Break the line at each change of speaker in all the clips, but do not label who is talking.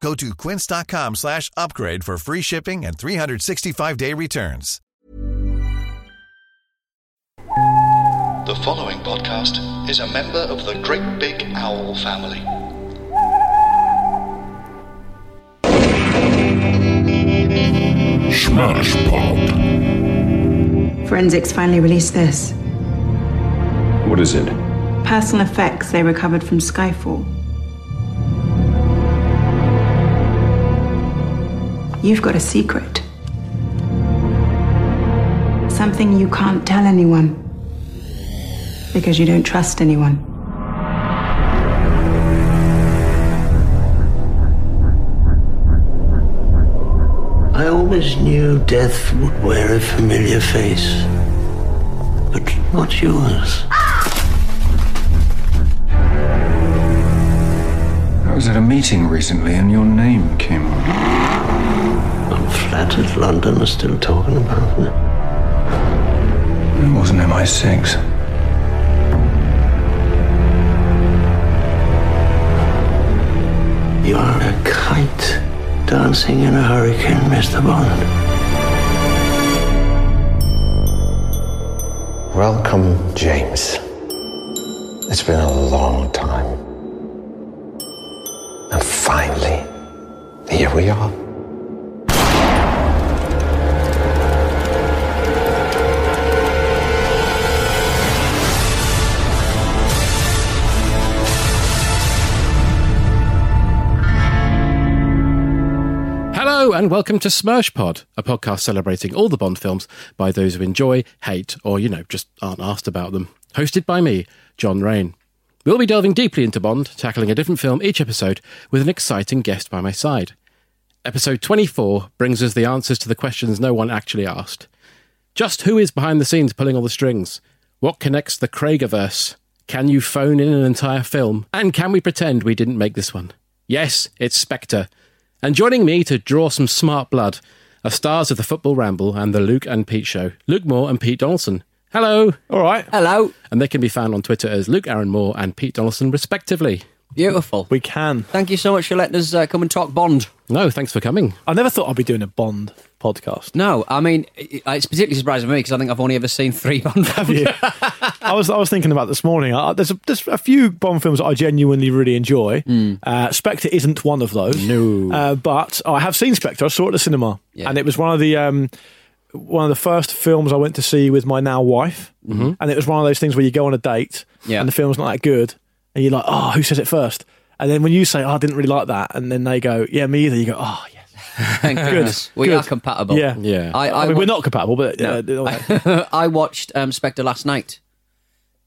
Go to quince.com slash upgrade for free shipping and 365-day returns.
The following podcast is a member of the Great Big Owl family.
Smash Pop.
Forensics finally released this.
What is it?
Personal effects they recovered from Skyfall. You've got a secret. Something you can't tell anyone. Because you don't trust anyone.
I always knew death would wear a familiar face, but not yours.
I was at a meeting recently and your name came up.
I'm flattered London is still talking about it.
It wasn't MI6.
You are a kite dancing in a hurricane, Mr. Bond. Welcome, James. It's been a long time. And finally, here we are.
Hello and welcome to Smirsh Pod, a podcast celebrating all the Bond films by those who enjoy, hate, or, you know, just aren't asked about them. Hosted by me, John Rain. We'll be delving deeply into Bond, tackling a different film each episode with an exciting guest by my side. Episode 24 brings us the answers to the questions no one actually asked. Just who is behind the scenes pulling all the strings? What connects the Craigiverse? Can you phone in an entire film? And can we pretend we didn't make this one? Yes, it's Spectre. And joining me to draw some smart blood are stars of the Football Ramble and the Luke and Pete Show, Luke Moore and Pete Donaldson. Hello.
All right.
Hello.
And they can be found on Twitter as Luke Aaron Moore and Pete Donaldson, respectively.
Beautiful.
We can.
Thank you so much for letting us uh, come and talk Bond.
No, thanks for coming.
I never thought I'd be doing a Bond podcast.
No, I mean, it- it's particularly surprising me because I think I've only ever seen three Bond films.
I was I was thinking about this morning. I, there's a, there's a few Bond films that I genuinely really enjoy.
Hmm.
Uh, Spectre isn't one of those. No, uh, but I have seen Spectre. I saw it at the cinema,
Yeah.
and it was one of the um, one of the first films I went to see with my now wife. Mm-hmm. And it was one of those things where you go on a date,
Yeah.
and the film's not that good, and you're like, oh, who says it first? And then when you say, oh, I didn't really like that, and then they go, yeah, me either. You go, oh, yes.
Thank goodness. We
good.
are compatible.
Yeah.
Yeah.
I, I,
I, mean,
wa-
we're not compatible, but uh, okay.
I watched um, Spectre last night,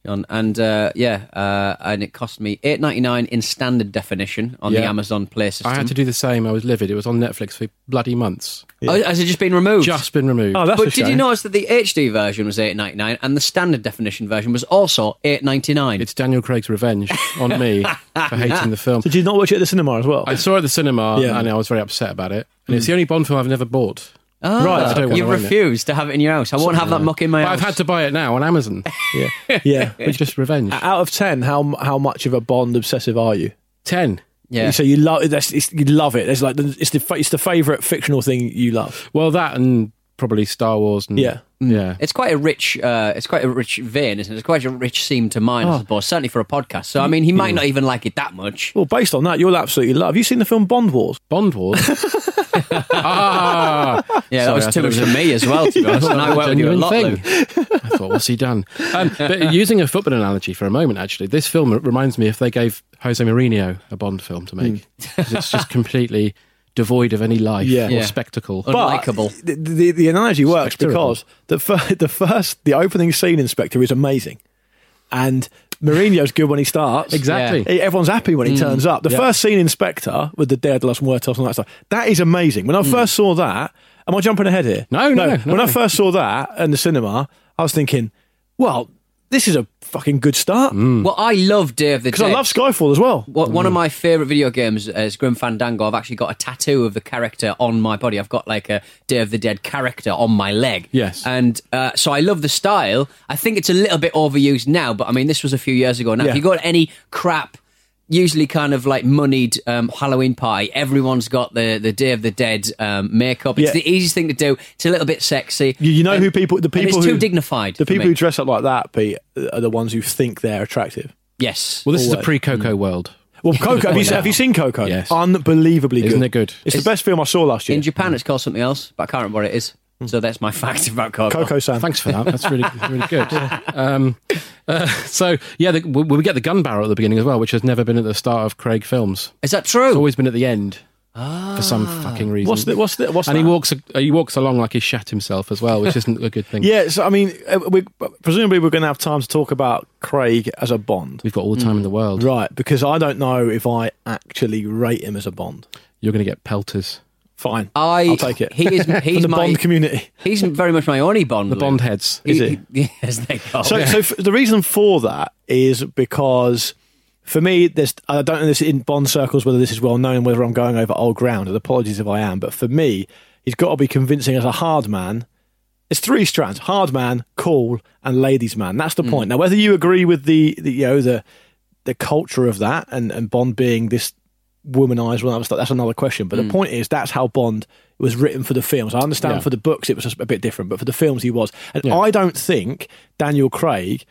John, and uh, yeah, uh, and it cost me eight ninety nine in standard definition on the
Yeah.
Amazon Play system.
I had to do the same. I was livid. It was on Netflix for bloody months.
Oh, has it just been removed?
Just been removed.
Oh, that's a
but did you
shame.
notice that the HD version was eight ninety nine and the standard definition version was also eight ninety nine?
It's Daniel Craig's revenge on me for hating the film.
Did you not watch it at the cinema as well?
I saw it at the cinema
Yeah.
and I was very upset about it. And
Hmm.
it's the only Bond film I've never bought.
Right, I don't
wanna
Ah, You
own it.
refused to have it in your house. I won't have that muck in my
But
house.
I've had to buy it now on Amazon.
yeah, yeah.
It's just revenge.
Out of ten, how how much of a Bond obsessive are you?
10.
Yeah.
So you love that's it's, you love it. It's like the, it's the fa- it's the favorite fictional thing you love.
Well, that and probably Star Wars. And,
Yeah.
Mm. Yeah.
It's quite a rich, uh, it's quite a rich vein, isn't it? It's quite a rich seam to mine,
Oh.
I suppose. Certainly for a podcast. So I mean, he
Mm.
might not even like it that much.
Well, based on that, you'll absolutely love. Have you seen the film Bond Wars?
Bond Wars. ah,
Yeah, that was too much for me as well, to be honest, and I work with you a lot,
I thought, what's he done? Um, but using a football analogy for a moment, actually, this film reminds me if they gave Jose Mourinho a Bond film to make, 'Cause it's just completely devoid of any life
Yeah.
or
Yeah.
spectacle.
But the, the, the analogy works
Spectacle.
because the, fir- the first, the opening scene, Inspector, is amazing. And Mourinho's good when he starts.
Exactly.
E- Everyone's happy when he
Mm.
turns up. The
Yeah.
first scene, Inspector, with the dead Los Muertos and all that stuff, that is amazing. When I first saw that, am I jumping ahead here?
No, no, no,
When I
no.
first saw that in the cinema, I was thinking, well, this is a fucking good start.
Mm.
Well, I love Day of the Dead.
Because I love Skyfall as well.
What, One of my favourite video games is Grim Fandango. I've actually got a tattoo of the character on my body. I've got like a Day of the Dead character on my leg.
Yes.
And uh, so I love the style. I think it's a little bit overused now, but I mean, this was a few years ago. Now,
Yeah.
if you go to any crap, usually kind of like moneyed um, Halloween party, everyone's got the, the Day of the Dead um, makeup. It's
Yeah.
the easiest thing to do. It's a little bit sexy.
You, you know who people the
and
people
it's
who,
too dignified.
The
for
people
me.
who dress up like that, Pete, are the ones who think they're attractive.
Yes.
Well, this is the
Always.
pre-Coco
Mm.
world.
Well, Coco, have you, have you seen Coco?
Yes.
Unbelievably good.
Isn't it good?
It's, the best film I saw last year.
In Japan, it's called something else, but I can't remember what it is. So that's my fact about Coco.
Coco San.
Thanks for that. That's really really good. Um, uh, so yeah, the, we, we get the gun barrel at the beginning as well, which has never been at the start of Craig films.
Is that true? Ah.
It's always been at the end for some fucking reason.
What's the, what's the, what's
and
that?
he walks uh, he walks along like he shat himself as well, which isn't a good thing.
Yeah, so I mean, uh, we, presumably we're going to have time to talk about Craig as a Bond,
We've got all the time in
Mm.
the world.
right? Because I don't know if I actually rate him as a Bond.
You're going to get pelters.
Fine,
I-
will take it.
he is-
From
he's
the
my-
Bond community.
He's very much my only Bond.
The
Lou.
Bond heads.
Is it?
he- Yes, they are.
So, so f- the reason for that is because for me, there's I don't know this in Bond circles whether this is well known, whether I'm going over old ground, and apologies if I am, but for me, he's got to be convincing as a hard man. It's three strands: hard man, cool, and ladies man. That's the point. Now, whether you agree with the, the you know the the culture of that and, and Bond being this womanized well that's that's another question but the point is that's how bond was written for the films i understand
Mm. Yeah.
for the books it was a bit different but for the films he was and i don't think daniel craig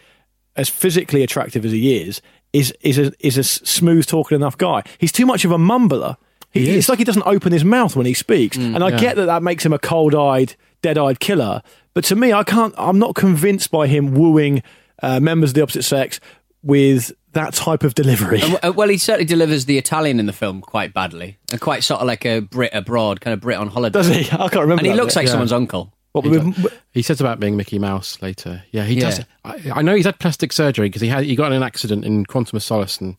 as physically attractive as he is is is a, is a smooth talking enough guy he's too much of a mumbler he,
He
it's
is. Mm,
like he doesn't open his mouth when he speaks and i
yeah.
get that that makes him a cold-eyed dead-eyed killer but to me i can't i'm not convinced by him wooing uh, members of the opposite sex with that type of delivery
And w- uh, well, he certainly delivers the Italian in the film quite badly, and quite sort of like a Brit abroad, kind of Brit on holiday.
Does he? I can't remember.
And he
that
looks
bit.
like someone's uncle.
What, with-
He says about being Mickey Mouse later. Yeah, he
Yeah.
does. I, I know he's had plastic surgery because he had he got in an accident in Quantum of Solace and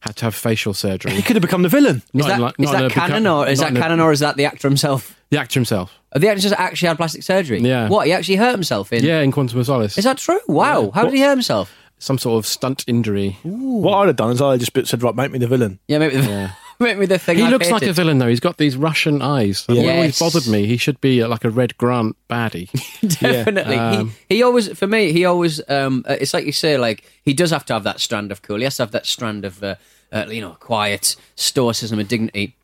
had to have facial surgery.
he could have become the villain.
Is
Not in
that,
like-
is
not in
that
a beca-
canon, or is
not
that
in a-
canon, or is that the actor himself?
The actor himself.
Are the actor just actually had plastic surgery?
Yeah.
What? He actually hurt himself in?
Yeah, in Quantum of Solace.
Is that true? Wow. How did he hurt himself?
some sort of stunt injury?
What I'd have done is I'd have just been- said, right, make me the villain.
Yeah, maybe. The, maybe the thing.
He
I
looks like a
hated.
villain though. He's got these Russian eyes. That
Yeah.
always
Yes.
bothered me. He should be uh, like a Red Grant baddie.
Definitely.
Um,
he, he always, for me, he always, um, uh, it's like you say, like, he does have to have that strand of cool. He has to have that strand of, uh, uh, you know, quiet stoicism and dignity.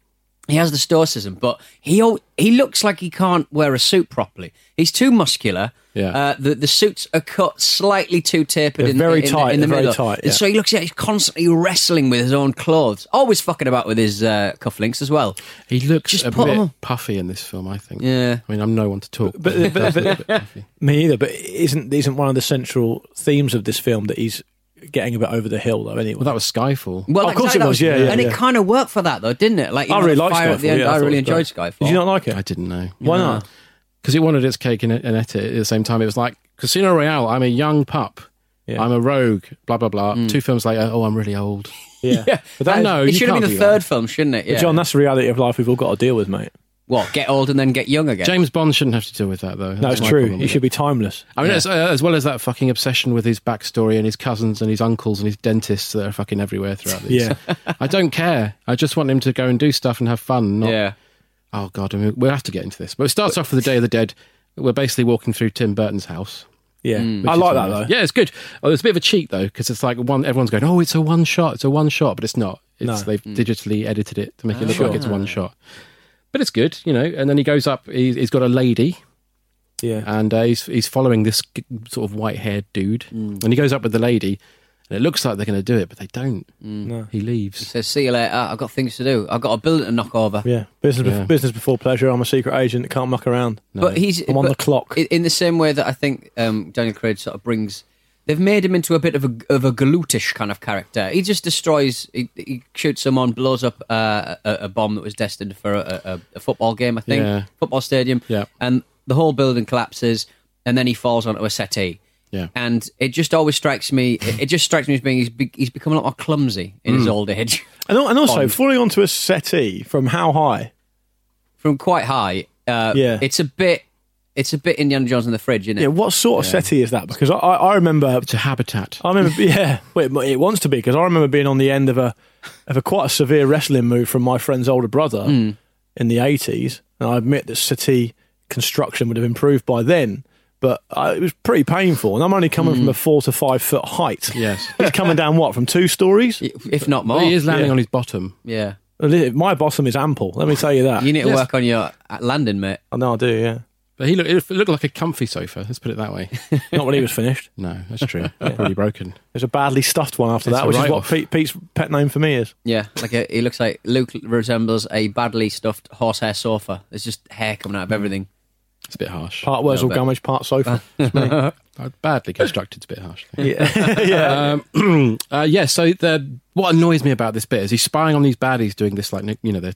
He has the stoicism, but he al- he looks like he can't wear a suit properly. He's too muscular.
Yeah.
Uh, the the suits are cut slightly too tapered
They're
in,
very
in- in-
tight,
in the
they're very
middle.
tight,
And
yeah.
So he looks like he's constantly wrestling with his own clothes, always fucking about with his uh, cufflinks as well.
he looks
Just
a
put
bit
him on.
puffy in this film. I think.
Yeah.
I mean, I'm no one to talk.
But-
he
but-
does
but-
look a bit puffy.
Me either. But isn't isn't one of the central themes of this film that he's getting a bit over the hill though? Anyway,
Well, that was Skyfall.
Well,
Of
like,
course
exactly,
it
that
was, yeah, yeah,
and it
yeah.
kind of worked for that though, didn't it? Like, you
I
know,
really
the
liked
fire at the
Skyfall,
end,
yeah, I
I,
thought it
really
was great.
enjoyed Skyfall.
Did you not like it?
I didn't know.
Why not?
because it wanted its cake and, and ate it at the same time. It was like Casino Royale. I'm a young pup.
Yeah.
I'm a rogue. Blah blah blah. Two films later, oh, I'm really old.
Yeah. But that,
I know.
it
you
should have
can't
been the
do that.
third film, shouldn't it?
but
Yeah.
John, that's the reality of life we've all got to deal with, mate.
what? Get old and then get young again.
James Bond shouldn't have to deal with that though.
No,
That's
it's
my
true.
problem
He
with
should
it.
be timeless.
Mm.
I mean, as, uh, as well as that fucking obsession with his backstory and his cousins and his uncles and his dentists that are fucking everywhere throughout this.
Yeah.
I don't care. I just want him to go and do stuff and have fun. Not,
yeah.
Oh god, I mean, we'll have to get into this. But it starts off with the Day of the Dead. We're basically walking through Tim Burton's house.
Yeah,
which
I
is
like that though.
nice. Yeah, it's good. Oh, it's a bit of a cheat though, because it's like one. Everyone's going, "Oh, it's a one shot. It's a one shot," but it's not. It's
No.
they've
Mm.
digitally edited it to make it look like it's one shot. But it's good, you know. And then he goes up. He's, he's got a lady,
Yeah, Mm.
and uh, he's he's following this g- sort of white haired dude, and he goes up with the lady. And it looks like they're going to do it, but they don't.
No.
He leaves.
He says, "See you later. I've got things to do. I've got a bill to knock over."
Yeah, business, bef- business before pleasure. I'm a secret agent that can't muck around.
But he's
I'm on
but
the clock.
i- In the same way that I think um, Daniel Craig sort of brings, they've made him into a bit of a of a galoutish kind of character. He just destroys. He, he shoots someone, blows up uh, a, a bomb that was destined for a, a, a football game, I think,
Yeah.
football stadium.
Yeah.
and the whole building collapses, and then he falls onto a settee.
Yeah.
And it just always strikes me. It it just strikes me as being he's be, he's become a lot more clumsy in his
Mm.
old age.
And, al- and also,
Bond.
falling onto a settee from how high?
from quite high. Uh,
Yeah.
it's a bit. It's a bit Indiana Jones in the fridge, isn't it?
Yeah, what sort of settee is that? Because I, I, I remember it's
a habitat.
I remember, yeah, well, it, it wants to be because I remember being on the end of a of a quite a severe wrestling move from my friend's older brother
Mm.
in the eighties, and I admit that settee construction would have improved by then. But I, it was pretty painful, and I'm only coming from a four to five foot height.
Yes,
he's coming down what from two stories,
if not more.
But he is landing
Yeah.
on his bottom.
Yeah.
My bottom is ample. Let me tell you that.
You need to work on your uh, landing, mate.
I know Oh, I do. Yeah.
But he looked, it looked like a comfy sofa. Let's put it that way.
Not when he was finished.
No, that's true. Probably broken.
There's a badly stuffed one after
It's
that,
a
which is what
write-off.
Pete, Pete's pet name for me is.
Yeah, like a, he looks like Luke resembles a badly stuffed horsehair sofa. There's just hair coming out of everything.
It's a bit harsh.
Part Wurzel
Little
Gummidge, part sofa. It's me.
Badly constructed. It's a bit harsh.
Yeah. Yeah.
Um, uh, yeah. So the what annoys me about this bit is he's spying on these baddies doing this like you know they're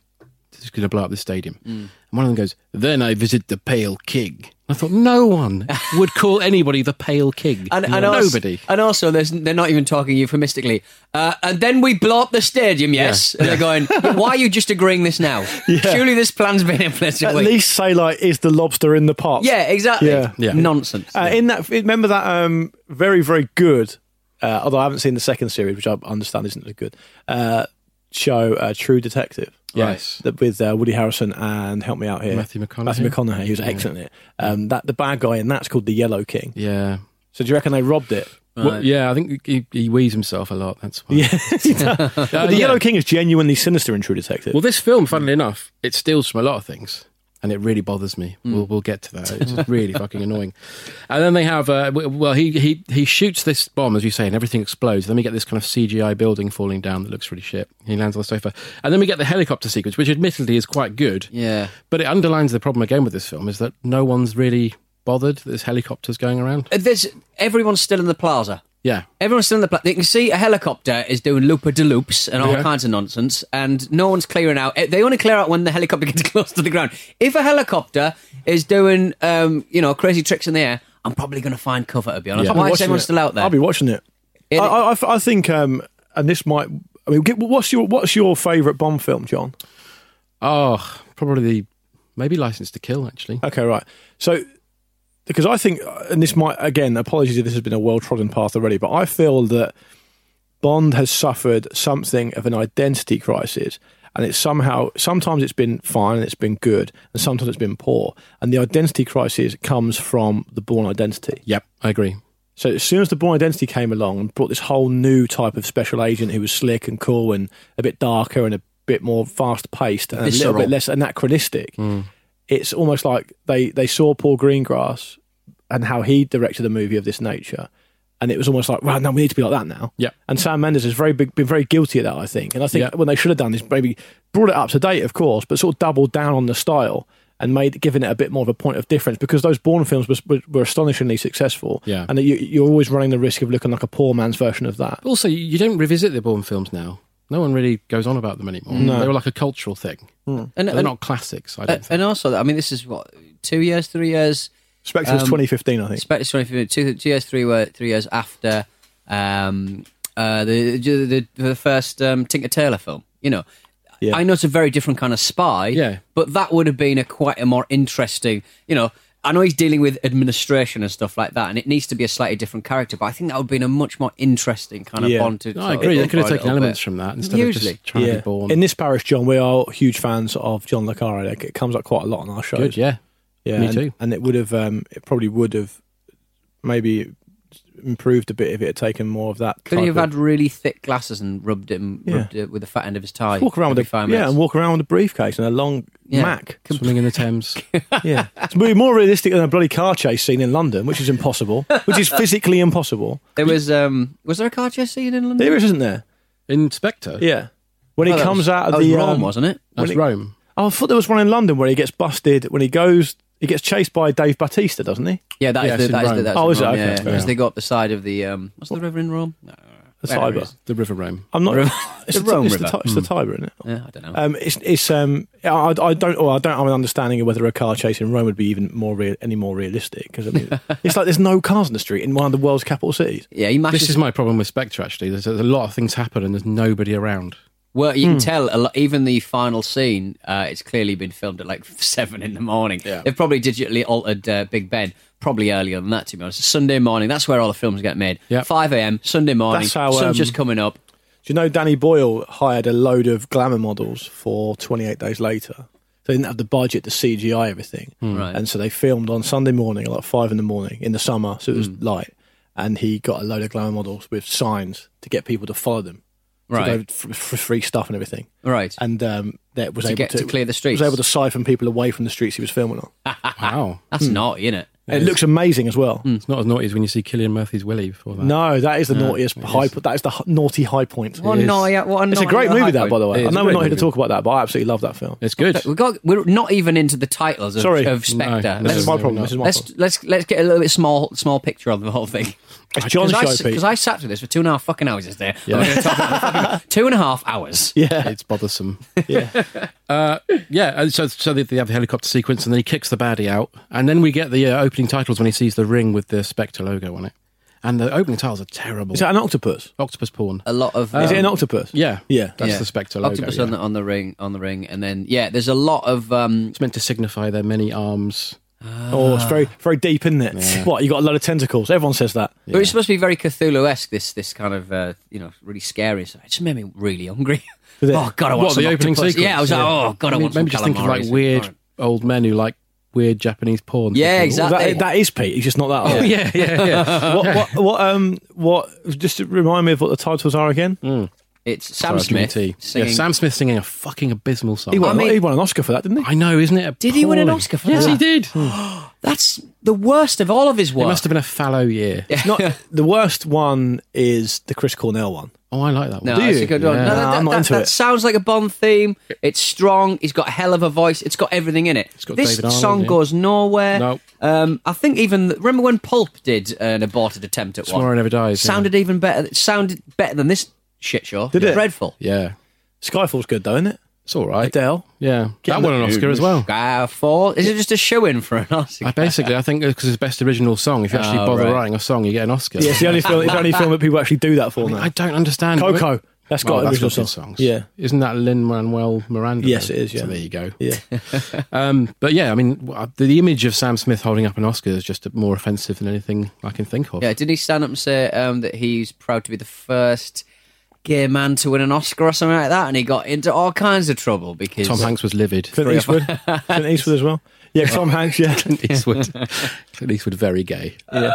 just going to blow up this stadium. And one of them goes, "Then I visit the Pale King." I thought no one would call anybody the Pale King.
And, and also,
nobody.
And also, there's, they're not even talking euphemistically. Uh, and then we blow up the stadium, yes.
Yeah.
And they're going, why are you just agreeing this now? Surely this plan's been in place a
At
week.
least say like, is the lobster in the pot?
yeah, exactly.
Yeah.
Nonsense.
Uh, in that, remember that um, very very good. Uh, although I haven't seen the second series, which I understand isn't as good. Uh, show uh, True Detective.
Yes.
That with uh, Woody Harrison and help me out here,
Matthew McConaughey.
Matthew McConaughey, he was excellent in it. Um, that the bad guy in that's called the Yellow King.
Yeah. Uh,
So do you reckon they robbed it?
Well, yeah, I think he, he wheezes himself a lot. That's why. Uh,
Yeah. But the
yeah.
Yellow King is genuinely sinister in True Detective.
Well, this film, funnily enough, it steals from a lot of things, and it really bothers me.
Hmm.
We'll, we'll get to that. It's just really fucking annoying. And then they have, uh, w- well, he, he he shoots this bomb, as you say, and everything explodes. Then we get this kind of CGI building falling down that looks really shit. He lands on the sofa, and then we get the helicopter sequence, which admittedly is quite good,
yeah.
but it underlines the problem again with this film is that no one's really bothered that there's helicopters going around.
Uh, There's everyone's still in the plaza.
Yeah,
Everyone's still in the plaza. They can see a helicopter is doing looper de loops and all
Yeah.
kinds of nonsense, and no one's clearing out. Eh, They only clear out when the helicopter gets close to the ground. If a helicopter is doing, um, you know, crazy tricks in the air, I'm probably going to find cover. To be honest,
I'll be
why is
watching
everyone
it.
still out there?
I'll be watching it. I, I, I- I think, um, and this might. I mean, get- what's your what's your favourite Bond film, John?
oh, probably maybe License to Kill actually.
Okay, right. So, because I think, uh, and this might again, apologies if this has been a well trodden path already, but I feel that Bond has suffered something of an identity crisis, and it's somehow sometimes it's been fine and it's been good, and sometimes it's been poor, and the identity crisis comes from the Born Identity.
Yep, I agree.
So as soon as the Born Identity came along and brought this whole new type of special agent who was slick and cool and a bit darker and a bit more fast paced and a little
Visceral.
bit less anachronistic, it's almost like they they saw Paul Greengrass and how he directed a movie of this nature, and it was almost like, right, now we need to be like that now.
Yep.
And Sam Mendes has very big, been very guilty of that, I think. And I think
Yeah.
when they should have done is maybe brought it up to date, of course, but sort of doubled down on the style and made given it a bit more of a point of difference because those Bourne films was, were, were astonishingly successful.
Yeah. Uh,
And that you, you're always running the risk of looking like a poor man's version of that.
Also, you- you don't revisit the Bourne films now. No one really goes on about them anymore.
No.
They were like a cultural thing.
and,
They're
and-
not classics, I don't
uh,
think.
and also, I mean, this is what two years, three years.
Spectre was
Um,
2015, I think.
Spectre's 25, two, two years, three, were, three years after um, uh, the, the the first um, Tinker Tailor film. You know,
Yeah.
I know it's a very different kind of spy.
Yeah.
but that would have been a quite a more interesting. You know, I know he's dealing with administration and stuff like that, and it needs to be a slightly different character. But I think that would have been a much more interesting kind of
Yeah.
bond. To
No,
sort
I
of
agree. They could have
borrow a
taken
little
elements
bit.
from that instead
Usually.
of just trying to be Bourne.
In this parish, John, we are huge fans of John Le Carre. Like, It comes up quite a lot on our shows.
Good, yeah.
Yeah,
Me
and,
too.
And it would have, um, it probably would have, maybe improved a bit if it had taken more of that.
Could he
type
have
of-
had really thick glasses and rubbed it, and
Yeah.
rubbed it with the fat end of his tie?
walk around with
every
a
five
yeah,
minutes?
and walk around with a briefcase and a long
Yeah.
Mac
swimming in the Thames.
yeah, it's really more realistic than a bloody car chase scene in London, which is impossible, which is physically impossible.
There was um, was there a car chase scene in London?
There is, isn't there?
Inspector.
Yeah, when
Oh,
he
that
comes
was-
out of
that
the
was Rome,
um,
wasn't it?
when
That's
he-
Rome.
Oh, I thought there was one in London where he gets busted when he goes. He gets chased by Dave Batista, doesn't he?
Yeah, that is
Yeah,
the,
it's
that
in
is the,
Rome.
that's
Oh,
in
is it?
Rome,
Okay,
yeah,
fair
Because
enough. Oh.
they go up the side of the um, what's the river in Rome? No,
The
wherever
Tiber.
it is.
The River Rome. Hmm.
I'm not.
River-
It's
the
the,
Rome
it's the,
River.
Ti- it's the Tiber, isn't it?
Yeah, I don't know.
Um, it's it's um I, I I don't or I don't have an understanding of whether a car chase in Rome would be even more real any more realistic because I mean it's like there's no cars in the street in one of the world's capital cities.
yeah, he mashes.
This is my problem with Spectre, actually. There's, there's a lot of things happen and there's nobody around.
well, you
Hmm.
can tell a lot, even the final scene. Uh, it's clearly been filmed at like seven in the morning.
Yeah.
They've probably digitally altered uh, Big Ben. Probably earlier than that, to be honest. Sunday morning. That's where all the films get made.
Yeah.
Five a.m. Sunday morning.
That's how,
sun's
um,
just coming up.
Do you know Danny Boyle hired a load of glamour models for 28 Days Later? So they didn't have the budget to CGI everything,
Right.
Hmm. and so they filmed on Sunday morning, like five in the morning in the summer, so it was
Hmm.
light. And he got a load of glamour models with signs to get people to follow them,
Right.
To go for, for free stuff and everything.
Right.
and um, that was
To
able
get- to clear the streets.
Was able to siphon people away from the streets he was filming on.
Wow.
That's naughty, isn't it?
And it looks amazing as well.
It's not as naughty as when you see Killian Murphy's Willie before that.
No, that is the naughtiest high. po- That is the h- naughty high point.
What a naughty- what a
it's a
naughty
great
high
movie, that
point.
by the way.
It
I
is a
know we're
great
not here to
movie.
talk about that, but I absolutely love that film.
It's good.
We got, we're not even into the titles of,
Sorry.
of Spectre.
No,
this
let's,
is my
Let's-
problem. This is my
let's,
problem.
let's let's get a little bit small small picture of the whole thing.
It's John's show, Pete.
Because I, sat through this for two and a half fucking hours yesterday. I'm going to talk about the fucking- two and a half hours.
Yeah,
It's bothersome. yeah. Uh, yeah. And so, so they, they have the helicopter sequence and then he kicks the baddie out. And then we get the uh, opening titles when he sees the ring with the Spectre logo on it. And the opening titles are terrible.
is that an octopus?
Octopus porn.
A lot of
Is it
um,
an octopus?
yeah.
yeah.
That's
yeah.
the Spectre logo.
Octopus
yeah.
on the on the ring on the ring, and then yeah, there's a lot of um,
It's meant to signify their many arms.
oh,
Ah.
it's very very deep, isn't it? What you got a lot of tentacles. Everyone says that.
But it's supposed to be very Cthulhu-esque. This this kind of uh, you know really scary. So it just made me really hungry.
Did it?
oh god, I want
What,
some
the opening
octopus.
sequence?
Yeah, I was
Yeah.
like, oh god, I
Maybe-
want some
Maybe just think of like
calamari.
weird
Alright.
old men who like weird Japanese porn.
Yeah,
Thinking,
exactly.
Well, that, that is Pete. He's just not that old.
"Oh, yeah, yeah, yeah.
what, what, what, um, what, just to remind me of what the titles are again.
It's
Sorry, I
Sam
was giving
Smith
you tea.
singing.
Yeah, Sam Smith singing a fucking abysmal song.
He won,
mean-
he won an Oscar for that, didn't he?
I know, isn't it?
Did he win an
appalling?
Oscar for
yes,
that?
he did.
Hmm.
That's the worst of all of his work.
It must have been a fallow year.
not the worst one is the Chris Cornell one.
Oh, I like that one.
No,
Do
that's
you?
a good one.
Yeah.
No, that,
Nah, I'm
that-
not
that-
into
that
it.
sounds like a Bond theme. It's strong. He's got a hell of a voice. It's got everything in it.
got
this
David Arnold,
song
yeah.
goes nowhere.
No.
Um, I think even remember when Pulp did an aborted attempt at
Tomorrow
one.
Never Dies, yeah.
Sounded even better. It sounded better than this shit show.
Did it?
Dreadful.
Yeah,
Skyfall's good though, isn't it?
it's all right.
Adele.
Yeah, that
the-
won an Oscar as well.
Ah, four. Is it just a show in for an Oscar?
I basically, I think because it's best original song. If you actually
Oh,
bother
right.
writing a song, you get an Oscar.
Yeah, it's the only film. It's the only film that people actually do that for now.
I don't understand.
Coco. That's got
Well,
an
that's
original
got good
song.
songs.
Yeah.
isn't that Lin Manuel Miranda?
Yes,
though?
it is, yeah.
So there you go.
Yeah,
Um, but yeah, I mean, w- uh, the, the image of Sam Smith holding up an Oscar is just more offensive than anything I can think of.
Yeah, didn't he stand up and say um, that he's proud to be the first gay man to win an Oscar or something like that? And he got into all kinds of trouble because
Tom Hanks was livid.
Clint Eastwood. Clint Eastwood as well. Yeah, Tom Hanks. Yeah,
Clint Eastwood, Clint Eastwood, very gay. Yeah,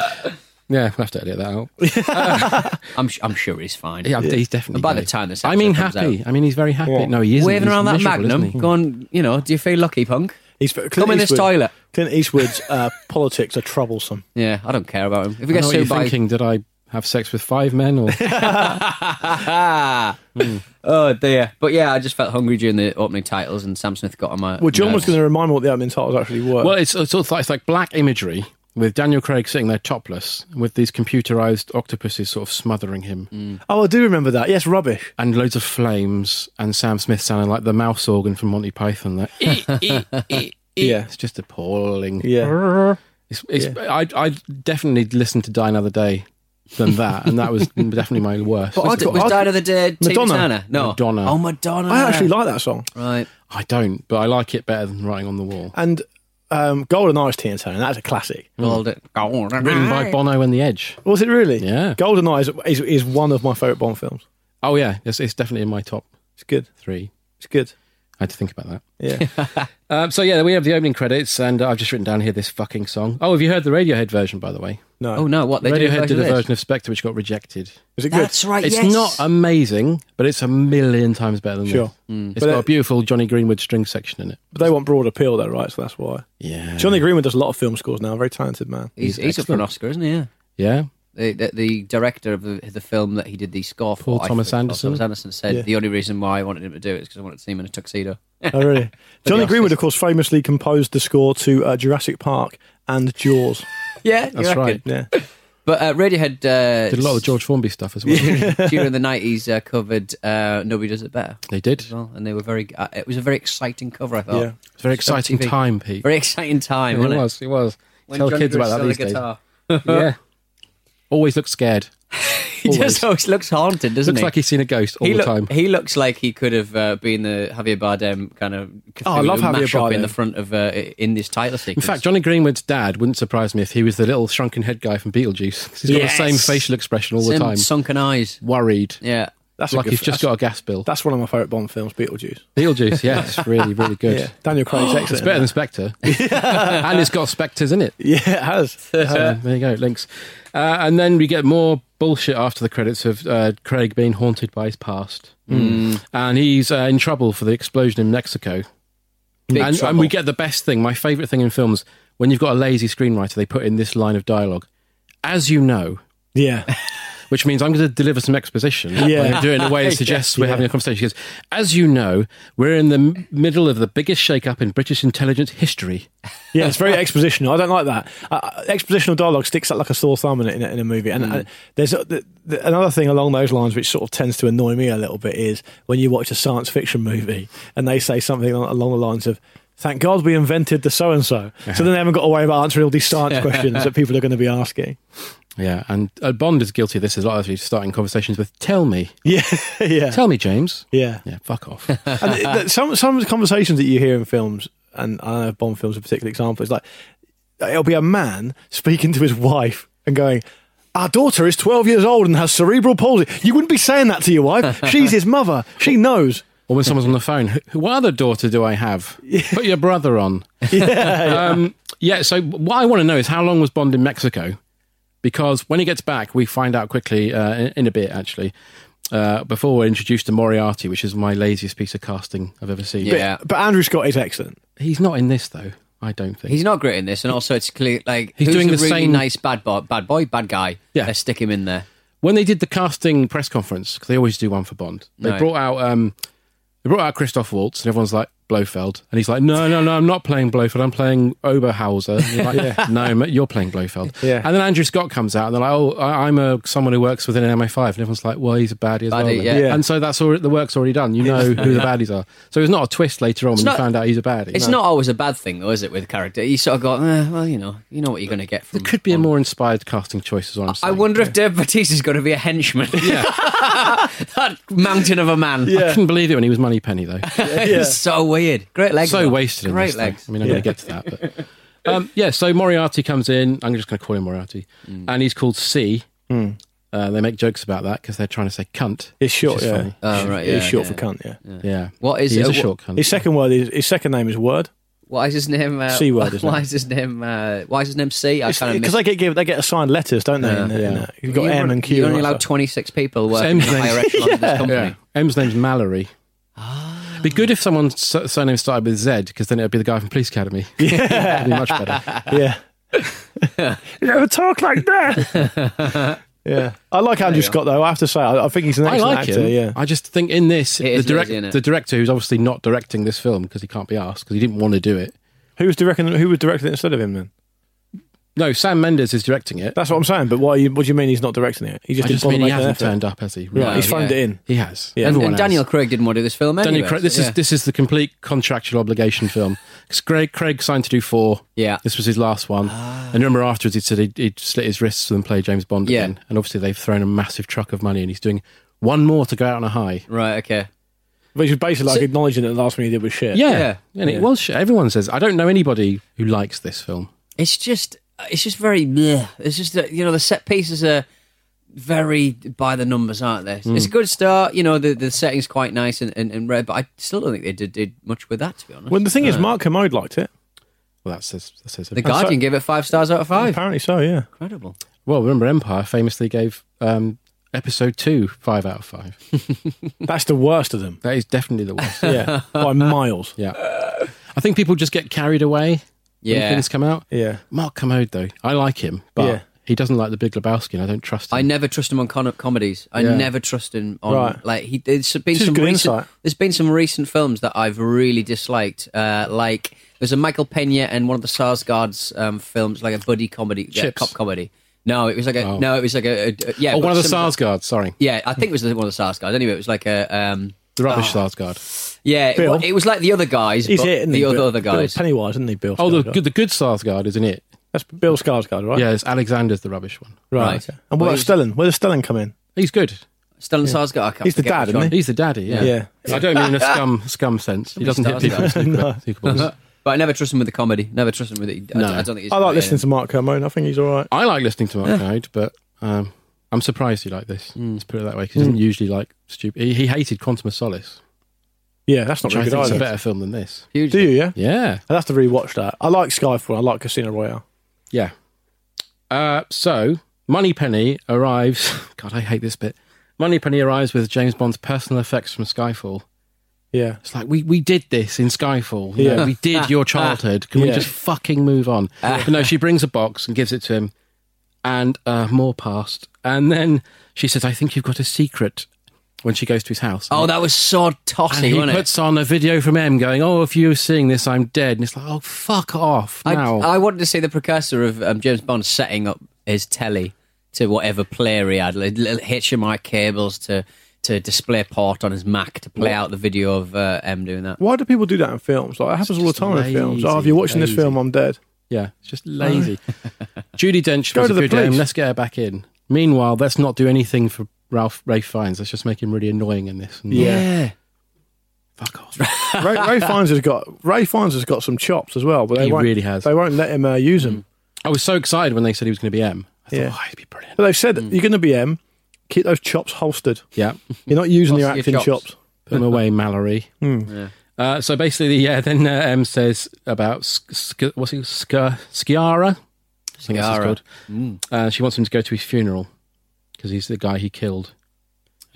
yeah, we'll have to edit that out.
I'm, su- I'm sure he's fine.
Yeah, he's definitely.
And by
gay.
the time this
I mean,
episode comes
happy. I mean, he's very happy. No, he isn't.
waving
He's
around that
miserable, isn't
magnum,
he?
going, you know, do you feel lucky, punk?
he's Clint
Come in this
Eastwood-
toilet.
Clint Eastwood's uh, politics are troublesome.
Yeah, I don't care about him. If
I
he
know
gets
what you're
sued by,
thinking. Did I have sex with five men or?
ah, oh dear. But yeah, I just felt hungry during the opening titles, and Sam Smith got on my.
Well, John was
nerves.
going to remind me what the opening titles actually were.
Well, it's, it's sort of like, it's like black imagery with Daniel Craig sitting there topless with these computerized octopuses sort of smothering him
oh, I do remember that. Yes, rubbish.
and loads of flames and Sam Smith sounding like the mouse organ from Monty Python. Like, "Ee, ee, ee, ee."
Yeah.
It's just appalling.
Yeah.
It's, it's, I, I definitely listened to Die Another Day than that, and that was definitely my worst.
Was, it, was
I-
Died of the Dead Tina
Madonna.
Turner? No,
Madonna.
Oh, Madonna.
I actually like that song.
Right.
I don't, but I like it better than Writing on the Wall.
And um, Golden Eyes, Tea and Turner. That's a classic.
Hmm.
Called it.
Written by Bono and The Edge.
Was it really?
Yeah.
Golden Eyes is, is one of my favourite Bond films.
Oh, yeah, it's, it's definitely in my top
It's good.
three.
It's good.
I had to think about that.
Yeah.
Um, so yeah, we have the opening credits, and I've just written down here this fucking song. Oh, have you heard the Radiohead version, by the way?
No.
Oh no, what they did a
Radiohead
version
did a
of this?
version of Spectre which got rejected.
Is it good?
That's right,
It's
Uh, yes.
not amazing, but it's a million times better than
Sure.
this.
Mm.
It's
But
got a
it-
beautiful Johnny Greenwood string section in it.
But they want broad appeal, though, right? So that's why.
Yeah.
Johnny Greenwood does a lot of film scores now. Very talented man.
He's, he's up for an Oscar, isn't he? Yeah.
Yeah.
The, the, the director of the, the film that he did the score for,
Paul
I
Thomas
think, Paul
Anderson.
Thomas Anderson said
Yeah.
the only reason why I wanted him to do it is because I wanted to see him in a tuxedo.
Oh, really?
the
Johnny
Oscars.
Greenwood, of course, famously composed the score to uh, Jurassic Park and Jaws.
yeah, you
That's
reckon?
right.
Yeah.
But uh, Radiohead uh,
Did a lot of George Formby stuff as well.
during the nineties uh, covered uh, "Nobody Does It Better"
they did.
as well, and they were very. Uh, it was a very exciting cover, I thought.
Yeah.
It's a very exciting
TV.
time, Pete.
Very exciting time,
it
wasn't
was. It was.
When
Tell
Johnny
kids
Greenwood
about that
stole
these
the
days.
guitar.
yeah. Always looks scared.
He just always looks haunted, doesn't
Looks
he?
like he's seen a ghost all
he
the
look-
time.
He looks like he could have uh, been the Javier Bardem kind of.
Oh, I love
Cthulhu
Javier
mashup
Bardem.
in the front of uh, in this title
In
sequence.
fact, Johnny Greenwood's dad wouldn't surprise me if he was the little shrunken head guy from Beetlejuice. 'cause He's got
Yes.
the same facial expression all the
Same
time.
sunken eyes.
Worried.
Yeah,
That's a
like
good
he's
f-
just
that's-
got a gas bill.
That's one of my favourite Bond films, Beetlejuice.
Beetlejuice, yeah, it's really, really good. Oh,
Yeah. Daniel Craig's
It's
excellent.
better than Spectre. and it's got Spectres in it.
Yeah, it has.
So, Um, there you go, links. Uh, and then we get more bullshit after the credits of uh, Craig being haunted by his past.
Hmm.
And he's uh, in trouble for the explosion in Mexico. And, and we get the best thing, my favourite thing in films, when you've got a lazy screenwriter, they put in this line of dialogue. As you know,
Yeah.
which means I'm going to deliver some exposition.
Yeah.
I'm going to do it in a way that suggests we're
Yeah.
having a conversation. Because, as you know, we're in the m- middle of the biggest shake-up in British intelligence history.
Yeah, it's very expositional. I don't like that. Uh, expositional dialogue sticks out like a sore thumb in, a- in, a- in a movie.
Hmm.
And uh, there's a, the, the, another thing along those lines which sort of tends to annoy me a little bit is when you watch a science fiction movie and they say something al- along the lines of, thank God we invented the so and so. So then they haven't got a way of answering all these science questions that people are going to be asking.
Yeah, and uh, Bond is guilty of this as well as he's starting conversations with, tell me,
Yeah. yeah.
tell me, James.
Yeah.
Yeah, fuck off.
and th- th- some some conversations that you hear in films, and I don't know if Bond films are a particular example. It's like it'll be a man speaking to his wife and going. Our daughter is 12 years old and has cerebral palsy. You wouldn't be saying that to your wife. She's his mother. She knows.
or when someone's on the phone, "Who- what other daughter do I have? Put your brother on. Yeah. Um, yeah, so what I want to know is how long was Bond in Mexico? Because when he gets back, we find out quickly, uh, in, in a bit actually, uh, before we're introduced to Moriarty, which is my laziest piece of casting I've ever seen.
Yeah.
But, but Andrew Scott is excellent.
But he's not in this, though, I don't think.
he's not great in this, and also it's clear like
He's
who's
doing
a
the
really
same-
nice bad boy, bad boy, bad guy.
Yeah.
Let's stick him in there.
when they did the casting press conference, because they always do one for Bond, they
Right.
brought out um, they brought out Christoph Waltz, and everyone's like Blofeld, and he's like, no, no, no, I'm not playing Blofeld, I'm playing Oberhauser. And you're like, No, mate, you're playing Blofeld.
Yeah.
And then Andrew Scott comes out, and they're like, oh, I- I'm a someone who works within an MI5, and everyone's like, well, he's a baddie as well.
Baddie,
then."
yeah.
Yeah.
And so that's all the work's already done. You know who the baddies are. So it's not a twist later on when
not-
you find out he's a baddie.
It's
No.
not always a bad thing, though, is it? With character, you sort of go, eh, well, you know, you know what you're going to get from.
There could be a more inspired casting choice, is what I'm
I
saying.
wonder if Dave Bautista's going to be a henchman. Yeah, that mountain of a man.
I couldn't believe it when he was Moneypenny, though.
It's so weird. Great legs.
so
though.
wasted in
Great
this thing.
legs.
I mean, I'm going to get to that. But, um, yeah, so Moriarty comes in. I'm just going to call him Moriarty, and he's called C. Uh, they make jokes about that because they're trying to say cunt.
It's short,
which is
yeah.
funny.
Oh, right,
it's
yeah,
short
yeah.
for cunt, yeah.
Yeah.
What is-
he is
uh,
a
wh-
short cunt?
His second word is his second name is Word.
Why is his name uh,
C word, isn't
Why
it?
is his name? Uh, why is his name C? I kind of
Because they get given, they get assigned letters, don't they?
Yeah.
in the- in
Yeah.
the- You've got M and Q.
You're
and
only
all
allowed
that stuff.
26 people working in
M's
the higher
names.
echelons of this company.
yeah. M's name's Mallory. Be good if someone's su- surname started with Z because then it would be the guy from Police Academy. Yeah. That'd be much better.
Yeah. you never talk like that. yeah. I like Andrew Scott, though. I have to say, I, I think he's an
I
excellent
like
actor.
him.
Yeah.
I just think in this,
It is
the, direct-
lazy, isn't it?
the director who's obviously not directing this film because he can't be asked because he didn't want to do it.
Who was directing? Who was directing it instead of him? Then
No, Sam Mendes is directing it.
that's what I'm saying. But why? You, what do you mean he's not directing it? He just,
I just
didn't
mean he
bother making an
hasn't
effort.
turned up, has he?
Right,
No,
he's phoned
yeah.
it in.
He has.
Yeah.
Everyone
And, and
has.
Daniel Craig didn't want to do this film anyway.
Daniel Craig. This
so-
is this is the complete contractual obligation film. 'Cause Craig Craig signed to do four.
Yeah.
this was his last one. And remember, afterwards he said he'd, he'd slit his wrists and play James Bond
Yeah.
again. And obviously they've thrown a massive truck of money, and he's doing one more to go out on a high.
yeah. Right, okay.
Which is basically like acknowledging that the last one he did was shit.
Yeah,
Yeah.
and it was. shit. Everyone says I don't know anybody who likes this film.
It's just, it's just very, meh. It's just, that, you know, the set pieces are very by the numbers, aren't they?
Mm.
It's a good start. You know, the, the setting's quite nice and, and, and red, but I still don't think they did, did much with that, to be honest.
Well, the thing is, Mark Kermode liked it.
Well, that says that says
the Guardian gave it five stars out of five.
Apparently so. Yeah.
Incredible.
Well, remember Empire famously gave um, episode two five out of five.
That's the worst of them.
That is definitely the worst.
Yeah, by miles.
Yeah, I think people just get carried away.
Yeah.
when things come out.
Yeah,
Mark Commode though, I like him, but
Yeah.
he doesn't like the Big Lebowski, and I don't trust him.
I never trust him on con- comedies. I
Yeah.
never trust him on
Right.
like he. There's been
This is
some
good
recent.
insight.
There's been some recent films that I've really disliked. Uh, like there's a Michael Pena and one of the Sarsgaard's um, films, like a buddy comedy, yeah,
Chips.
cop comedy. No, it was like a
Oh.
no, it was like a, a- a- yeah.
oh,
but
one of the
similar-
Sarsgaard. Sorry,
Yeah, I think it was the- one of the Sarsgaards. Anyway, it was like a um,
the rubbish
oh,
Ah.
Sarsgaard.
Yeah, it,
Bill.
wa- it was like the other guys.
He's
but
it, isn't
the
he?
other
Bill-
other guys.
Bill Pennywise, isn't he? Bill.
Oh, the
Skarsgård?
good, the good Sarsgaard, isn't it?
that's Bill Skarsgård, right?
Yeah, it's Alexander's the rubbish one.
right.
Right.
okay. And what
Well,
about Stellan? Where does Stellan come in?
He's good.
Stellan Sarsgaard. I can't
He's the
forget
dad,
which
isn't
one.
he?
He's the daddy. Yeah,
Yeah.
I don't mean in a scum scum sense. He doesn't hit people with
No.
sneaker- sneaker balls.
But I never trust him with the comedy. Never trust him with it. I,
No.
I don't think. He's
I like
great in
listening
it.
to Mark Kermode. I think he's all right.
I like listening to Mark Hyde, but um, I'm surprised you like this.
Mm.
Let's put it that way, 'cause he doesn't usually like stupid. He, he hated Quantum of Solace,
Yeah, that's not
which I
really good
think is a
either.
better film than this.
Do you? Yeah,
Yeah,
I'll have to rewatch that. I like Skyfall. I like Casino Royale.
yeah. Uh, so Moneypenny arrives. God, I hate this bit. Moneypenny arrives with James Bond's personal effects from Skyfall.
Yeah,
It's like we we did this in Skyfall. You
Yeah.
know, we did your childhood. Can we
Yeah.
just fucking move on? But no, she brings a box and gives it to him, and uh, more past. And then she says, "I think you've got a secret." When she goes to his house,
Oh, that was so
and
tossy,
he
wasn't it?
puts on a video from M going, "Oh, if you're seeing this, I'm dead." And it's like, "Oh, fuck off
I,
now."
I wanted to see the precursor of um, James Bond setting up his telly to whatever player he had, like, little HMI cables to to display port on his Mac to play out the video of uh, M doing that.
Why do people do that in films? Like, it happens all the
just
time in films.
lazy,
Oh, if you're watching
lazy.
this film, I'm dead.
yeah, it's just lazy. Judy Dench
Go
was
to
a
the
good
police.
name. Let's get her back in. Meanwhile, let's not do anything for Ralph Rafe Fiennes. Let's just make him really annoying in this. And
Yeah.
fuck off.
Ray, Ray Fiennes has got Ray Fiennes has got some chops as well, but they
He
won't,
really has.
They won't let him uh, use them.
I was so excited when they said he was going to be M. I thought,
Yeah.
oh, he'd be brilliant.
But they've said
Mm.
you're going to be M. Keep those chops holstered.
Yeah,
You're not using Hmm. your
Holster
acting
your chops.
chops.
put him away, Mallory. Uh, so basically, yeah. Then uh, M says about Sk- Sk- what's he Sk- Skiara. I think that's what it's
Ciara.
called.
Mm.
Uh, she wants him to go to his funeral because he's the guy he killed.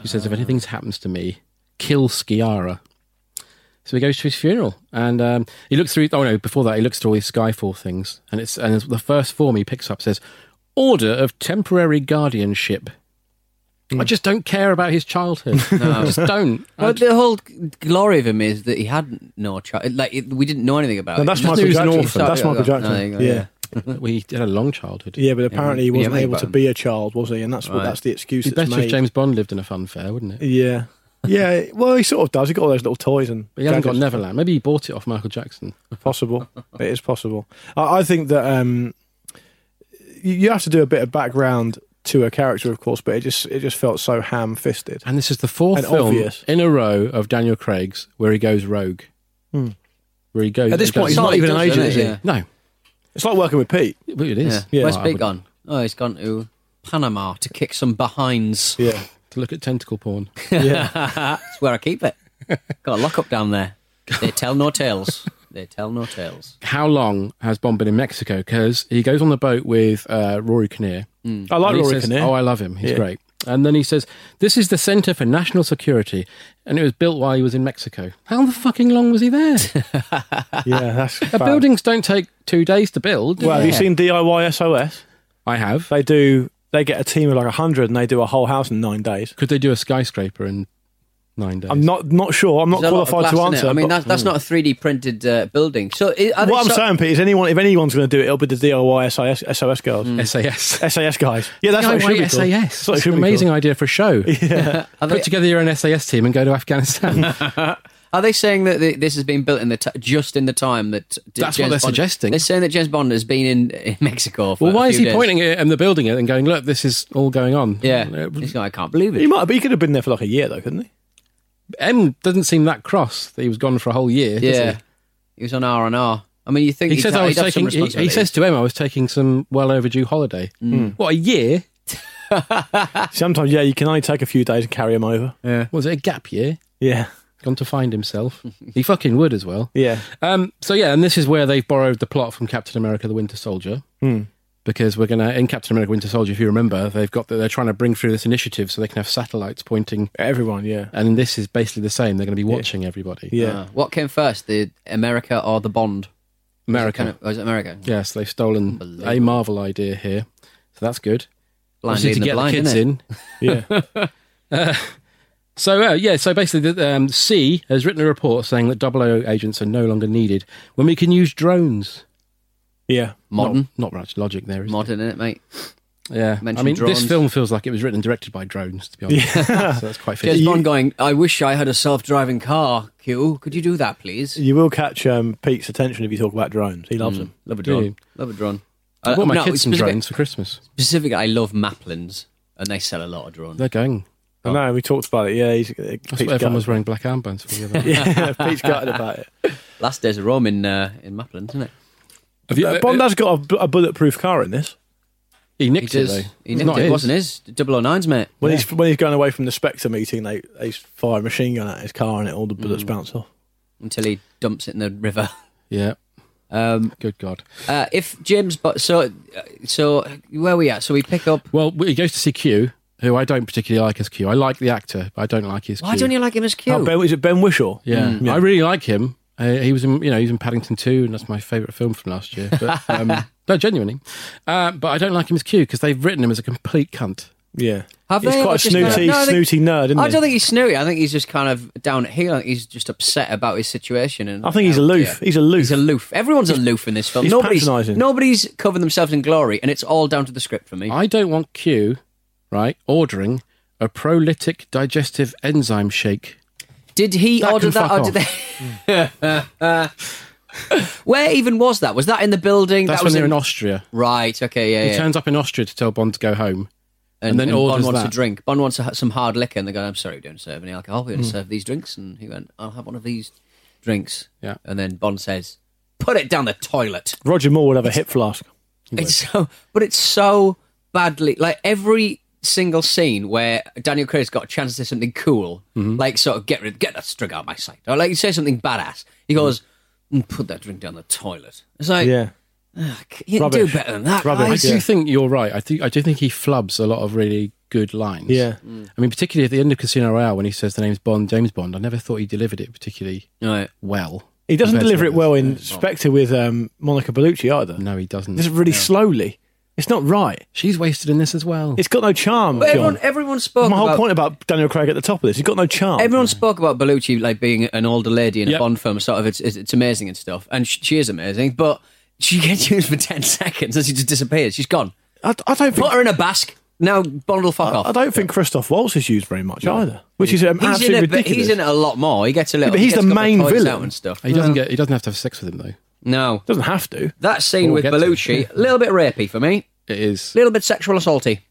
She says, "If anything happens to me, kill Skiara." So he goes to his funeral, and um, he looks through. Oh no! Before that, he looks through all these Skyfall things, and it's and it's, the first form he picks up says, "Order of Temporary Guardianship."
Mm.
I just don't care about his childhood. I just don't. I
Well, the whole glory of him is that he had no child. Like it, we didn't know anything about
No,
it.
that's
Just
Michael
knew he was an
Jackson.
orphan.
That's
Yeah,
Michael
there
Jackson.
you go,
yeah.
yeah.
we had a long childhood.
Yeah, but apparently he
Yeah,
wasn't
mate,
able to
button.
be a child, was he? And that's what
Right.
that's the excuse
It'd be
that's
better if
made.
James Bond lived in a fun fair, wouldn't it?
Yeah, yeah. Well, he sort of does. He got all those little toys and.
But he hasn't got
gadgets.
Neverland. Maybe he bought it off Michael Jackson.
Possible. it is possible. I, I think that um, you, you have to do a bit of background to a character, of course, but it just it just felt so ham-fisted.
And this is the fourth
And
film
obvious.
in a row of Daniel Craig's where he goes rogue. Where he goes
Hmm. At this
he does-
point, he's
Slightly
not even an
does,
agent,
doesn't
is he?
it? Yeah.
No,
It's like working with Pete.
but it is.
Yeah.
Yeah.
Where's
Well, I
Pete
would-
gone? Oh, he's gone to Panama to kick some behinds.
Yeah,
To look at tentacle porn.
yeah.
That's where I keep it. Got a lockup down there. They tell no tales. They tell no tales.
How long has Bond been in Mexico? Because he goes on the boat with uh, Rory Kinnear.
Hmm.
I like
And he
Rory
says,
Kinnear.
Oh, I love him. He's
Yeah.
great. And then he says, This is the Center for National Security. And it was built while he was in Mexico. How the fucking long was he there?
yeah, that's
Uh,
bad.
buildings don't take two days to build. do
Well, have you
they?
seen DIY SOS?
I have.
They do. They get a team of like hundred and they do a whole house in nine days.
Could they do a skyscraper in nine days?
I'm not not sure. I'm not
There's a lot of
qualified to
glass in it.
answer.
I mean,
but-
that's, that's
Hmm.
not a 3D printed uh, building. So, i- are they
what I'm
so-
saying, Pete, is anyone if anyone's going to do it, it'll be the DIY SIS, SOS girls,
SAS.
SAS guys. Yeah, that's
DIY
what it should be called.
SAS.
That's what it
It's
should
an
be called.
amazing idea for a show.
Are
Put
they,
together your own SAS team and go to Afghanistan.
are they saying that th- this has been built in the t- just in the time that d-
That's what they're
Bond-
suggesting.
They're saying that James Bond has been in, in Mexico. For
well, why
a
is
few
he
days.
pointing at and the building it and going, look, this is all going on?
Yeah,
Uh,
He's like, I can't believe
He
it.
might, but he could have been there for like a year though, couldn't he?
M doesn't seem that cross that he was gone for a whole year. does
Yeah, he was on R and R. I mean, you think
He,
he'd
says
ha-
I was
he'd have some
taking. He, he
responsibility.
says to M, I was taking some well overdue holiday.
Hmm.
What a year
Sometimes, yeah, you can only take a few days and carry him over.
was it? A gap year?
Yeah,
Gone to find himself. he fucking would as well.
yeah. Hmm.
Um, so yeah, and this is where they've borrowed the plot from Captain America: The Winter Soldier. because we're going to in Captain America: Winter Soldier. If you remember, they've got the, they're trying to bring through this initiative so they can have satellites pointing
everyone. Yeah,
and this is basically the same. They're going to be watching everybody.
Uh, what came first, the America or the Bond?
America.
Was it, kind of- was it America?
Yes, they've stolen a Marvel idea here, so that's good.
Blind
Obviously, to
leading the
get
blind,
the kids
innit?
in. Uh, so uh, yeah, so basically, the, um, C has written a report saying that 00 agents are no longer needed when we can use drones.
Yeah,
Modern.
Not, not much logic there, is
Modern, innit, mate?
Yeah, I
Mentioned
mean,
drones.
this film feels like it was written and directed by drones. To be honest, so that's quite
James
fitting.
Bond going, I wish I had a self driving car, Q. Could you do that, please?
You will catch um, Pete's attention if you talk about drones. He loves
Mm.
them.
Love a drone. Love a drone. Uh,
I bought my kids some
specific-
drones for Christmas.
Specifically, I love Maplins, and they sell a lot of drones. Oh.
They're going.
I know we talked about it. Yeah, he's,
That's what everyone was wearing black armbands for the other day.
yeah, Pete's gutted about it.
Last days of Rome in uh, in Maplin, isn't it?
Have you-
Uh, Bond has got a bu- a bulletproof car in this.
He
He
nicked it.
does.
Though.
He
It's
nicked
not
it.
his.
It wasn't his. 009's, mate.
When he's when he's going away from the Spectre meeting, they they fire a machine gun at his car and it all the bullets bounce off.
Mm. Until he dumps it in the river.
Yeah.
Um,
Good God.
uh, if James, but so, uh, so where we at? So we pick up.
Well, he goes to see Q, who I don't particularly like as Q. I like the actor, but I don't like his.
Why
Q.
don't you like him as Q? Hmm.
Oh, ben, is it Ben Wishaw?
Yeah,
Hmm. Yeah.
I really like him. Uh, he was in, you know, he was in Paddington Two, and that's my favourite film from last year. But um, no, genuinely. Uh, but I don't like him as Q because they've written him as a complete cunt.
Yeah,
Have
he's
they?
quite a
I've just never-
snooty,
no, I think-
snooty nerd, isn't
I
he?
don't think he's snooty. I think he's just kind of down at heel. I think he's just upset about his situation. And
I think he's
Oh,
aloof.
dear.
He's aloof.
He's aloof. Everyone's aloof in this film.
he's
nobody's
patronising.
nobody's covered themselves in glory, and it's all down to the script for me.
I don't want Q, right, ordering a prolytic digestive enzyme shake.
Did he
That can
order that,
fuck
or did
Hmm.
they? Where even was that? Was that in the building?
That's
that
when
was
they're in Austria.
Right. Okay. Yeah.
He
yeah.
turns up in Austria to tell Bond to go home.
and,
and then
and Bond
orders
wants
that.
a drink. Bond wants a, some hard liquor, and they go, "I'm sorry, we don't serve any alcohol. We don't
Hmm.
serve these drinks." And he went, "I'll have one of these drinks."
Yeah.
And then Bond says, "Put it down the toilet."
Roger Moore would have a hip flask.
It's so, but it's so badly like every single scene where Daniel Craig's got a chance to say something cool,
Mm-hmm.
like sort of get rid, get that string out of my sight, or like you say something badass. He goes,
Mm-hmm.
"Mm, "Put that drink down the toilet." It's like,
yeah,
"Ah, c- you can do
Rubbish.
better than that.
It's rubbish.
I
guys."
do
Yeah.
think you're right. I think I do think he flubs a lot of really good lines.
Yeah.
I mean, particularly at the end of Casino Royale when he says the name's Bond, James Bond. I never thought he delivered it particularly
Right.
well.
he doesn't
compared to
deliver it
others.
well in Spectre with um, Monica Bellucci either.
No, he doesn't.
Just really slowly. It's not right.
She's wasted in this as well.
It's got no charm.
But
John.
everyone, everyone spoke.
My whole
about,
point about Daniel Craig at the top of this, he's got no charm.
Everyone spoke about Bellucci like being an older lady in
Yep.
a Bond film. Sort of, it's, it's, it's amazing and stuff, and she, she is amazing. But she gets used for ten seconds and she just disappears. She's gone.
I, I don't think.
Put her in a basque. Now Bond will fuck
I,
off.
I don't think Christoph Waltz is used very much either, which is um,
He's in,
absolutely
it, but
ridiculous.
he's in it a lot more. He gets a little.
Yeah, but he's
he gets
the
a couple of
main
toys
villain.
out and stuff.
he doesn't get. He doesn't have to have sex with him though.
No,
um, Doesn't have to.
that scene
We'll
with
get to
Belushi, a little bit rapey for me,
It is.
a little bit sexual assaulty.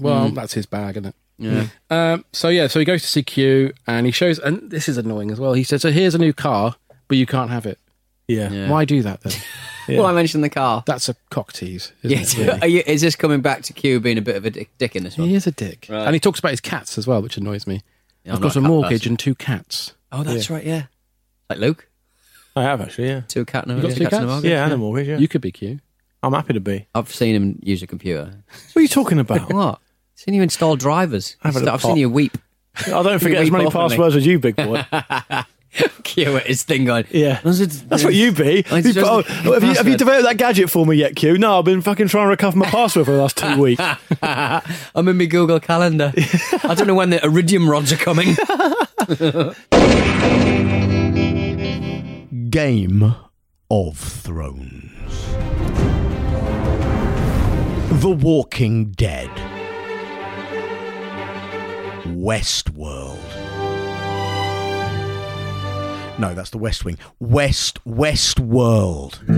Well, that's his bag, isn't it? Yeah. Um, so yeah, so he goes to CQ and he shows, and this is annoying as well. He says, "So here's a new car, but you can't have it.
Yeah.
Why do that then?
Well, I mentioned the car.
That's a cock tease, isn't
Yeah,
it? really?
are you- is this coming back to Q being a bit of a dick, dick in this one?
He is a dick, and he talks about his cats as well, which annoys me.
Yeah,
I've
I'm not
got
a
a
cat
mortgage
person.
and two cats.
Oh, that's right. Yeah, like Luke,
I have actually. Yeah.
two cat and a-
You got
two
two
cats and a
cats?
mortgage.
Yeah, animal. Yeah.
You could be Q.
I'm happy to be.
I've seen him use a computer.
What are you talking about?
What? Seen you install drivers.
Have a
I've,
little
I've seen
pop.
you weep.
I don't forget as
weep
many
openly.
passwords as you, big boy.
Q at his thing going.
Yeah. That's
That's
what you be.
I
You-
just-
oh, have, you, have you developed that gadget for me yet, Q? No, I've been fucking trying to recover my password for the last two weeks.
I'm in my Google calendar. I don't know when the iridium rods are coming.
Game of Thrones. The Walking Dead. Westworld. No, that's the West Wing. West, Westworld. There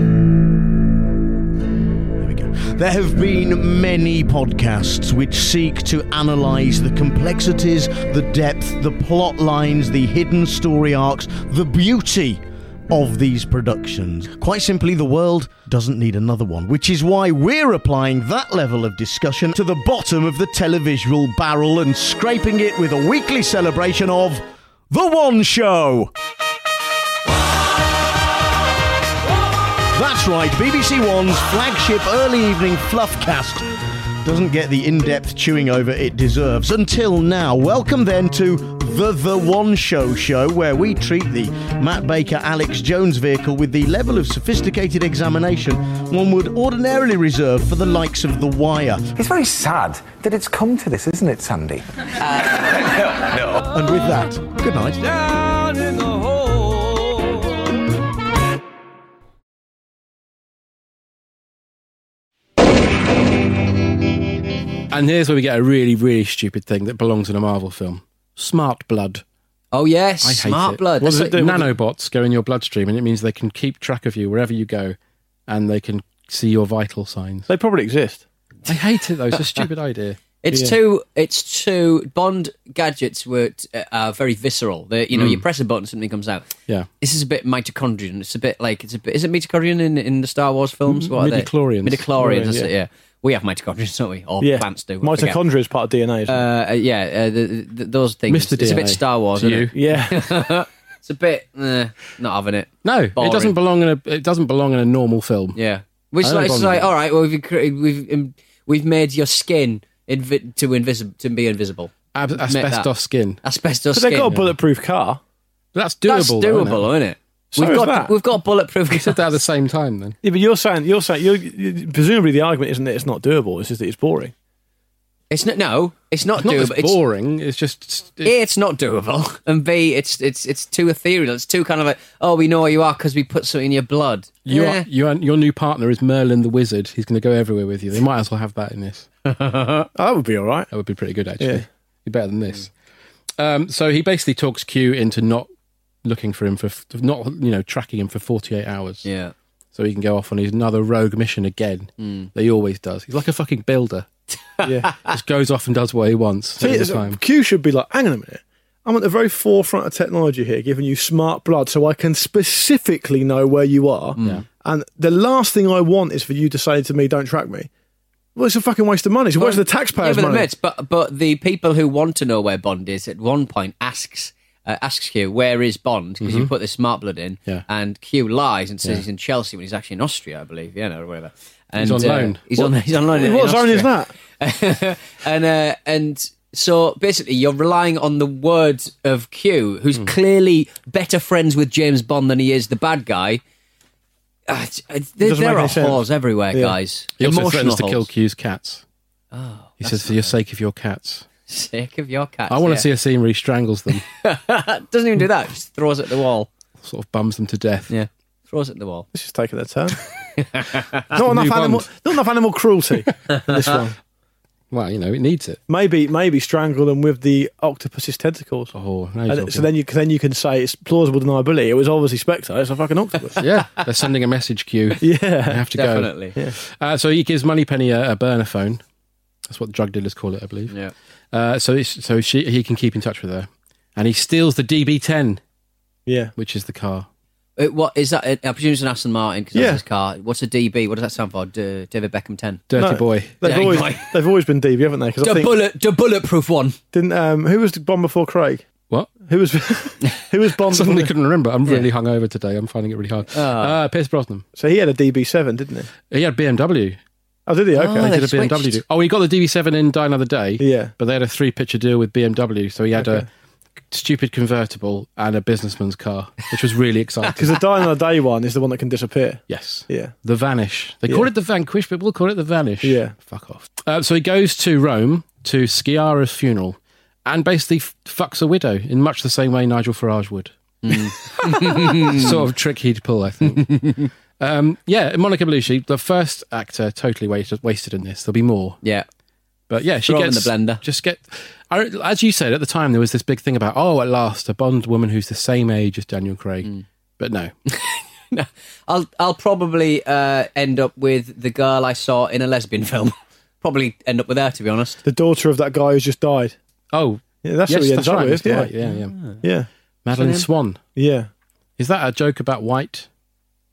we go. There have been many podcasts which seek to analyze the complexities, the depth, the plot lines, the hidden story arcs, the beauty of these productions. Quite simply, the world doesn't need another one, which is why we're applying that level of discussion to the bottom of the televisual barrel and scraping it with a weekly celebration of The One Show. That's right, BBC One's flagship early evening fluffcast doesn't get the in depth chewing over it deserves until now. Welcome then to The The One Show Show, where we treat the Matt Baker Alex Jones vehicle with the level of sophisticated examination one would ordinarily reserve for the likes of The Wire.
It's very sad that it's come to this, isn't it, Sandy?
no, no. And with that, good night.
And here's where we get a really, really stupid thing that belongs in a Marvel film: smart blood.
Oh yes,
I hate
smart
it.
blood.
What
That's
does it
like-
do? Nanobots go in your bloodstream, and it means they can keep track of you wherever you go, and they can see your vital signs.
They probably exist.
I hate it though. It's a stupid idea.
It's
Yeah.
too. It's too. Bond gadgets were uh, are very visceral. They, you know,
Mm.
you press a button, something comes out.
Yeah.
This is a bit mitochondrian. It's a bit like it's a bit. Is it mitochondrion in, in the Star Wars films? What are they?
Midichlorians.
Midichlorians. That's
Yeah.
it. Yeah. We have mitochondria, don't we? Or plants do. I forget.
Mitochondria is part of DNA. Isn't
Uh, uh, yeah, uh, the, the, those things.
Mr.
It's a bit
DNA
Star Wars,
to
isn't
you.
it?
Yeah.
it's a bit eh, not having it.
No,
Boring.
it doesn't belong in a. It doesn't belong in a normal film.
Yeah, Which is like, it's like, all right, well, we've cre- we've um, we've made your skin invi- to invisible to be invisible.
Ab-
Make that.
asbestos skin.
Asbestos
But they've
skin.
got a bulletproof car.
That's
That's
doable, though,
doable,
isn't it?
isn't it?
So
we've
is
got
that.
we've got bulletproof.
We said that at the same time, then.
Yeah, but you're saying you're saying you're, you presumably the argument isn't that it's not doable. It's just that it's boring.
It's not. No, it's not
It's not
doable.
just
boring. It's just
a, it's not doable, and b it's it's it's too ethereal. It's too kind of like oh, we know where you are because we put something in your blood.
Your,
Yeah.
your your new partner is Merlin the Wizard. He's going to go everywhere with you. They might as well have that in this.
that would be all right.
That would be pretty good actually. Be better than this.
Mm.
Um, so he basically talks Q into not looking for him for f- not you know tracking him for forty eight hours.
Yeah.
So he can go off on his another rogue mission again.
Mm.
That he always does. He's like a fucking builder.
yeah.
Just goes off and does what he wants
See,
all the
it's-
time.
Q should be like, hang on a minute. I'm at the very forefront of technology here, giving you smart blood so I can specifically know where you are. And the last thing I want is for you to say to me, don't track me. Well, it's a fucking waste of money. It's a waste of the taxpayers'
yeah, but
money.
admits, but but the people who want to know where Bond is at one point asks uh, asks Q where is Bond because you
Mhm.
put this smart blood in,
Yeah.
and Q lies and says
Yeah.
he's in Chelsea when he's actually in Austria, I believe, Vienna or whatever. And,
He's on
uh,
loan.
he's on
What-
he's on loan. in-
what
in
zone is
Austria. and uh, and so basically, you're relying on the words of Q, who's
Hmm.
clearly better friends with James Bond than he is the bad guy. Uh, it's- it's- there
Doesn't make
there
any
are
sense.
holes everywhere,
Yeah.
guys.
He also
Emotional
threatens to
holes.
kill Q's cats.
Oh,
He says, "For your sake of your cats."
sick of your cat.
I want to
yeah.
see a scene where he strangles them,
Doesn't even do that. Just throws it at the wall.
sort of bums them to death.
Yeah, throws it at the wall.
This is taking their turn.
the
not, enough
new
animal,
Bond.
not enough animal cruelty in this one.
Well, you know, it needs it.
Maybe, maybe strangle them with the octopus's tentacles.
Oh, no,
And
you're
so then you then you can say it's plausible deniability. It was obviously Spectre. It's a fucking octopus.
yeah, they're sending a message queue.
Yeah,
you have to
Definitely.
go. Uh, so he gives Moneypenny a, a burner phone. That's what drug dealers call it, I believe.
Yeah.
Uh, so it's, so she he can keep in touch with her, and he steals the DB10.
Yeah,
which is the car.
It, Uh, what is that? I presume it's an Aston Martin because that's
Yeah.
his car. What's a DB? What does that stand for? D- David Beckham Ten.
No, They've
Dirty
always
boy.
they've always been DB, haven't they? 'Cause I
The
think-
bullet, the bulletproof one.
Didn't um, who was the bomb before Craig?
What?
Who was who was Bond?
Suddenly
before-
couldn't remember. I'm really hungover today. I'm finding it really hard. Uh,
Ah.
Pierce Brosnan.
So he had a DB7, didn't he?
He had BMW.
Oh, did he? Okay.
they did a BMW. deal. Oh, he got the DB7 in Die Another Day.
Yeah.
But they had a three picture deal with BMW. So he had
Okay.
a stupid convertible and a businessman's car, which was really exciting.
Because the Die Another Day one is the one that can disappear.
Yes.
Yeah.
The Vanish. They
Yeah.
call it the Vanquish, but we'll call it the Vanish.
Yeah.
Fuck off. Uh, so he goes to Rome to Sciara's funeral and basically f- fucks a widow in much the same way Nigel Farage would.
Mm.
sort of trick he'd pull, I think. um, yeah, Monica Bellucci, the first actor totally wasted, wasted in this. There'll be more.
Yeah.
But yeah, she
Throw 'em in
gets
the blender.
Just get, I, as you said at the time, there was this big thing about oh, at last a Bond woman who's the same age as Daniel Craig.
Mm.
But no,
I'll I'll probably uh, end up with the girl I saw in a lesbian film. probably end up with her, to be honest.
The daughter of that guy who's just died.
Oh,
yeah, that's
yes,
what he ends
that's
up
right,
with.
that's
Yeah.
right, yeah, yeah.
yeah.
Madeline Swan.
Yeah,
Is that a joke about white?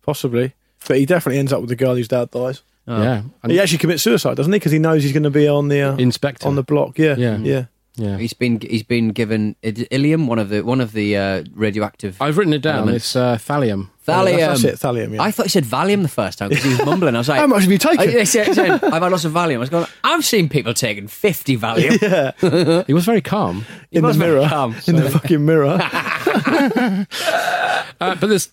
possibly. But he definitely ends up with the girl whose dad dies.
Oh. Yeah.
he actually commits suicide, doesn't he? Because he knows he's going to be on the uh,
Inspector
on the block. Yeah,
Yeah.
yeah.
Yeah.
He's been he's been given id- ilium, one of the one of the uh, radioactive.
I've written it down. It's uh, thallium.
Thallium.
Oh, That's, that's it, thallium. Yeah.
I thought he said Valium the first time because he was mumbling. I was like,
How much have you taken?
I, he said- he said, I've had lots of Valium. I was going, I've seen people taking 50 Valium.
yeah.
he was very calm.
He
in the
was very
mirror.
calm,
in
so-
the fucking mirror.
Uh, but there's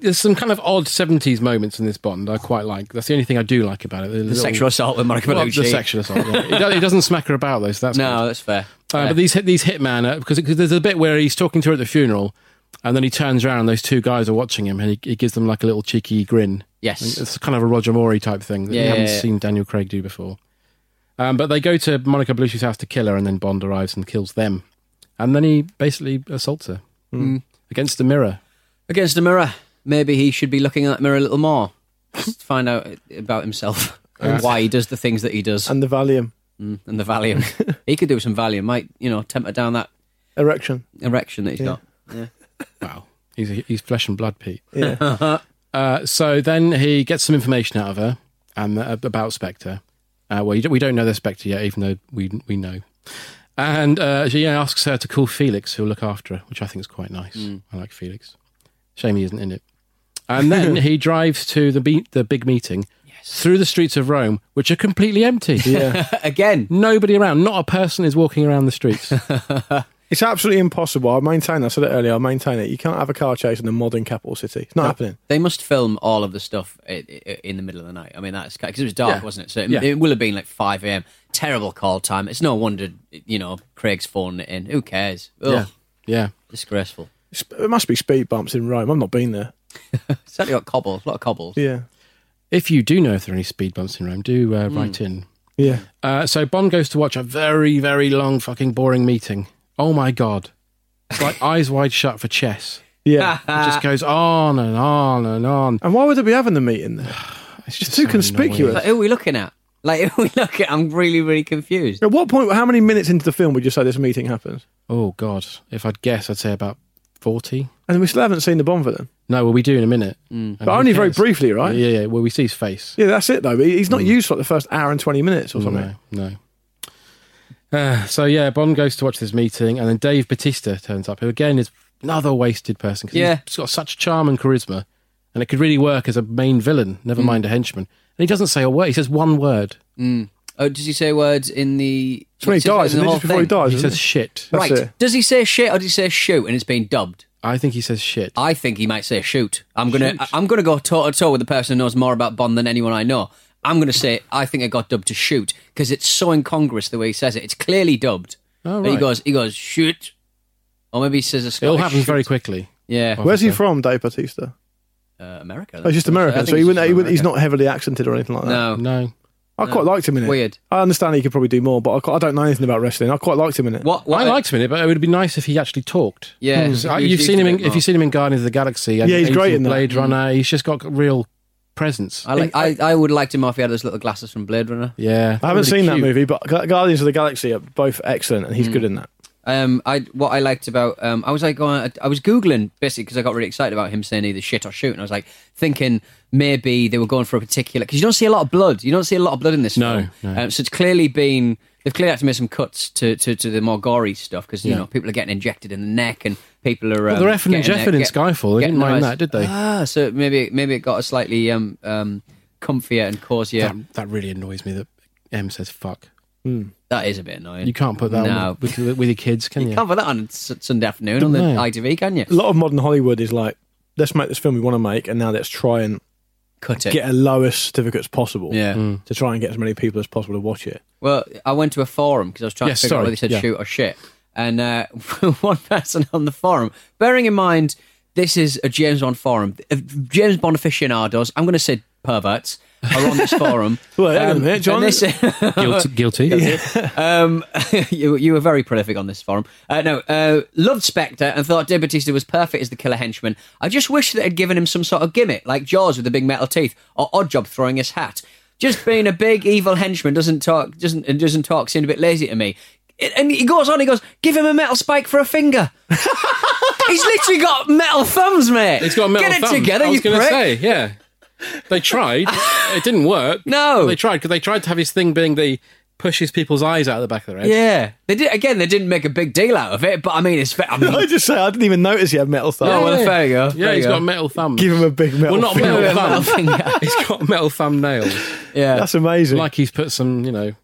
there's some kind of odd 70s moments in this Bond I quite like. That's the only thing I do like about it. The, little-
sexual assault with Monica
Well,
Bellucci.
The sexual assault. Yeah. It do- it doesn't smack her about though. So that's
no,
good.
that's fair.
Uh,
Fair.
but these hit these hitman uh, because because there's a bit where he's talking to her at the funeral, and then he turns around and those two guys are watching him, and he, he gives them like a little cheeky grin.
Yes.
And it's kind of a Roger Moore type thing that you
Yeah,
haven't
yeah, yeah.
seen Daniel Craig do before. Um, but they go to Monica Bellucci's house to kill her, and then Bond arrives and kills them, and then he basically assaults her
Mm.
against the mirror.
Against the mirror, maybe he should be looking at that mirror a little more. Just to find out about himself and
Yeah.
why he does the things that he does.
and the Valium
Mm, and the Valium. he could do with some Valium, might, you know, temper down that
erection.
erection that he's
Yeah.
got.
Wow, he's he's flesh and blood, Pete.
Yeah.
Uh, so then he gets some information out of her and uh, about Spectre. Uh, well, you don't, we don't know the Spectre yet, even though we we know. And uh, she asks her to call Felix, who'll look after her, which I think is quite nice.
Mm.
I like Felix. Shame he isn't in it. And then he drives to the be- the big meeting through the streets of Rome, which are completely empty.
Yeah.
Again,
Nobody around. Not a person is walking around the streets.
It's absolutely impossible. I maintain that. I said it earlier. I maintain it. You can't have a car chase in the modern capital city. It's not happening.
They must film all of the stuff i- i- in the middle of the night. I mean, that's because it was dark,
Yeah.
wasn't it? So it,
Yeah.
it will have been like five a.m. Terrible call time. It's no wonder you know Craig's phoning it in. Who cares? Ugh,
yeah. Yeah.
disgraceful.
Sp- There must be speed bumps in Rome. I've not been there.
Certainly got cobbles. A lot of cobbles.
Yeah.
If you do know if there are any speed bumps in Rome, do uh, write in.
Yeah.
Uh, so Bond goes to watch a very, very long, fucking boring meeting. Oh my god! It's like eyes wide shut for chess.
Yeah.
It just goes on and on and on.
and why would they be having the meeting there?
It's
just too
so
conspicuous.
Like, who are we looking at? Like, who are we looking at? I'm really, really confused.
At what point, how many minutes into the film would you say this meeting happens?
Oh god! If I'd guess, I'd say about forty.
And we still haven't seen the Bond villain.
No, well, we do in a minute, And
But
who
only very
cares?
briefly, right?
Yeah, yeah. Well, we see his face.
Yeah, that's it, though. He- He's
Hmm.
not used for like, the first hour and 20 minutes or something.
No, no. Uh, so yeah, Bond goes to watch this meeting, and then Dave Batista turns up, who again is another wasted person because
Yeah.
he's got such charm and charisma, and it could really work as a main villain,
Mm.
never mind a henchman. And he doesn't say a word; he says one word.
Oh, does he say words in the?
It's when he
what's his-
dies,
in
isn't
the
it?
whole
Just before he
thing?
dies.
He
isn't
says
it?
shit.
That's
Right?
it.
Does he say shit or does he say shoot? And it's been dubbed.
I think he says shit.
I think he might say shoot. I'm gonna
Shoot.
I'm gonna go toe to toe with the person who knows more about Bond than anyone I know. I'm gonna say I think I got dubbed to shoot because it's so incongruous the way he says it. It's clearly dubbed.
Oh,
But He
right.
goes he goes shoot, or maybe he says a
it all
Scottish.
happens very
shoot.
quickly.
Yeah,
Where's he
Officer.
from, Dave Batista?
uh, America.
Oh, he's just
I
American,
think
so he wouldn't,
just
he wouldn't, he's
America.
not heavily accented or anything like that.
No,
No,
I quite liked him in it.
Weird.
I understand he could probably do more, but I, quite, I don't know anything about wrestling. I quite liked him in it.
what? what
I liked him in it, but it would be nice if he actually talked.
Yeah,
So, uh,
he was
you've
used
seen
to
him
it
in, if
more.
you've seen him in Guardians of the Galaxy. and
Yeah, he's great in that.
Blade Runner. He's just got real presence.
I like I, I would liked him more if he had those little glasses from Blade Runner.
yeah,
I
really
haven't seen that
cute.
movie, but Gu- Guardians of the Galaxy are both excellent, and he's good in that.
Hmm. Um, I what I liked about um, I was like going, I was googling basically because I got really excited about him saying either shit or shoot, and I was like thinking maybe they were going for a particular because you don't see a lot of blood, you don't see a lot of blood in this
No,
film,
no.
Um, so it's clearly been they've clearly had to make some cuts to to, to the more gory stuff because you
Yeah.
know people are getting injected in the neck and people are um,
Well, they're effing and
getting
jeffing in
get-
Skyfall. They didn't
getting
mind
those-
that, did they?
Ah, so maybe maybe it got a slightly um um comfier and cozier.
That, that really annoys me that M says fuck.
that is a bit annoying.
You can't put that
No.
on with, with, with your kids, can you?
You can't put that on S- Sunday afternoon on the
No.
ITV, can you?
A lot of modern Hollywood is like, let's make this film we want to make, and now let's try and
Cut it.
get a lowest certificate as possible
yeah.
Mm.
to try and get as many people as possible to watch it.
Well, I went to a forum because I was trying
Yes,
to figure
sorry,
out whether they said
yeah.
shoot or shit. And uh, one person on the forum, bearing in mind this is a James Bond forum, if James Bond aficionados, I'm going to say perverts, are on this forum. Um,
Well, hang on
Um,
a minute, John.
and this-
Guilty. guilty.
um, you, you were very prolific on this forum. Uh, no, uh, loved Spectre and thought Dave Bautista was perfect as the killer henchman. I just wish they had given him some sort of gimmick, like Jaws with the big metal teeth, or Oddjob throwing his hat. Just being a big evil henchman doesn't talk, doesn't and doesn't talk seemed a bit lazy to me. It- and he goes on, he goes, give him a metal spike for a finger. He's literally got metal thumbs, mate.
It's got a metal
Get it
thumb.
together,
I was
you
gonna
prick.
say, yeah. They tried. it didn't work.
No.
They tried because they tried to have his thing being the pushes people's eyes out of the back of their head.
Yeah, they did again. They didn't make a big deal out of it, but I mean, it's. Fair, I, mean,
I just say I didn't even notice he had metal thumbs.
Oh, well, there you go.
Yeah,
There
he's
you go.
got metal thumbs.
Give him a big metal.
well, not
finger.
metal thumb. he's got metal thumbnails.
Yeah,
That's amazing.
Like he's put some, you know.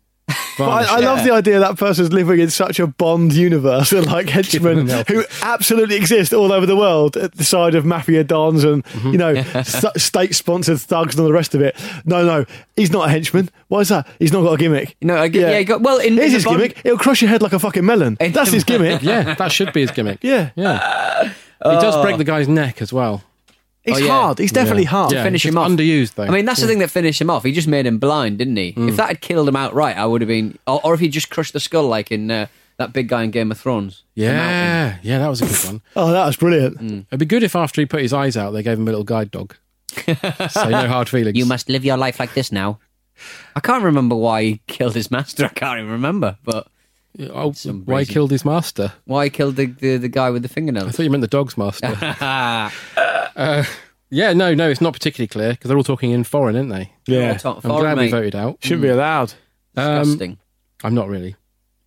But I,
varnish.
I love the idea that person's living in such a Bond universe and like henchmen
them
who uh, absolutely exist all over the world at the side of mafia dons and,
Mm-hmm.
you know, st- state sponsored thugs and all the rest of it. No, no, he's not a henchman. Why is that? He's not got a gimmick.
No, I, g- yeah. he got well in.
Here's
in the
his
Bond-
gimmick. It'll crush your head like a fucking melon. That's his gimmick.
yeah, that should be his gimmick.
Yeah.
Yeah. He does break the guy's neck as well.
He's
Oh, yeah.
hard. He's definitely
Yeah.
hard.
Yeah.
Finish
It's
him off.
underused, though. Mm.
I mean, that's the thing that finished him off. He just made him blind, didn't he? If that had killed him outright, I would have been. Or, or if he just crushed the skull, like in uh, that big guy in Game of Thrones. the mountain.
Yeah, yeah, that was a good one. Mm.
Oh, that was brilliant.
It'd be good if after he put his eyes out, they gave him a little guide dog. so no hard feelings.
You must live your life like this now. I can't remember why he killed his master. I can't even remember, but
Oh,
some
why he
reason.
killed his master?
why he killed the, the, the guy with the
I
fingernails.
thought you meant the dog's master.
Ah,
yeah, no, no, it's not particularly clear because they're all talking in foreign, aren't they?
Yeah.
Tom
I'm
Ford,
glad we
mate. Hmm.
voted out.
Shouldn't be allowed.
Um,
Disgusting.
I'm not really.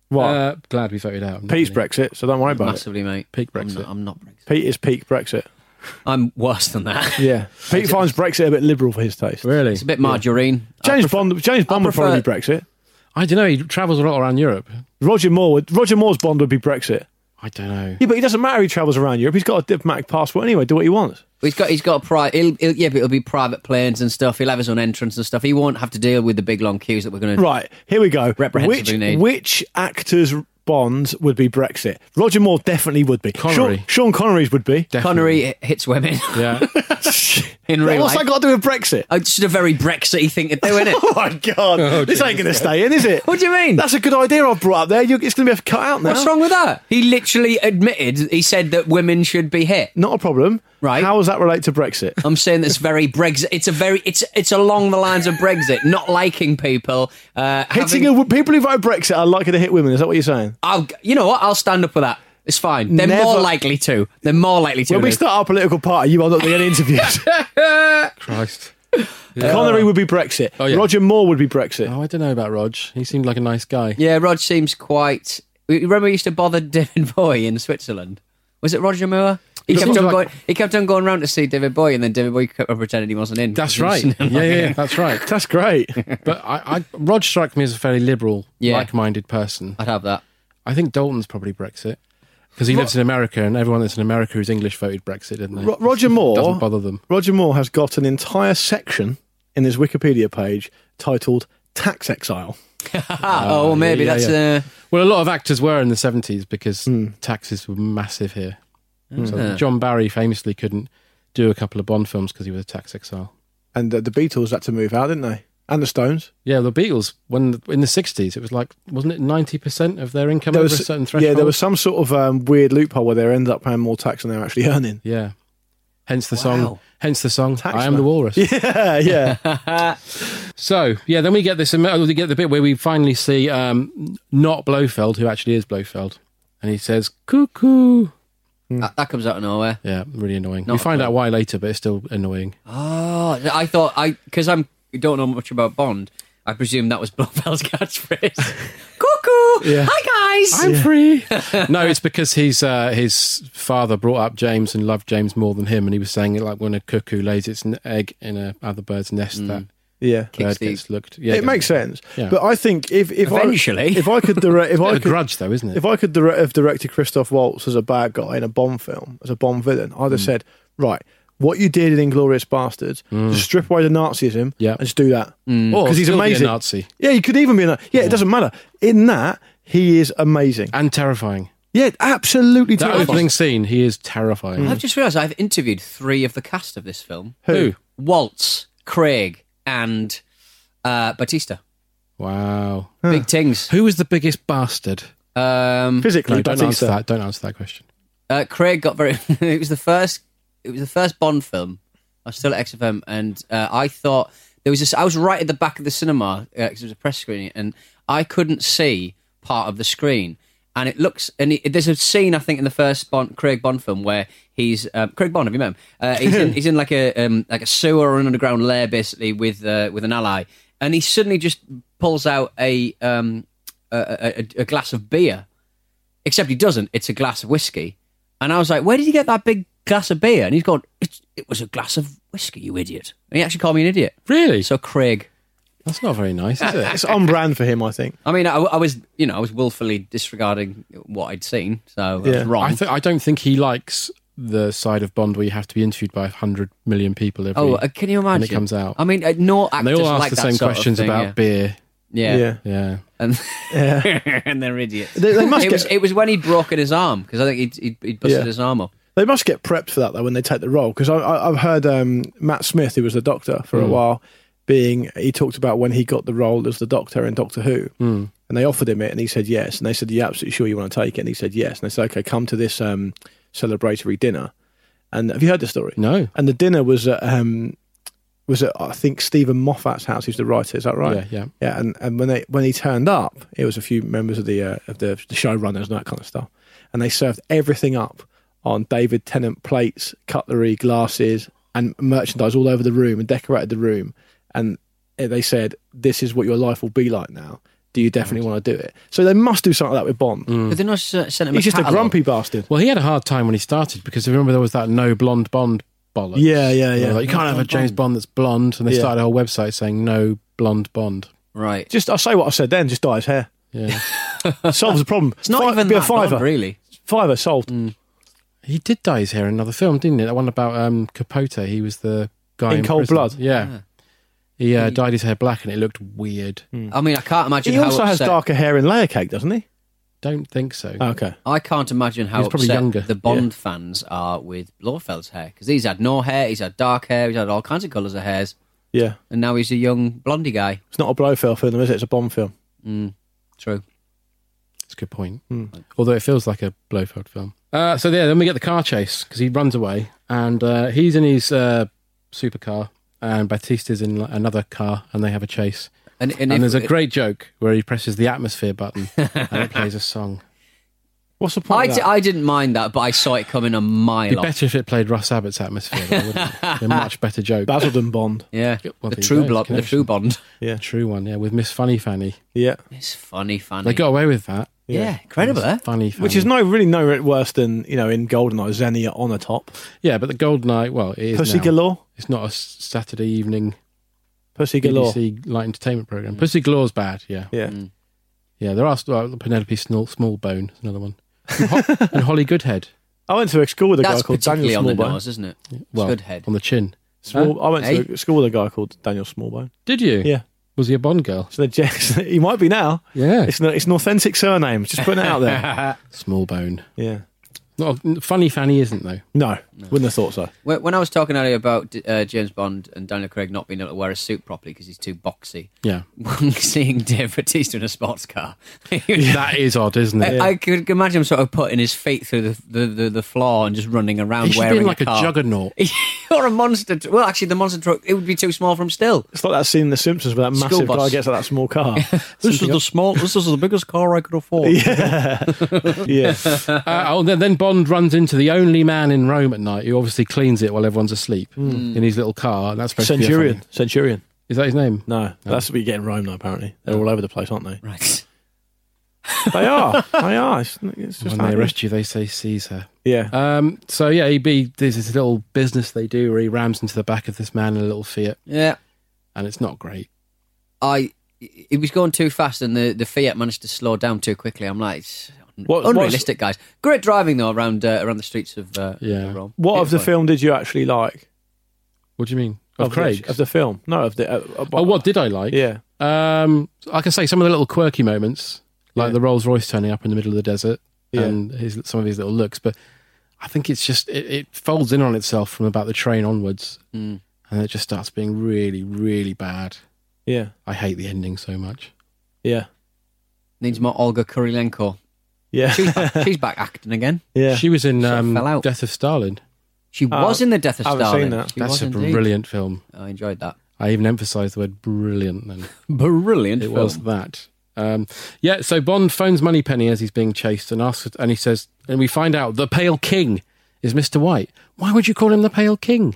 What?
Uh, glad we voted out. I'm not
Pete's
really.
Brexit, so don't worry about it.
Massively, mate.
Peak
I'm
Brexit.
not, I'm not Brexit.
Pete is peak Brexit.
I'm worse than that.
Yeah. Pete finds Brexit a bit liberal for his taste.
Really?
It's a bit margarine.
James Bond, James Bond would probably be
prefer-
Brexit.
I don't know. He travels a lot around Europe.
Roger Moore would, Roger Moore's Bond would be Brexit.
I don't know.
Yeah, but he doesn't matter. He travels around Europe. He's got a diplomatic passport anyway. Do what he wants.
He's got he's got a private. He'll, he'll, yeah, but it'll be private planes and stuff. He'll have his own entrance and stuff. He won't have to deal with the big long queues that we're going to.
Right here we go.
Reprehensible
Which
need.
which actors Bond would be Brexit? Roger Moore definitely would be.
Connery.
Sean, Sean Connery's would be.
Connery h- hits women
Yeah.
in real
What's
life.
that got to do with Brexit?
Oh, it's just a very Brexity thing to do, isn't it?
Oh my god, this ain't going to stay in, is it?
What do you mean?
That's a good idea Oh, I've brought up there. You, it's going to be cut out now.
What's wrong with that? He literally admitted. He said that women should be hit.
Not a problem.
Right.
How does that relate to Brexit?
I'm saying that's very Brexit. It's a very it's it's along the lines of Brexit, not liking people. Uh,
Hitting
having,
a, people who vote Brexit are likely to hit women. Is that what you're saying?
I'll you know what? I'll stand up for that. It's fine. They're
Never-
more likely to. They're more likely to.
When we
than-
start Oh, our political party, you are not doing any interviews.
Oh,
Christ.
Connery would be Brexit.
Oh, yeah.
Roger Moore would be Brexit.
Oh, I don't know about Rog. He seemed like a nice guy.
Yeah, Rod seems quite. Remember, we used to bother David Boy in Switzerland. Was it Roger Moore? He
It
kept on
seems like-
going. He kept on going round to see David Boy, and then David Boy kept on pretending he wasn't in.
That's right. Yeah, yeah, yeah, that's right.
That's great.
But I, I, Rog strikes me as a fairly liberal,
Yeah.
like-minded person.
I'd have that.
I think Dalton's probably Brexit because he lives in America, and everyone that's in America who's English voted Brexit, didn't they?
Ro- Roger Moore
doesn't bother them.
Roger Moore has got an entire section in his Wikipedia page titled "Tax Exile."
Ah, oh, well, maybe
yeah,
that's.
yeah.
Uh,
Well, a lot of actors were in the seventies because
Hmm.
taxes were massive here. So John Barry famously couldn't do a couple of Bond films because he was a tax exile.
And uh, the Beatles had to move out, didn't they? And the Stones.
Yeah, the Beatles when in the sixties it was like wasn't it ninety percent of their income
There
over
was-
a certain threshold?
yeah, there was some sort of um, weird loophole where they ended up paying more tax than they were actually earning.
Yeah. Hence the
Wow.
song. Hence the song.
Tax
I am the
man.
walrus.
uh,
Yeah, yeah.
So yeah, then we get this. um, We get the bit where we finally see um, not Blofeld, who actually is Blofeld, and he says cuckoo.
that, that comes out of nowhere.
Yeah, really annoying.
Not
we find
a-
out why later, but it's still annoying.
Oh, I thought I because I'm don't know much about Bond. I presume that was Blofeld's catchphrase. Cuckoo!
Yeah.
Hi guys.
I'm free. no, it's because his uh, his father brought up James and loved James more than him, and he was saying it like when a cuckoo lays its n- egg in a other bird's nest, that
yeah.
bird
Mm. the-
gets looked. Yeah,
it makes sense,
Yeah.
but I think if if I,
Eventually.
if I could direct if
Bit of
I
a
could
grudge though, isn't it?
If I could dire- have directed Christoph Waltz as a bad guy in a Bond film, as a Bond villain, I'd have said, right, what you did in Inglorious Bastards, just strip away the Nazism
Yeah.
and just do that.
Or
Because he's
still be a
amazing.
Nazi.
Yeah, he could even be a Nazi. Yeah, it doesn't matter. In that, he is amazing.
and terrifying.
Yeah, absolutely
That
terrifying.
opening scene, he is terrifying.
Mm.
I've just realised I've interviewed three of the cast of this film:
Who?
Waltz, Craig, and uh, Batista.
Wow.
Big things.
Who was the biggest bastard?
Um,
Physically,
No, don't answer
Batista.
that. Don't answer that question.
uh, Craig got very. it was the first. It was the first Bond film. I was still at XFM, and uh, I thought there was this. I was right at the back of the cinema because it was a press screening, and I couldn't see part of the screen. And it looks, and it, there's a scene I think in the first Bond, Craig Bond film where he's um, Craig Bond. Have you met him? Uh, he's, in, he's in like a um, like a sewer or an underground lair, basically with uh, with an ally, and he suddenly just pulls out a um, a, a, a glass of beer, except he doesn't. It's a glass of whiskey, and I was like, "Where did you get that big glass of beer?" And he's gone, "It, it was a glass of whiskey, you idiot." And he actually called me an idiot.
Really?
So Craig,
that's not very nice, is it?
it's on brand for him, I think.
I mean, I, I was, you know, I was willfully disregarding what I'd seen, so yeah. wrong.
I, th- I don't think he likes the side of Bond where you have to be interviewed by 100 million people every
oh, uh, can you
When
imagine?
it comes out.
I mean, uh, no
and they
actors
all ask
like
the
that
same
sort of
questions
thing,
about
yeah.
beer.
Yeah.
Yeah.
Yeah. And,
Yeah.
and they're idiots.
They- they must
it,
get-
was, it was when he'd broken his arm because I think he'd, he'd, he'd busted
Yeah.
his arm up.
They must get prepped for that though when they take the role because I, I, I've heard um, Matt Smith, who was the Doctor for a
Mm.
while, being he talked about when he got the role as the Doctor in Doctor Who,
Mm.
and they offered him it, and he said yes, and they said, "You absolutely sure you want to take it?" And he said yes, and they said, "Okay, come to this um, celebratory dinner." And have you heard the story?
No.
And the dinner was at um, was at I think Stephen Moffat's house. Who's the writer? Is that right?
Yeah, yeah.
yeah. And, and when they when he turned up, it was a few members of the uh, of the, the showrunners and that kind of stuff, and they served everything up on David Tennant plates, cutlery, glasses, and merchandise all over the room and decorated the room, and they said, "This is what your life will be like now." Do you definitely want to do it? So they must do something like that with Bond.
Mm.
But they're not uh, sent him
He's just a
catalogue.
grumpy bastard.
Well, he had a hard time when he started because if you remember there was that no blonde Bond bollocks.
Yeah, yeah,
They were
yeah.
Like, you can't have a James Bond that's blonde, and they
Yeah.
started a whole website saying no blonde Bond.
Right.
Just I'll say what I said then. Just dye his hair.
Yeah,
Solves the problem.
It's not
Fi-
even
be a
that
fiver.
bad, really.
Fiver solved.
he did dye his hair in another film, didn't he? That one about um, Capote. He was the guy
In
in,
Cold
prison.
Blood.
Yeah,
Ah.
he uh, dyed his hair black, and it looked weird.
Hmm.
I mean, I can't imagine
He
how
also has
upset.
darker hair in layer cake, doesn't he?
Don't think so.
Okay.
I can't imagine how
He's probably
upset
younger.
the Bond fans are with Blofeld's hair because he's had no hair, he's had dark hair, he's had all kinds of colours of hairs,
Yeah.
and now he's a young blondie guy.
It's not a Blofeld film, is it? It's a Bond film.
Mm, true.
That's a good point.
Hmm.
Although it feels like a Blofeld film. Uh, so yeah, then we get the car chase because he runs away and uh, he's in his uh, supercar and Batista's in like, another car and they have a chase.
And,
And,
and, if-
there's a great joke where he presses the atmosphere button and it plays a song.
What's the point?
I,
of
d-
that?
I didn't mind that, but I saw it coming a
It'd
mile
be
off.
better if it played Russ Abbott's atmosphere. Though, wouldn't it? Be a much better joke.
Basildon Bond.
Yeah,
Well,
the
there you
true
go,
blood, the
connection.
true bond.
Yeah.
True one, yeah, with Miss Funny Fanny.
Yeah.
It's funny, funny.
They got away with that.
yeah, incredible.
Miss
Eh?
Funny Fanny.
Which is no really no worse than, you know, in Goldeneye, Xenia on a top.
yeah, but the Golden Eye. Well, it is
Pussy
now.
galore.
It's not a s- Saturday evening
Pussy galore.
BBC light entertainment program. Pussy Galore's bad. Yeah, Mm.
Yeah.
Yeah, there are well, Penelope Small, Smallbone, is another one, and, Ho- and Holly Goodhead.
I went to a school with a
That's
guy called Daniel
particularly on the
Smallbone.
nose, isn't it?
Well,
Good head.
on the chin.
Small, I went to
Hey?
a school with a guy called Daniel Smallbone.
Did you?
Yeah.
Was he a Bond girl?
So the Jackson, he might be now.
Yeah,
It's an, it's an authentic surname. Just putting it out there.
Smallbone.
Yeah.
Not a- funny Fanny isn't though.
No, wouldn't have thought so.
When when I was talking earlier about uh, James Bond and Daniel Craig not being able to wear a suit properly because he's too boxy,
Yeah,
seeing Dave Bautista in a sports car,
that is odd, isn't it?
I, I could imagine him sort of putting his feet through the the, the, the floor and just running around
He should
wearing
be in like a,
car.
juggernaut.
or a monster. tr- well, actually, the monster truck it would be too small for him still.
It's like that scene in The Simpsons where that
School
massive
bus.
guy gets out of that small car.
This is the small. This is the biggest car I could afford.
yeah.
Uh, oh, then, then Bond runs into the only man in Rome at night who obviously cleans it while everyone's asleep in his little car. And that's supposed To be
Hmm. Centurion.
a funny-
Centurion.
is that his name?
No, that's what you get in Rome now, apparently. They're all over the place, aren't they?
Right.
They are. they are. It's, it's just
When they
how it is.
arrest you, they say Caesar.
Yeah.
Um, so yeah, he be there's this little business they do where he rams into the back of this man in a little Fiat,
Yeah.
and it's not great.
I. It was going too fast, and the, the Fiat managed to slow down too quickly. I'm like, it's
What-
unrealistic, guys. Great driving though around uh, around the streets of uh,
Yeah.
Rome.
what of the
Beautiful.
film did you actually like?
What do you mean? Of, Craig?
The, of the film? No, of the. Uh, uh,
oh, what did I like?
Yeah.
Um, like I say, some of the little quirky moments, like
Yeah.
the Rolls Royce turning up in the middle of the desert,
Yeah.
and his, some of his little looks. But I think it's just it, it folds in on itself from about the train onwards,
Mm.
and it just starts being really, really bad.
Yeah.
I hate the ending so much.
Yeah.
needs more Olga Kurilenko.
Yeah.
She's back, she's back acting again.
yeah.
She was in
Sort of
um,
fell out.
Death of Stalin.
She
Uh,
was in the Death of
I haven't
Stalin.
seen that.
She
That's
was
a
indeed.
brilliant film.
I enjoyed that.
I even emphasised the word brilliant then.
Brilliant
it was that. Um, yeah, so Bond phones Moneypenny as he's being chased and asks, and he says, and we find out the Pale King is Mr. White. Why would you call him the Pale King?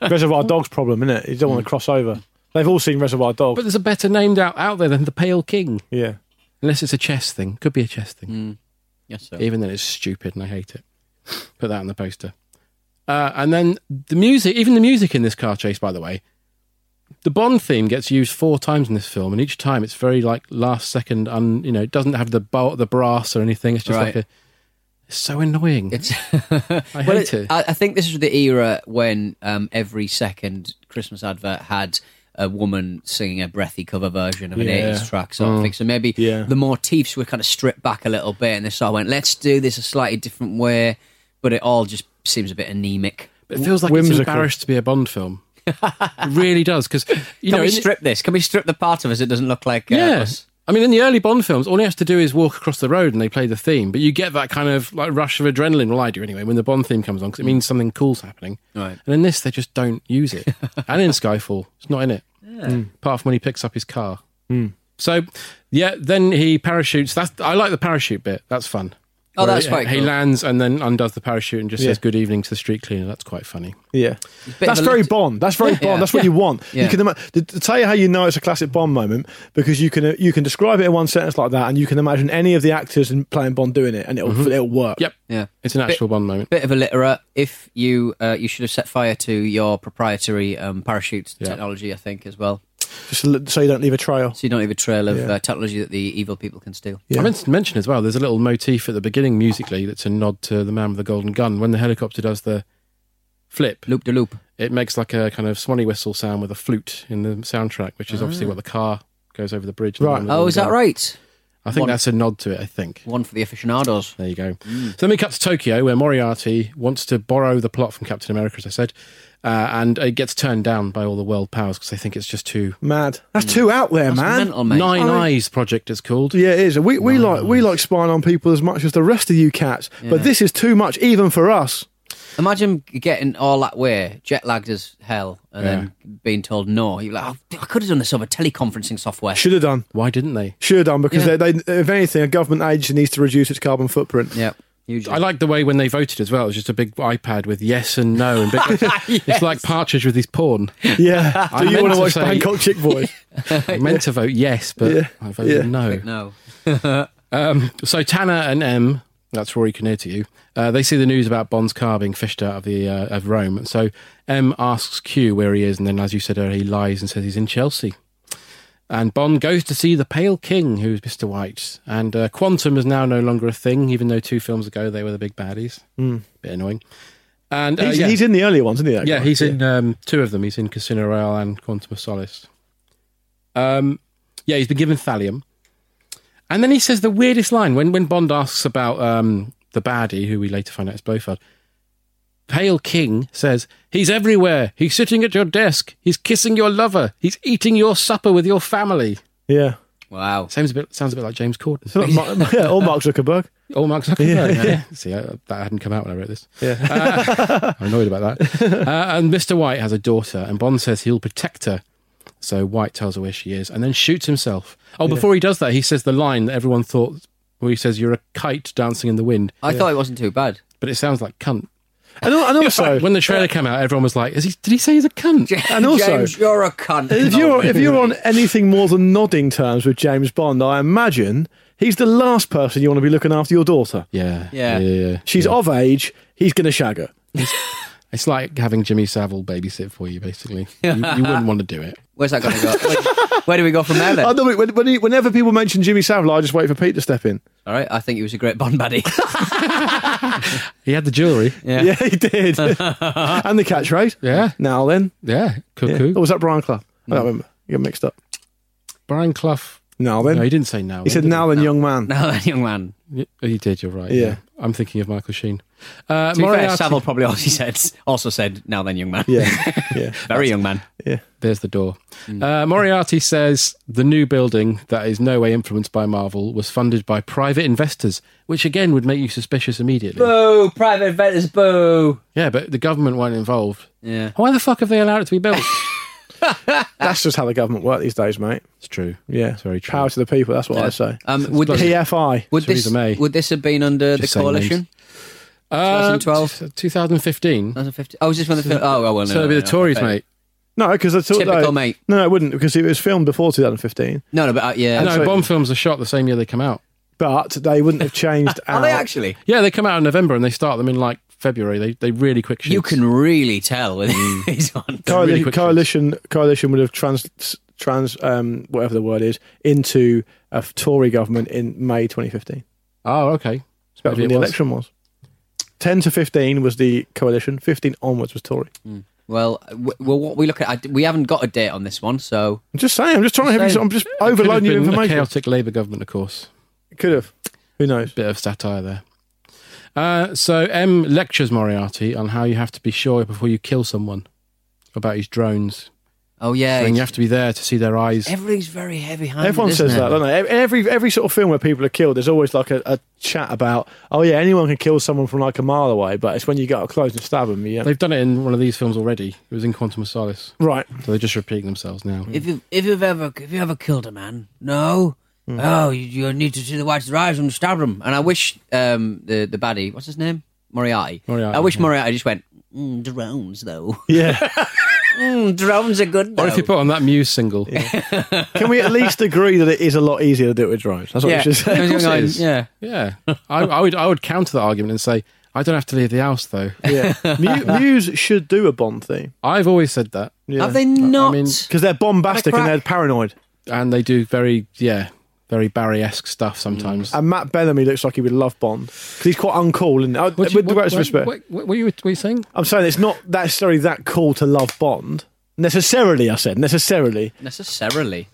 Reservoir Dogs problem, innit? You don't want to cross over. They've all seen Reservoir Dogs.
But there's a better name out, out there than the Pale King.
Yeah.
Unless it's a chess thing. Could be a chess thing.
Mm. Yes, sir.
Even then, it's stupid and I hate it. Put that on the poster. Uh, and then the music, even the music in this car chase, by the way, the Bond theme gets used four times in this film, and each time it's very like last second, un, you know, it doesn't have the bo- the brass or anything. It's just
Right.
like a. It's so annoying. It's, I hate
Well,
it.
I, I think this is the era when um, every second Christmas advert had a woman singing a breathy cover version of an
Yeah.
80s track sort of
Mm.
thing. So maybe the motifs were kind of stripped back a little bit and they sort of went, let's do this a slightly different way, but it all just seems a bit anemic.
But it feels like it's embarrassed to be a Bond film. it really does because you
Can
know
we
in-
strip this? Can we strip the part of us that doesn't look like uh,
yeah.
us?
I mean, in the early Bond films, all he has to do is walk across the road and they play the theme. But you get that kind of like rush of adrenaline. Well, I do anyway when the Bond theme comes on because it means something cool's happening.
Right.
And in this, they just don't use it. and in Skyfall, it's not in it.
Yeah. Mm.
Apart from when he picks up his car.
Hmm.
So, yeah, then he parachutes. That's I like the parachute bit. That's fun.
Oh,
Where
that's
he,
quite
He
cool.
lands and then undoes the parachute and just
Yeah.
says good evening to the street cleaner. That's quite funny.
Yeah.
bit
That's
of a
very
lit-
Bond. That's very
Yeah.
Bond. That's what you want.
Yeah.
You can ima- to, to tell you how you know it's a classic Bond moment because you can uh, you can describe it in one sentence like that, and you can imagine any of the actors in playing Bond doing it, and it'll
Mhm.
it'll work.
Yep.
Yeah.
It's an
Uh, Bit-
actual Bond moment.
Bit of illiterate. If you uh, you should have set fire to your proprietary um, parachute
Yeah.
technology, I think as well,
Just l- so you don't leave a trail.
so you don't leave a trail of
Yeah.
uh, technology that the evil people can steal.
I meant to mention as well, there's a little motif at the beginning musically that's a nod to the man with the golden gun. When the helicopter does the flip,
loop de loop,
it makes like a kind of swanny whistle sound with a flute in the soundtrack, which is obviously
Ah.
what the car goes over the bridge. the
Right.
man with the
Oh,
golden
is that
gun.
right?
I think
One-
that's a nod to it, I think.
One for the aficionados.
There you go.
Mm.
So then we cut to Tokyo, where Moriarty wants to borrow the plot from Captain America, as I said, uh, and it gets turned down by all the world powers because they think it's just too
Mad. That's too out there, man.
Nine
I mean-
Eyes Project is called.
Oh, Yeah, it is. We, we like we like spying on people as much as the rest of you cats,
Yeah.
but this is too much even for us.
Imagine getting all that way, jet lagged as hell, and then being told no. You're like, oh, I could have done this over teleconferencing software.
Should have done.
Why didn't they?
Should have done because
Yeah.
they, they, if anything, a government agency needs to reduce its carbon footprint.
Yeah.
I like the way when they voted as well. It was just a big iPad with yes and no, and big, it's like Partridge with his porn.
Yeah.
I
Do you
meant
want to watch
say-
Bangkok Chick Boys?
I meant to vote yes, but
Yeah.
I voted
Yeah.
no. No. um, so Tanner and M, that's Rory Kinnear to you. Uh, they see the news about Bond's car being fished out of the uh, of Rome, and so M asks Q where he is, and then, as you said earlier, he lies and says he's in Chelsea. And Bond goes to see the Pale King, who's Mr. White. And uh, Quantum is now no longer a thing, even though two films ago they were the big baddies.
Hmm.
Bit annoying. And uh,
he's,
yeah.
he's in the earlier ones, isn't he? that
Yeah,
guy?
he's in um, two of them. He's in Casino Royale and Quantum of Solace. Um, yeah, he's been given thallium, and then he says the weirdest line when when Bond asks about um, the baddie, who we later find out is Blofeld. Pale King says he's everywhere. He's sitting at your desk. He's kissing your lover. He's eating your supper with your family.
Yeah.
Wow.
Sounds a bit sounds a bit like James Corden.
So not Mark, yeah, or Mark Zuckerberg.
All Oh, Mark Zuckerberg.
Yeah.
Yeah. See, I, that hadn't come out when I wrote this.
Yeah.
Uh, I'm annoyed about that. Uh, and Mr. White has a daughter, and Bond says he'll protect her. So White tells her where she is and then shoots himself. Oh,
Yeah.
before he does that, he says the line that everyone thought, where he says, You're a kite dancing in the wind.
I thought it wasn't too bad.
But it sounds like cunt.
And, al- and also,
when the trailer came out, everyone was like, is he, Did he say he's a cunt?
And also-
James, you're a cunt.
if you're if you're on anything more than nodding terms with James Bond, I imagine he's the last person you want to be looking after your daughter.
Yeah.
Yeah.
yeah.
She's of age. He's going to shag her.
It's like having Jimmy Savile babysit for you, basically. You, you wouldn't want to do it.
Where's that going to go? Where, where do we go from there then?
I know, when, when he, whenever people mention Jimmy Savile, I just wait for Pete to step in.
All right, I think he was a great Bond buddy.
He had the jewellery.
Yeah.
Yeah, he did. and the catchphrase.
Yeah.
Now then.
Yeah. Cuckoo.
Yeah. Or was that Brian Clough? I don't remember. You got mixed up.
Brian Clough.
Now then.
No, he didn't say now.
He
then,
said,
did
now then, young man.
now then, young man.
Y- You did. You're right.
Yeah.
Yeah, I'm thinking of Michael Sheen. Uh,
To be fair,
Moriarty-
Savile probably also said, also said, now then, young man.
Yeah. Yeah.
Very young man.
Yeah.
There's the door.
Hmm.
Uh, Moriarty says the new building that is no way influenced by Marvel was funded by private investors, which again would make you suspicious immediately.
Boo, private inventors, boo.
yeah, but the government weren't involved.
Yeah.
Why the fuck have they allowed it to be built?
That's just how the government work these days, mate.
it's true.
Yeah.
It's very true.
Power to the people. That's what I say.
Um, would this,
PFI.
would,
Theresa
this,
May.
would this have been under
Just
the
saying
coalition?
names. Uh,
2012?
2015.
2015? Oh, was this when the film? Oh, well, no.
so it'll be
no,
the
no,
Tories,
okay.
mate.
No, because I thought
Typical
no,
mate.
No, it wouldn't because it was filmed before 2015.
No, no, but uh, yeah,
no, bomb films are shot the same year they come out.
But they wouldn't have changed.
Are they actually?
Yeah, they come out in November and they start them in like February. They they really quick shoots.
You can really tell with
Mm.
these ones.
Coalition, coalition, coalition would have trans trans um, whatever the word is into a Tory government in May 2015.
Oh, okay.
It's better
Maybe
than
it
the
was.
election was. 10 to 15 was the coalition. 15 onwards was Tory.
Well, w- well, what we look at, I d- we haven't got a date on this one, so
I'm just saying. I'm just trying to have you. I'm just
It could have
overloading you
been
with
a
information.
chaotic Labour government, of course.
Could have. Who knows?
Bit of satire there. Uh, so M lectures Moriarty on how you have to be sure before you kill someone about his drones.
Oh yeah,
and
it's-
you have to be there to see their eyes.
everything's very heavy-handed.
Everyone
isn't
says
it?
that, don't they? Ev- Every every sort of film where people are killed, there's always like a, a chat about, oh yeah, anyone can kill someone from like a mile away, but it's when you get up close and stab them. Yeah,
They've done it in one of these films already. It was in Quantum of Solace.
Right.
So they're just repeating themselves now.
If you if you've ever if you ever killed a man, no,
Hmm.
oh you, you need to see the whites of their eyes and stab them. And I wish um the the baddie, what's his name, Moriarty.
Moriarty,
I wish
yeah.
Moriarty just went mm, drones though.
yeah.
mm, drones are good. Though.
Or if you put on that Muse single.
Can we at least agree that it is a lot easier to do it with drones? That's what
Yeah.
we should say.
Of course it is.
Yeah.
Yeah. I, I would I would counter that argument and say, I don't have to leave the house though.
Yeah. Mu- Muse should do a Bond theme.
I've always said that.
Yeah.
Have they not?
Because they're bombastic and they're paranoid.
And they do very yeah, very Barry esque stuff sometimes.
And Matt Bellamy looks like he would love Bond because he's quite uncool and uh,
What
with
do you-
the greatest
what-
respect. Uh,
what- what- what were you what were you saying?
I'm saying it's not necessarily that cool to love Bond necessarily. I said necessarily.
necessarily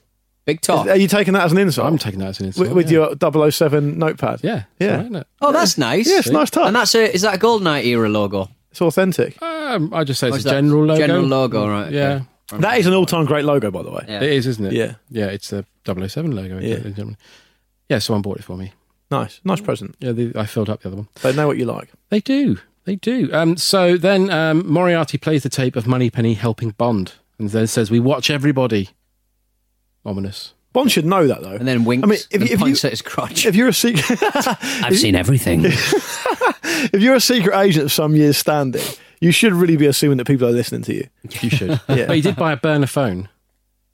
big talk.
Are you taking that as an insult?
I'm taking that as an insult.
with, with
yeah.
your 007 notepad.
Yeah. it's all right,
yeah.
isn't it?
Oh, that's nice.
Yeah, it's a nice touch.
And that's a, is that a Golden Eye era logo?
It's authentic.
Um, I just say
Or
it's
is
a
that
general logo.
General logo, right? okay.
Yeah.
That is an all-time great logo, by the way.
Yeah.
It is, isn't it?
Yeah.
Yeah, it's the 007 logo.
Yeah.
Yeah. yeah, someone bought it for me.
Nice, nice present.
Yeah, the, I filled up the other one.
They know what you like.
They do. They do. Um, so then um, Moriarty plays the tape of Moneypenny helping Bond and then says, We watch everybody. Ominous.
Bond should know that though.
And then winks
I mean, if,
and
if
points
you,
at his crotch.
if you're a secret,
I've seen everything.
if you're a secret agent of some years standing, you should really be assuming that people are listening to you.
You should.
Yeah.
But he did buy a burner phone,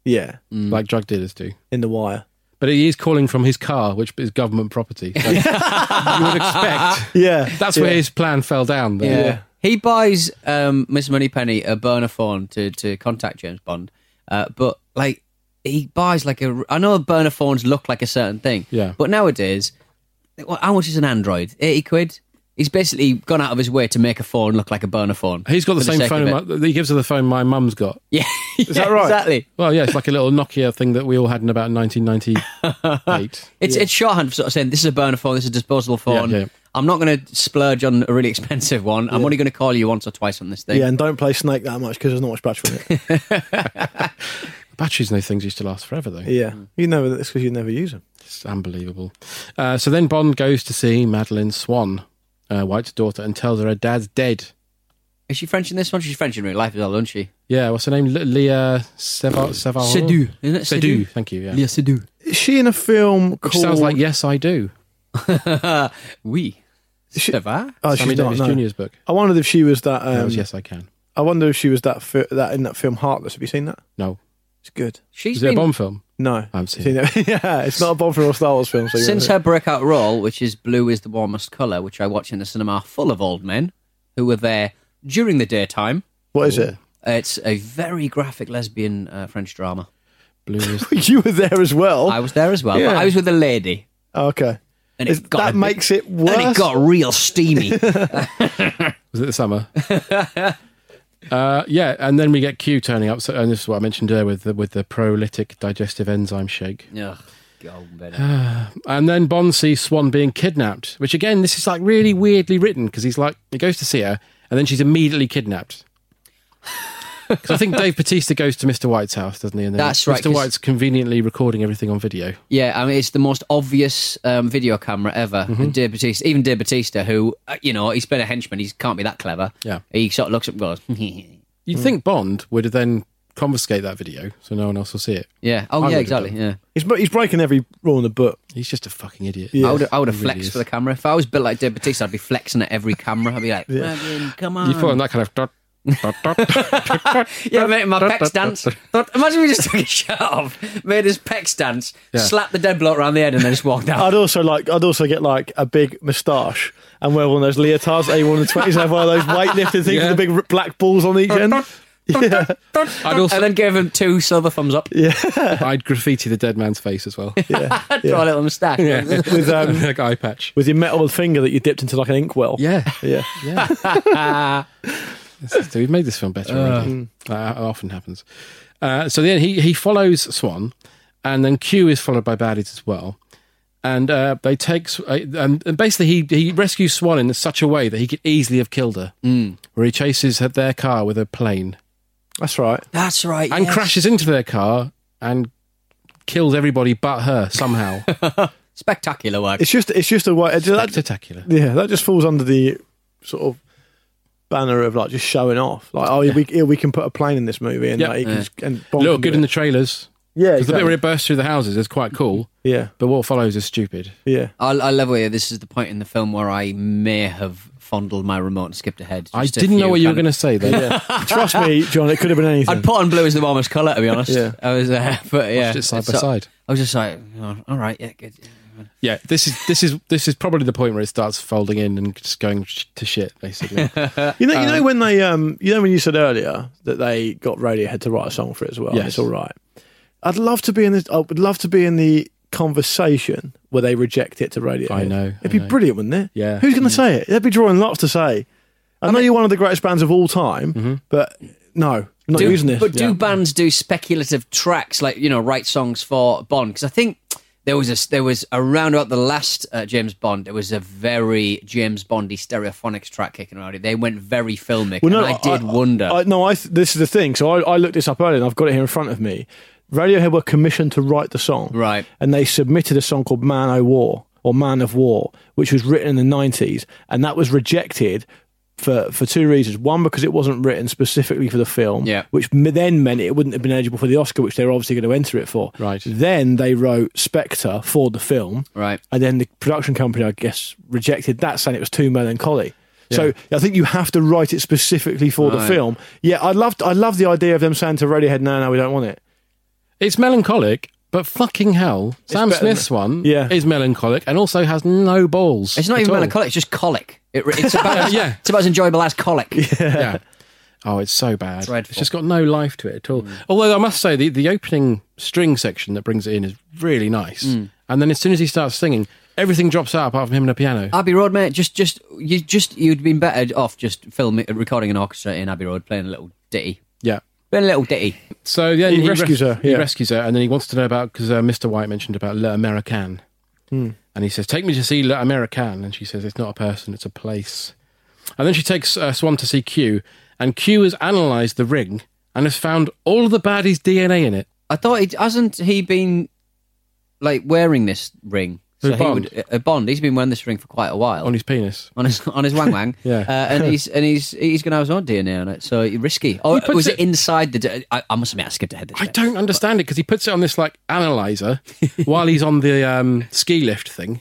Mm.
Yeah,
like drug dealers do.
in the wire.
But he is calling from his car, which is government property. So you would expect.
Yeah,
That's
yeah.
where his plan fell down.
Yeah.
there.
He buys um, Miss Moneypenny a burner phone to, to contact James Bond, uh, but like he buys like a. I know burner phones look like a certain thing,
Yeah.
But nowadays, well, how much is an Android? Eighty quid. He's basically gone out of his way to make a phone look like a burner phone.
He's got the
for
same
sake
phone.
of it.
my- he gives her the phone my mum's got.
yeah, is
that right?
Exactly.
Well, yeah, it's like a little Nokia thing that we all had in about 1998.
It's it's shorthand for sort of saying this is a burner phone, this is a disposable phone.
yeah.
I'm not going to splurge on a really expensive one. I'm only going to call you once or twice on this thing.
Yeah, and don't play Snake that much because there's not much battery in it.
Batteries and those things used to last forever, though.
yeah, you know that's because you never use them.
It's unbelievable. Uh, so then Bond goes to see Madeline Swan, uh, White's daughter, and tells her her dad's dead.
Is she French in this one? She's French in real life as well, isn't she?
Yeah, what's her name? L- Leah Savard?
Seydoux, isn't it? Seydoux?
Sedu. Thank you. Yeah.
I do.
Is she in a film
Which
called?
sounds like Yes, I Do.
oui. Ça va?
Oh,
Sammy
she's not,
Davis
no.
Jr.'s book.
I wondered if she was that. Um,
That was Yes, I Can.
I wonder if she was that fi- that in that film Heartless. Have you seen that?
No.
It's good.
She's
Is it a
been,
Bond film?
No,
I haven't seen
it. yeah, it's not a Bond film or Star Wars film. So you
since
won't
her breakout role, which is Blue is the Warmest Colour, which I watch in the cinema full of old men who were there during the daytime.
see it. what is it?
Uh, It's a very graphic lesbian uh, French drama.
Blue is.
you were there as well.
I was there as well,
Oh. Yeah.
but I was with a lady.
okay.
And
Is-
it got
that
a bit-
makes it
and
worse.
it got real steamy.
Was it the summer? Uh, yeah, and then we get Q turning up. So, and this is what I mentioned earlier with the, with the prolytic digestive enzyme shake.
Ugh, God, better.
And then Bond sees Swan being kidnapped, which again, this is like really weirdly written because he's like, he goes to see her and then she's immediately kidnapped. 'Cause I think Dave Batista goes to Mr. White's house, doesn't he? And then
That's right,
Mr.
'cause-
White's conveniently recording everything on video.
Yeah, I mean it's the most obvious um, video camera ever.
Mm-hmm.
And Dave Batista, even Dave Batista, who uh, you know he's been a henchman, he can't be that clever.
Yeah.
he sort of looks up and goes, Hmm.
You'd think Bond would then confiscate that video so no one else will see it.
"Yeah,
I
oh yeah,
would've
exactly."
done.
Yeah,
he's, br- he's breaking every rule in the book.
He's just a fucking idiot.
Yeah.
I would, I would have
He really
flexed
is.
for the camera. If I was built like Dave Batista, I'd be flexing at every camera. I'd be like, "Madeline, "Come on,
You thought on that kind of.
yeah, mate, my pecs dance. Imagine we just took his shirt off, made his pecs dance,
Yeah.
slapped the dead bloke around the head, and then just walked out.
I'd also like, I'd also get like a big moustache and wear one of those leotards that you want in the 20s and have one of those weightlifting things
Yeah.
with the big r- black balls on each end. Yeah.
I'd also,
and then gave him two silver thumbs up.
Yeah.
I'd graffiti the dead man's face as well. Yeah.
Draw a little moustache.
Yeah.
With, um,
like eye patch.
With your metal finger that you dipped into like an inkwell.
Yeah.
Yeah.
Yeah. This is- We've made this film better already. Uh, it often happens. Uh, so then he, he follows Swan, and then Q is followed by baddies as well. And uh, they take, Sw- uh, and, and basically he, he rescues Swan in such a way that he could easily have killed her,
Mm.
where he chases her, their car with a plane.
That's right.
That's right.
And
yes.
crashes into their car and kills everybody but her somehow.
Spectacular work.
It's just, it's just a way.
Spectacular.
Yeah, that just falls under the sort of banner of like just showing off. Like, oh, we yeah, we can put a plane in this movie and
Yep.
like, you
Yeah.
can, just- and Bond
Look
can do
good in
it.
the trailers.
Yeah,
'Cause The bit
exactly.
where it bursts through the houses is quite cool.
Yeah.
But what follows is stupid.
Yeah.
I, I love where this is the point in the film where I may have fondled my remote and skipped ahead.
I
Just a
didn't know
few
what you were going
kind
to say
of-
then.
Trust me, John, it could have been anything.
I'd put on blue as the warmest colour, to be honest.
Yeah.
I was, uh, but yeah,
Watched it side by
So-
side.
I was just like, oh, all right, yeah, good.
Yeah, this is this is this is probably the point where it starts folding in and just going sh- to shit, basically.
You know, you know
Um,
when they, um, you know when you said earlier that they got Radiohead to write a song for it as well. and
Yes.
It's all right. I'd love to be in this. I would love to be in the conversation where they reject it to Radiohead.
I know,
It'd
I
be
know.
brilliant, wouldn't it?
Yeah.
Who's going to say it? They'd be drawing lots to say. I know you're one of the greatest bands of all time,
Mm-hmm.
but no, I'm not
do,
using this.
But do bands do speculative tracks like you know write songs for Bond? Because I think there was a there was around about the last uh, James Bond. There was a very James Bondy stereophonics track kicking around it. They went very filmic. and I did wonder.
I, no, I, th- this is the thing. So I, I looked this up earlier and I've got it here in front of me. Radiohead were commissioned to write the song. Right. And they submitted a song called Man O' War or Man of War, which was written in the 90s. And that was rejected for, for two reasons. One, because it wasn't written specifically for the film,
Yeah.
which m- then meant it wouldn't have been eligible for the Oscar, which they were obviously going to enter it
Mm,
for. Right. Then they wrote Spectre for the film.
Right.
And then the production company, I guess, rejected that, saying it was too melancholy. So
Yeah.
I think you have to write it specifically for the
Right.
film. Yeah, I loved I love the idea of them saying to Radiohead, "No, no, we don't want it."
it's melancholic, but fucking hell, Sam
better than-
Smith's one is melancholic and also has no balls.
it's not
at
even
all.
melancholic. It's just colic. It, it's about
Yeah.
It's about as enjoyable as colic.
yeah. Oh, it's so bad. It's just got no life to it at all.
Mm.
Although I must say, the, the opening string section that brings it in is really nice.
Mm.
And then as soon as he starts singing, everything drops out apart from him and a piano.
Abbey Road, mate. Just, just you, just you'd been better off just filming, recording an orchestra in Abbey Road, playing a little ditty,
Yeah.
playing a little ditty.
So then
He
he,
rescues
res-
her,
He
yeah.
rescues her, and then he wants to know about because uh, Mr. White mentioned about L'Americaine,
Hmm.
and he says, "Take me to see L'Americaine," and she says, "It's not a person, it's a place." And then she takes uh, Swan to see Q, and Q has analysed the ring and has found all of the baddies' DNA in it.
I thought it hasn't he been like wearing this ring.
Who,
he
Bond?
would, uh, Bond. He's been wearing this ring for quite a while
on his penis,
on his on his wang wang.
Yeah.
uh, and he's and he's he's going to have his own DNA on it. So it's risky. Oh,
He puts
was it,
it-
inside the? d- I, I must admit, I skipped ahead. This
I don't understand it because he puts it on this like analyzer while he's on the um, ski lift thing,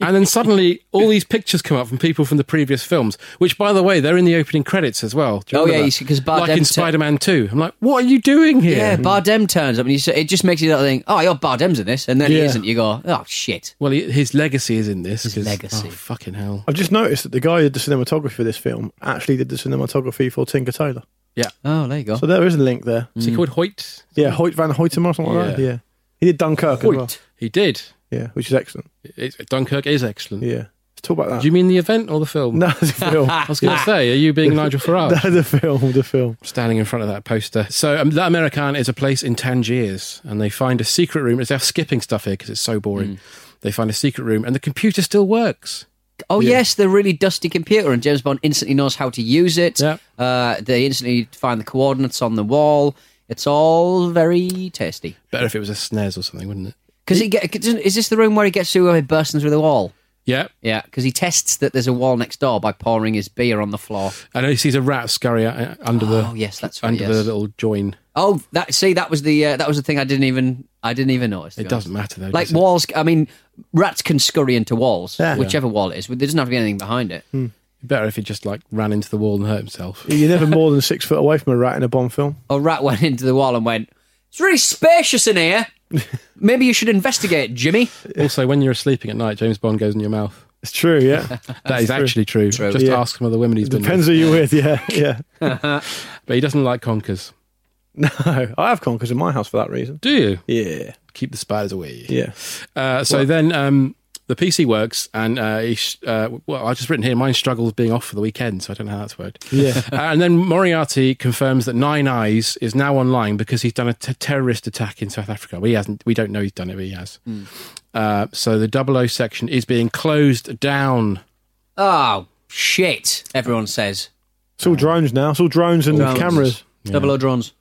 and then suddenly all these pictures come up from people from the previous films. Which, by the way, they're in the opening credits as well. Do you
Oh,
remember
yeah,
that?
you see, 'cause Bart
like in
Dempton-
Spider-Man Two, I'm like, what are you doing here?
Yeah, Bardem turns up and you say, it just makes you think, oh, you're Bardem's in this, and then he
Yeah.
isn't. You go, oh shit.
Well, he, his legacy is in this. His
legacy.
fucking hell.
I've just noticed that the guy who did the cinematography for this film actually did the cinematography for Tinker Tailor.
Yeah.
Oh, there you go.
So there is a link there.
Mm.
Is he called Hoyt?
Yeah, Hoyt van Hoytema or something like that.
Yeah.
Yeah, he did Dunkirk as well.
Hoyt. He did.
Yeah, which is excellent.
It's, Dunkirk is excellent.
Yeah, let's talk about that.
Do you mean the event or the film?
No, the film.
I was going to say, are you being Nigel Farage?
No, the film, the film.
standing in front of that poster. So um, La Americana is a place in Tangiers, and they find a secret room. It's- They're skipping stuff here because it's so boring.
Mm.
They find a secret room, and the computer still works.
Oh yes, the really dusty computer, and James Bond instantly knows how to use it. Uh, they instantly find the coordinates on the wall. It's all very tasty.
Better if it was a snares or something, wouldn't it?
Because he get, is this the room where he gets to where he bursts through the wall?
Yeah.
Yeah, because he tests that there's a wall next door by pouring his beer on the floor.
And he sees a rat scurry uh, under the
Oh, yes, that's right,
under the
yes.
little join.
Oh, that see that was the uh, that was the thing I didn't even I didn't even notice. to
It
be
doesn't
honest.
matter, though,
Like
does it?
walls, I mean, rats can scurry into walls,
Yeah. Hmm.
whichever wall it is. There doesn't have to be anything behind it.
Better if he just like ran into the wall and hurt himself.
You're never more than six foot away from a rat in a Bond film.
Or rat went into the wall and went, It's really spacious in here. Maybe you should investigate, Jimmy.
Also, when you're sleeping at night, James Bond goes in your mouth.
It's true, yeah.
that is actually true. Just
Yeah.
ask some of the women he's been
Depends who
with.
you're with, yeah, yeah.
but he doesn't like conkers.
No, I have conkers in my house for that reason.
Do you?
Yeah.
Keep the spiders away.
Yeah.
Uh, so then um, the PC works, and uh, he sh- uh, well, I've just written here mine struggles being off for the weekend, so I don't know how that's worked.
Yeah.
Uh, and then Moriarty confirms that Nine Eyes is now online because he's done a t- terrorist attack in South Africa. We hasn't. We don't know he's done it, but he has.
Hmm.
Uh, so the 00 section is being closed down.
Oh, shit, everyone says.
It's all drones now. It's all drones and
Drones.
cameras.
Double O drones.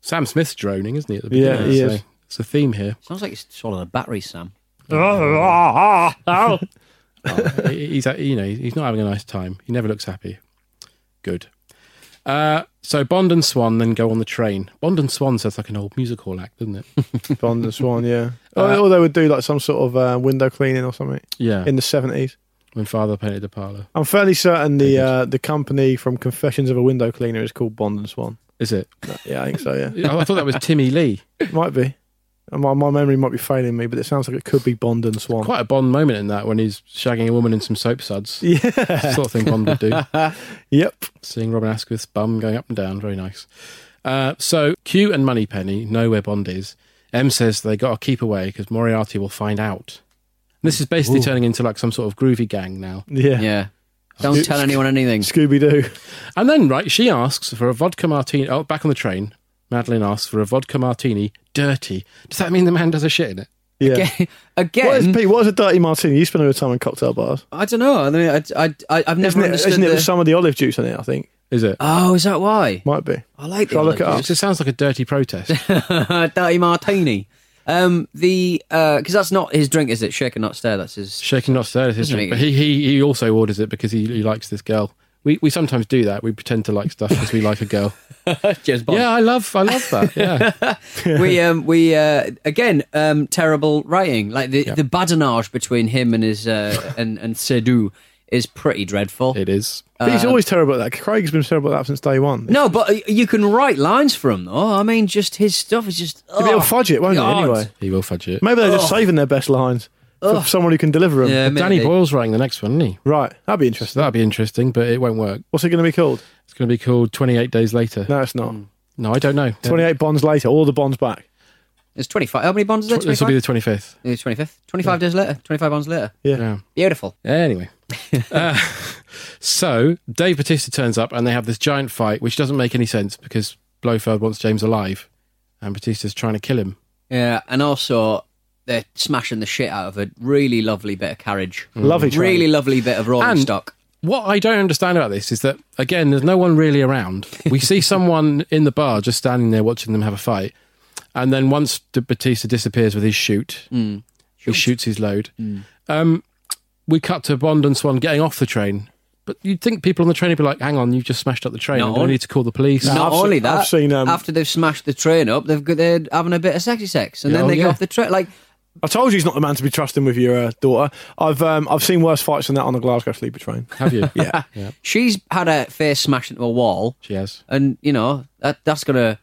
Sam Smith's droning, isn't he? At the
Yeah,
beginning,
he
so
is.
It's a theme here.
Sounds like you swallowed a battery, Sam.
He- he's uh, you know he's not having a nice time. He never looks happy. Good. Uh, so Bond and Swan then go on the train. Bond and Swan sounds like an old music hall act, doesn't it?
Bond and Swan, yeah. or, or they would do like some sort of uh, window cleaning or something.
Yeah.
In the 70s.
when Father painted the parlour,
I'm fairly certain the uh, the company from Confessions of a Window Cleaner is called Bond and Swan.
is it?
Yeah, I think so, yeah.
I I thought that was Timmy Lee.
might be. My, my memory might be failing me, but it sounds like it could be Bond and Swan.
Quite a Bond moment in that when he's shagging a woman in some soap suds. Yeah, sort of thing Bond would do.
yep.
Seeing Robin Asquith's bum going up and down, very nice. Uh, so Q and Moneypenny know where Bond is. M says they got to keep away because Moriarty will find out. And this is basically turning into like some sort of groovy gang now.
Yeah.
Yeah. Don't tell anyone anything.
Scooby Doo.
And then, right, she asks for a vodka martini. Oh, back on the train, Madeline asks for a vodka martini, dirty. Does that mean the man does a shit in it?
Yeah.
Again,
What is, Pete, what is a dirty martini? You spend all your time in cocktail bars.
I don't know. I mean, I, I, I, I've never
Isn't it,
understood
isn't it
the-
with some of the olive juice in it, I think?
Is it?
Oh, is that why?
Might be.
I like
Shall I Uh, look it up?
It just sounds like a dirty protest.
that. Dirty martini. Um, the because that's not his drink, is it? Shaker not stir. That's his.
Shaking not stirred, isn't
Doesn't
it?
it?
But he, he he also orders it because he, he likes this girl. We we sometimes do that. We pretend to like stuff because we like a girl.
James Bond.
Yeah, I love I love that. Yeah,
we um we uh again um terrible writing like the the badinage between him and his uh and and Sedu is pretty dreadful.
it is.
He's always terrible at that. Craig's been terrible at that since day one.
Um, No, but you can write lines for him though. I mean, just his stuff is just.
He'll be
oh,
able to fudge it, won't he,
God.
anyway?
He will fudge it.
Maybe they're just saving their best lines for someone who can deliver them.
Yeah,
Danny
maybe.
Boyle's writing the next one, isn't he?
Right. That'd be interesting.
So that'd be interesting, but it won't work.
What's it going to be called?
It's going to be called Twenty Eight Days Later.
No, it's not.
No, I don't know.
28 bonds later, all the bonds back.
It's twenty five. How many bonds is there?
This will be the twenty fifth.
Twenty fifth. Twenty five days later. Twenty five bonds later.
Yeah.
Yeah.
Beautiful.
Anyway, Uh, so Dave Batista turns up and they have this giant fight, which doesn't make any sense because Blofeld wants James alive, and Batista's trying to kill him.
Yeah, and also they're smashing the shit out of a really lovely bit of carriage.
Mm. Lovely train.
Really lovely bit of rolling
And-
stock.
What I don't understand about this is that again, there's no one really around. We see someone in the bar just standing there watching them have a fight, and then once D- Batista disappears with his shoot, he shoots his load. Um, we cut to Bond and Swan getting off the train. But you'd think people on the train would be like, "Hang on, you've just smashed up the train.
No.
I'm going to need to call the police."
No,
Not
I've
only
seen-
that,
I've seen, um,
after they've smashed the train up, they've got, they're having a bit of sexy sex, and then
Oh,
they
yeah.
get off the train. Like,
I told you he's not the man to be trusting with your uh, daughter. I've um, I've seen worse fights than that on the Glasgow sleeper train.
Have you?
Yeah.
she's had her face smashed into a wall,
She has.
and you know that that's gonna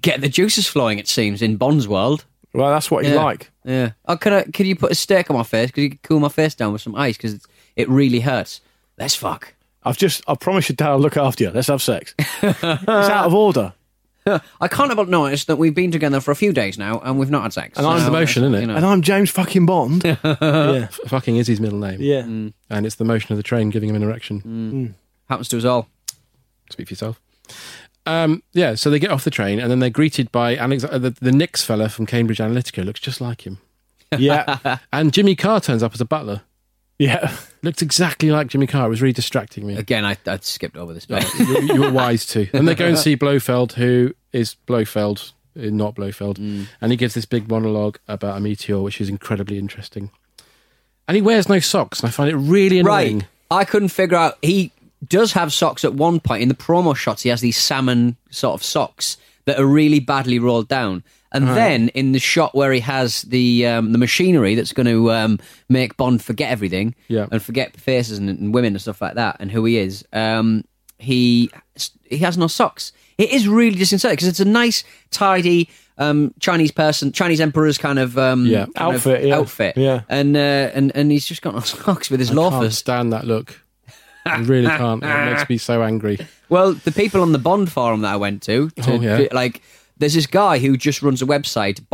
get the juices flowing. It seems in Bond's world.
well, that's what he
yeah.
like.
Yeah. Oh, can I? Can you put a steak on my face? Could you cool my face down with some ice? Because it really hurts. Let's fuck.
I've just I promise your dad I'll look after you. Let's have sex. it's out of order.
I can't help but notice that we've been together for a few days now, and we've not had sex.
And I'm
So,
the motion, isn't it?
know.
And I'm James fucking Bond. yeah.
F- fucking is his middle name.
Yeah.
And it's the motion of the train giving him an erection.
Mm. Happens to us all.
Speak for yourself. Um, yeah, so they get off the train and then they're greeted by Alex, uh, the, the Nix fella from Cambridge Analytica. Looks just like him.
Yeah.
And Jimmy Carr turns up as a butler.
yeah.
Looked exactly like Jimmy Carr. It was really distracting me.
Again, I, I skipped over this. bit.
you, you were wise to. And they go and see Blofeld, who is Blofeld, uh, not Blofeld.
Mm.
And he gives this big monologue about a meteor, which is incredibly interesting. And he wears no socks, and I find it really annoying.
Right. I couldn't figure out. He does have socks at one point in the promo shots. He has these salmon sort of socks that are really badly rolled down. And
Right.
then in the shot where he has the um, the machinery that's going to um, make Bond forget everything
Yeah.
and forget faces and, and women and stuff like that and who he is, um, he he has no socks. It is really disconcerting because it's a nice, tidy um, Chinese person, Chinese emperor's kind of um,
Yeah.
kind of
Outfit, yeah.
outfit,
Yeah.
and uh, and and he's just got no socks with his
I can't
loafers.
stand that look. I really can't. It makes me so angry.
Well, the people on the Bond forum that I went to, to-
Oh, yeah.
to- like, there's this guy who just runs a website,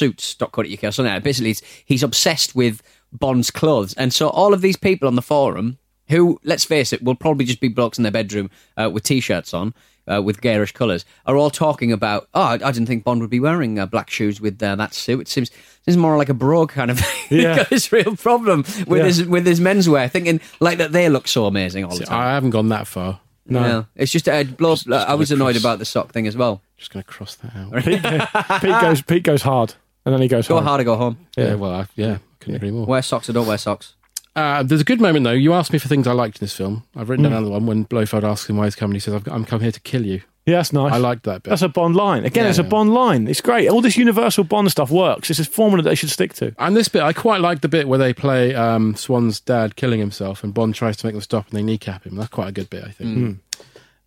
bondssuits.co.uk or something. Like that. Basically, he's, he's obsessed with Bond's clothes. And so all of these people on the forum, who, let's face it, will probably just be blokes in their bedroom uh, with T-shirts on, uh, with garish colours, are all talking about, oh, I, I didn't think Bond would be wearing uh, black shoes with uh, that suit. It seems, seems more like a brogue kind of thing.
Yeah.
He's got this real problem with,
Yeah.
his, with his menswear, thinking like that they look so amazing all the time.
I haven't gone that far. No.
It's just, uh, blow, I was annoyed about the sock thing as well.
Just going to cross that out.
Pete, Pete goes. Pete goes hard, and then he goes.
Go
home.
hard or go home.
Yeah.
Yeah, well, I, yeah, couldn't agree more.
Wear socks or don't wear socks.
Uh, there's a good moment though. You asked me for things I liked in this film. I've written
Hmm.
down another one when Blofeld asks him why he's coming. He says, "I've- "I'm come here to kill you."
Yeah, that's nice.
I liked that bit.
That's a Bond line. Again,
Yeah.
it's a Bond line. It's great. All this universal Bond stuff works. It's a formula that they should stick to.
And this bit, I quite like the bit where they play um, Swan's dad killing himself, and Bond tries to make them stop, and they kneecap him. That's quite a good bit, I think.
Mm.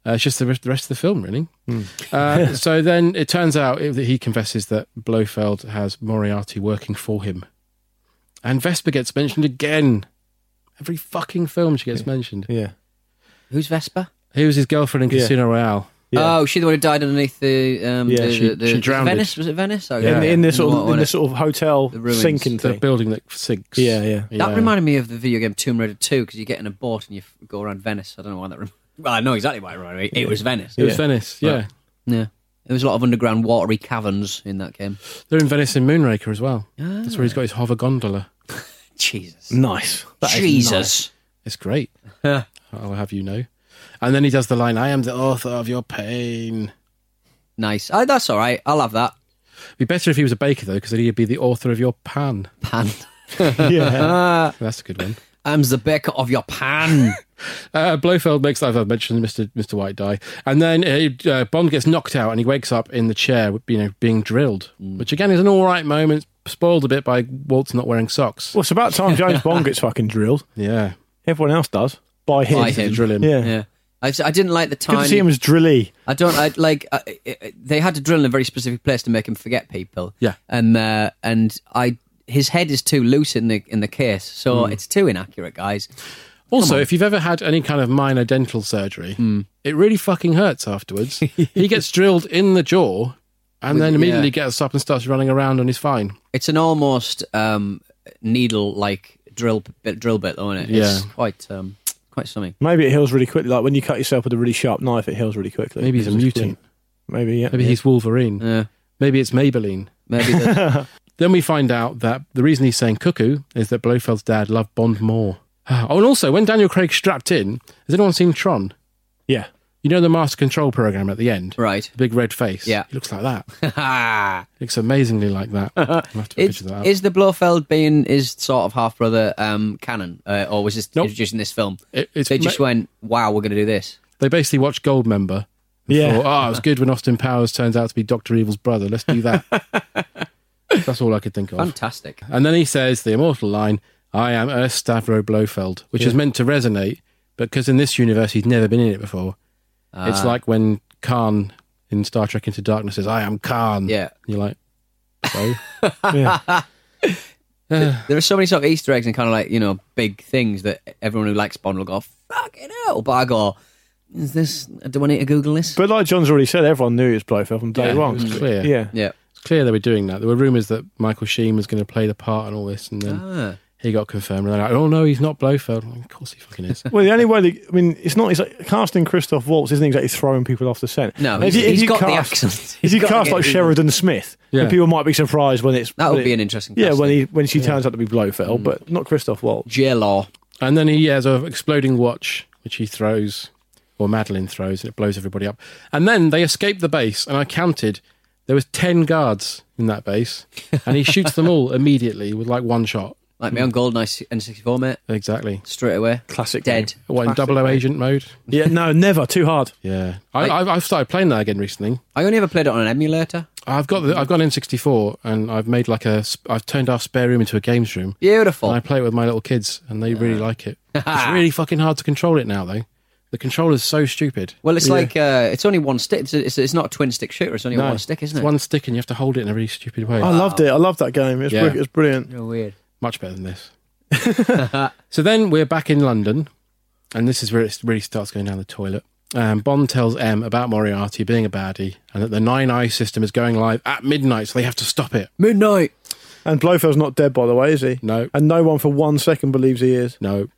Uh, it's just the rest, the rest of the film, really. Uh, so then it turns out it- that he confesses that Blofeld has Moriarty working for him, and Vespa gets mentioned again. Every fucking film she gets mentioned.
Yeah.
Who's Vespa?
He was his girlfriend in
Yeah.
Casino Royale.
Oh, she the one who died underneath the. Um,
Yeah,
the,
she-
the, the,
she drowned.
Venice was it Venice? Oh,
In, in this sort of, in
wasn't
this
it?
sort of hotel
ruins.
sinking
The
thing.
building that sinks.
Yeah, yeah.
That reminded me of the video game Tomb Raider Two because you get in a boat and you f- go around Venice. I don't know why that. Rem- well, I know exactly why it reminded me. It was Venice.
It was Venice, yeah.
But, yeah. There was a lot of underground watery caverns in that game.
They're in Venice in Moonraker as well.
Ah.
That's where he's got his hover gondola.
Jesus.
Nice.
That is Jesus. nice.
It's great. I'll have you know. And then he does the line, I am the author of your pain.
Nice. Oh, that's all right. I'll have that.
Be better if he was a baker, though, because then he'd be the author of your pan.
Pan.
yeah. That's a good one.
I'm the baker of your pan.
Uh, Blofeld makes, I've mentioned, Mr. Mr. White die. And then uh, uh, Bond gets knocked out and he wakes up in the chair, you know, being drilled, which again is an all right moment, spoiled a bit by Waltz not wearing socks.
Well, it's about time James Bond gets fucking drilled.
Yeah.
Everyone else does. By him.
By him.
Yeah.
yeah. I, I didn't like the
Good
time.
to see him as drilly.
I don't I, like. I, I- I, they had to drill in a very specific place to make him forget people.
Yeah.
and uh, and I, his head is too loose in the in the case, so
Hmm.
it's too inaccurate, guys.
Also, if you've ever had any kind of minor dental surgery,
Hmm.
it really fucking hurts afterwards. he gets drilled in the jaw and
With-
then immediately
yeah.
gets up and starts running around on his fine.
It's an almost um, needle like drill bit, drill bit, though, isn't it? It's
Yeah.
quite um, quite something.
Maybe it heals really quickly. Like when you cut yourself with a really sharp knife, it heals really quickly.
Maybe he's a
Because it's
mutant.
clean. Maybe yeah.
Maybe
yeah.
he's Wolverine.
Yeah.
Maybe it's Maybelline.
Maybe that's-
Then we find out that the reason he's saying cuckoo is that Blofeld's dad loved Bond more. Oh, and also, when Daniel Craig strapped in, has anyone seen Tron?
Yeah.
You know the master control program at the end?
Right.
The big red face.
Yeah.
He looks like that.
Ha!
looks amazingly like that. I'll have to
is,
picture that up.
is the Blofeld being his sort of half brother um, canon, uh, or was this just in this film?
it's
they just
ma-
went, "Wow, we're going to do this."
They basically watched Goldmember. and
Yeah.
Thought, oh, it was good when Austin Powers turns out to be Doctor Evil's brother. Let's do that. That's all I could think of.
Fantastic.
And then he says the immortal line, I am Earth Stavro Blofeld, which is
Yeah.
meant to resonate, but because in this universe he's never been in it before. it's
Ah.
like when Khan in Star Trek Into Darkness says, I am Khan.
Yeah.
You're like, so?
Th- there are so many sort of Easter eggs and kind of like you know big things that everyone who likes Bond will go fucking hell. But I go, is this? Do I need to Google this?
But like John's already said, everyone knew it was Blofeld from day
Yeah,
one.
It was clear.
Yeah.
Mm. Yeah.
It's clear they were doing that. There were rumours that Michael Sheen was going to play the part and all this, and then
Mm.
Ah.
he got confirmed. And they're like, oh no, he's not Blofeld. Well, of course he fucking is.
Well, the only way, they, I mean, it's not. It's like casting Christoph Waltz isn't exactly throwing people off the scent.
No,
If
he's-
you- if
he's
you
got the
cast-
accent.
If
He's
you
got to
cast
get
like
the-
Sheridan Smith,
Yeah.
then people might be surprised when it's
That would
when it-
be an interesting
Yeah, when
casting.
he when she turns out to be Blofeld, but not Christoph Waltz.
J Law.
Mm. And then he has an exploding watch, which he throws, or Madeline throws, and it blows everybody up. And then they escape the base, and I counted there was ten guards in that base, and he shoots them all immediately with like one shot.
Like me on Goldeneye N64, mate.
Exactly.
Straight away.
Classic.
Dead.
What in double O agent mode?
Yeah, no, never. Too hard.
Yeah, I, I've, I've started playing that again recently.
I only ever played it on an emulator.
I've got the, I've got an N64 and I've made like a sp- I've turned our spare room into a games room.
Beautiful.
And I play it with my little kids and they really like it. it's really fucking hard to control it now though. The controller's so stupid.
Well, it's like uh, it's only one stick. It's, it's, it's not a twin stick shooter. It's only
No,
one stick, isn't
it's
it?
one stick and you have to hold it in a really stupid way.
I loved it. Oh, I loved that game. It was,
Yeah.
brilliant. it was brilliant.
weird.
Much better than this. so then we're back in London, and this is where it really starts going down the toilet. Um, Bond tells M about Moriarty being a baddie and that the Nine Eye system is going live at midnight, so they have to stop it.
Midnight.
And Blofeld's not dead, by the way, is he?
No.
And no one for one second believes he is.
No.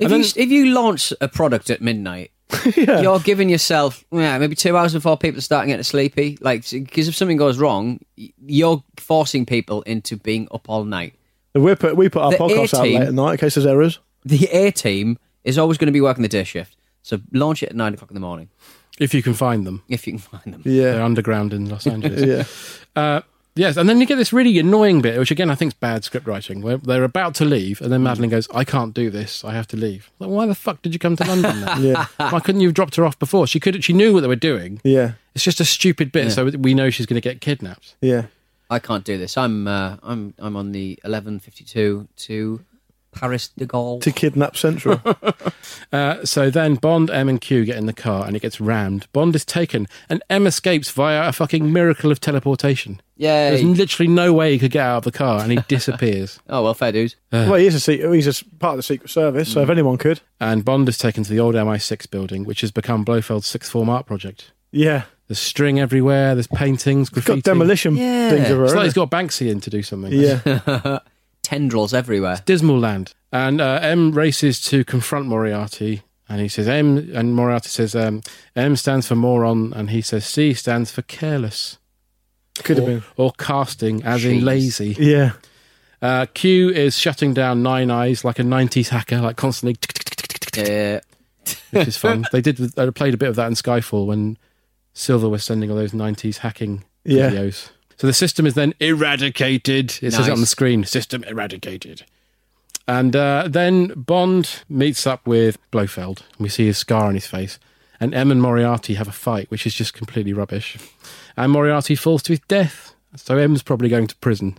If you if you launch a product at midnight, you're giving yourself yeah maybe two hours before people are starting getting sleepy. Like because if something goes wrong, y- you're forcing people into being up all night.
We put, we put our
The
podcast out
A-team-
late at night in case there's errors.
The A team is always going to be working the day shift, so launch it at nine o'clock in the morning
If you can find them.
if you can find them.
Yeah.
They're underground in Los Angeles. yeah. Uh, yes, and then you get this really annoying bit, which again I think is bad script writing, where they're about to leave, and then Madeline goes, I can't do this, I have to leave. Like, why the fuck did you come to London then?
Yeah.
Why couldn't you have dropped her off before? She could she knew what they were doing.
Yeah.
It's just a stupid bit,
Yeah.
so we know she's gonna get kidnapped.
Yeah.
I can't do this. I'm uh, I'm I'm on the eleven fifty two to Paris de Gaulle.
To kidnap Central.
Uh, so then Bond, M, and Q get in the car and it gets rammed. Bond is taken and M escapes via a fucking miracle of teleportation.
Yay.
There's literally no way he could get out of the car and he disappears.
Oh well, fair dues.
well, he is a se- he's a s- part of the Secret Service, so if anyone could.
and Bond is taken to the old MI6 building, which has become Blofeld's sixth form art project.
Yeah.
There's string everywhere. There's paintings, graffiti.
Got demolition
Yeah.
things everywhere,
It's like he's got
isn't
Banksy in to do something.
it? Yeah.
Tendrils everywhere.
Dismal land. And uh, M races to confront Moriarty, and he says M, and Moriarty says um, M stands for moron, and he says C stands for careless
Could have been.
or casting, as
Jeez.
in lazy.
Yeah.
Uh, Q is shutting down Nine Eyes like a '90s hacker, like constantly, tick, tick, tick, tick, tick, tick, tick,
Yeah.
which is fun. they did. They played a bit of that in Skyfall when Silver was sending all those '90s hacking
Yeah.
videos. So the system is then eradicated. It says it on the
Nice.
screen: "System eradicated." And uh, then Bond meets up with Blofeld. and We see his scar on his face. And Em and Moriarty have a fight, which is just completely rubbish. And Moriarty falls to his death. So Em's probably going to prison.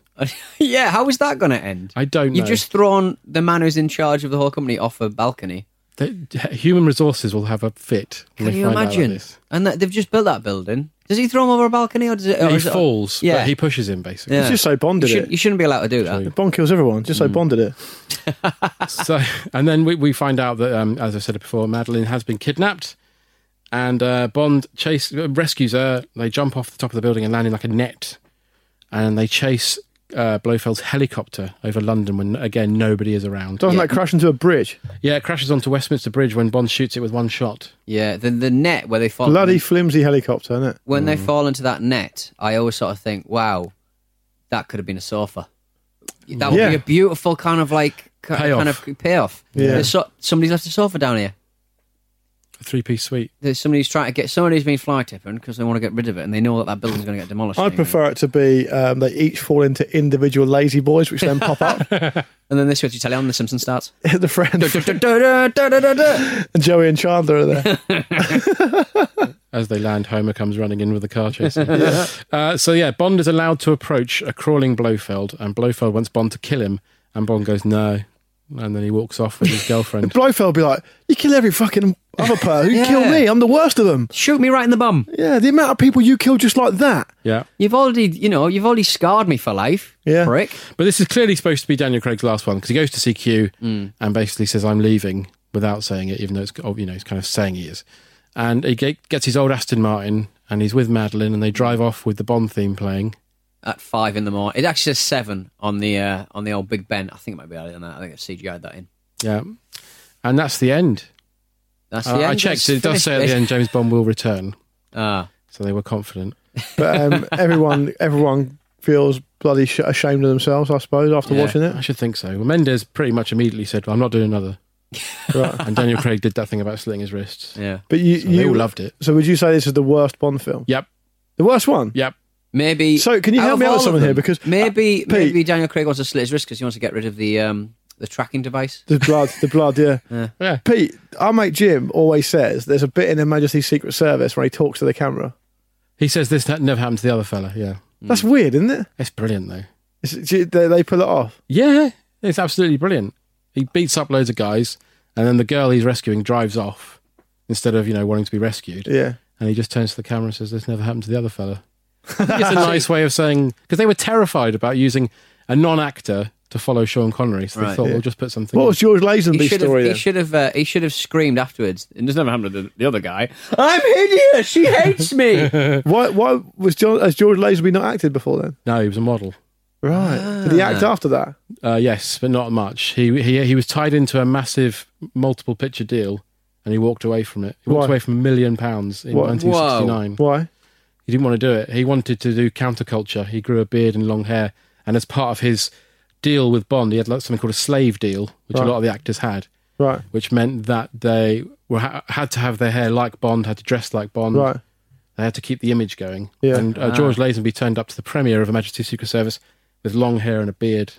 yeah, how is that going to end?
I don't
You've
know.
just thrown the man who's in charge of the whole company off a balcony.
The- human resources will have a fit. when
Can
they
you
find out about
imagine?
this.
And that, they've just built that building. Does he throw him over a balcony or does it? or
he
is it-
falls,
yeah.
but he pushes him basically.
Yeah.
It's just so Bond
you,
did
should,
it.
you shouldn't be allowed to do that.
Bond kills everyone, just so Bond did it.
so, and then we, we find out that, um, as I said before, Madeline has been kidnapped, and uh, Bond chase uh, rescues her. They jump off the top of the building and land in like a net, and they chase uh, Blofeld's helicopter over London when again nobody is around.
Doesn't that crash into a bridge?
Yeah, it crashes onto Westminster Bridge when Bond shoots it with one shot.
Yeah, the, the net where they fall.
Bloody flimsy helicopter, isn't it?
when they fall into that net, I always sort of think, wow, that could have been a sofa. That would
Yeah.
be a beautiful kind of like ki-
Payoff.
kind of payoff.
Yeah.
There's So, somebody's left a sofa down here.
A three piece suite.
There's somebody who's trying to get somebody's been fly tipping because they want to get rid of it and they know that that building's going to get demolished.
I'd
anyway.
prefer it to be um, they each fall into individual lazy boys, which then pop up.
And then this goes to telly on The Simpsons starts.
the friend
Da-da-da-da-da-da-da.
and Joey and Chandler are there.
As they land, Homer comes running in with a car chasing. him. uh, so yeah, Bond is allowed to approach a crawling Blofeld, and Blofeld wants Bond to kill him, and Bond goes no, and then he walks off with his girlfriend.
Blofeld be like, "You kill every fucking other person. You kill
Yeah.
me. I'm the worst of them."
Shoot me right in the bum.
Yeah, the amount of people you kill just like that.
yeah,
You've already, you know, you've already scarred me for life,
Yeah.
prick.
but this is clearly supposed to be Daniel Craig's last one because he goes to see Q
Mm.
and basically says I'm leaving without saying it, even though it's oh, you know he's kind of saying he is, and he get, gets his old Aston Martin and he's with Madeline and they drive off with the Bond theme playing.
At five in the morning, it actually says seven on the uh, on the old Big Ben. I think it might be earlier than that. I think it's CGI'd that in.
Yeah, and that's the end.
That's the
Uh,
end.
I checked; it does say at the end James Bond will return,
Ah,
so they were confident.
But um, everyone, everyone feels bloody sh- ashamed of themselves, I suppose, after
Yeah.
watching
I
it.
should think so. Well, Mendes pretty much immediately said, well, "I'm not doing another." and Daniel Craig did that thing about slitting his wrists.
yeah.
But you,
So
you
they all loved it.
So would you say this is the worst Bond film?
Yep,
The worst one.
yep.
Maybe.
So, can you
out
help
of
me out
all
with
of
something here?
them,
Because, uh,
maybe
Pete-
maybe Daniel Craig wants to slit his wrist because he wants to get rid of the um the tracking device.
The blood, the blood, yeah.
Yeah.
Pete, our mate Jim always says there's a bit in Her Majesty's Secret Service where he talks to the camera.
He says this that never happened to the other fella. Yeah,
That's weird, isn't it?
It's brilliant though.
Is it- do you- they, they pull it off.
Yeah, it's absolutely brilliant. He beats up loads of guys, and then the girl he's rescuing drives off instead of you know wanting to be rescued.
Yeah.
and he just turns to the camera and says, "This never happened to the other fella." I think it's a nice way of saying because they were terrified about using a non-actor to follow Sean Connery, so they
Right.
thought
Yeah.
we'll just put something. in.
He should have. He should have, uh, he should have screamed afterwards. And this never happened to the, the other guy. I'm hideous. She hates me.
why? Why was George, has George Lazenby not acted before then?
No, he was a model.
Right. Did he act
Ah.
after that?
Uh, yes, but not much. He, he he was tied into a massive multiple picture deal, and he walked away from it. He walked
Why?
away from a million pounds in
Why?
1969.
Why?
He didn't want to do it. He wanted to do counterculture. He grew a beard and long hair, and as part of his deal with Bond, he had like something called a slave deal, which
Right.
a lot of the actors had,
Right.
which meant that they were ha- had to have their hair like Bond, had to dress like Bond.
Right.
They had to keep the image going.
Yeah.
And uh,
Ah.
George Lazenby turned up to the premiere of Her Majesty's Secret Service with long hair and a beard.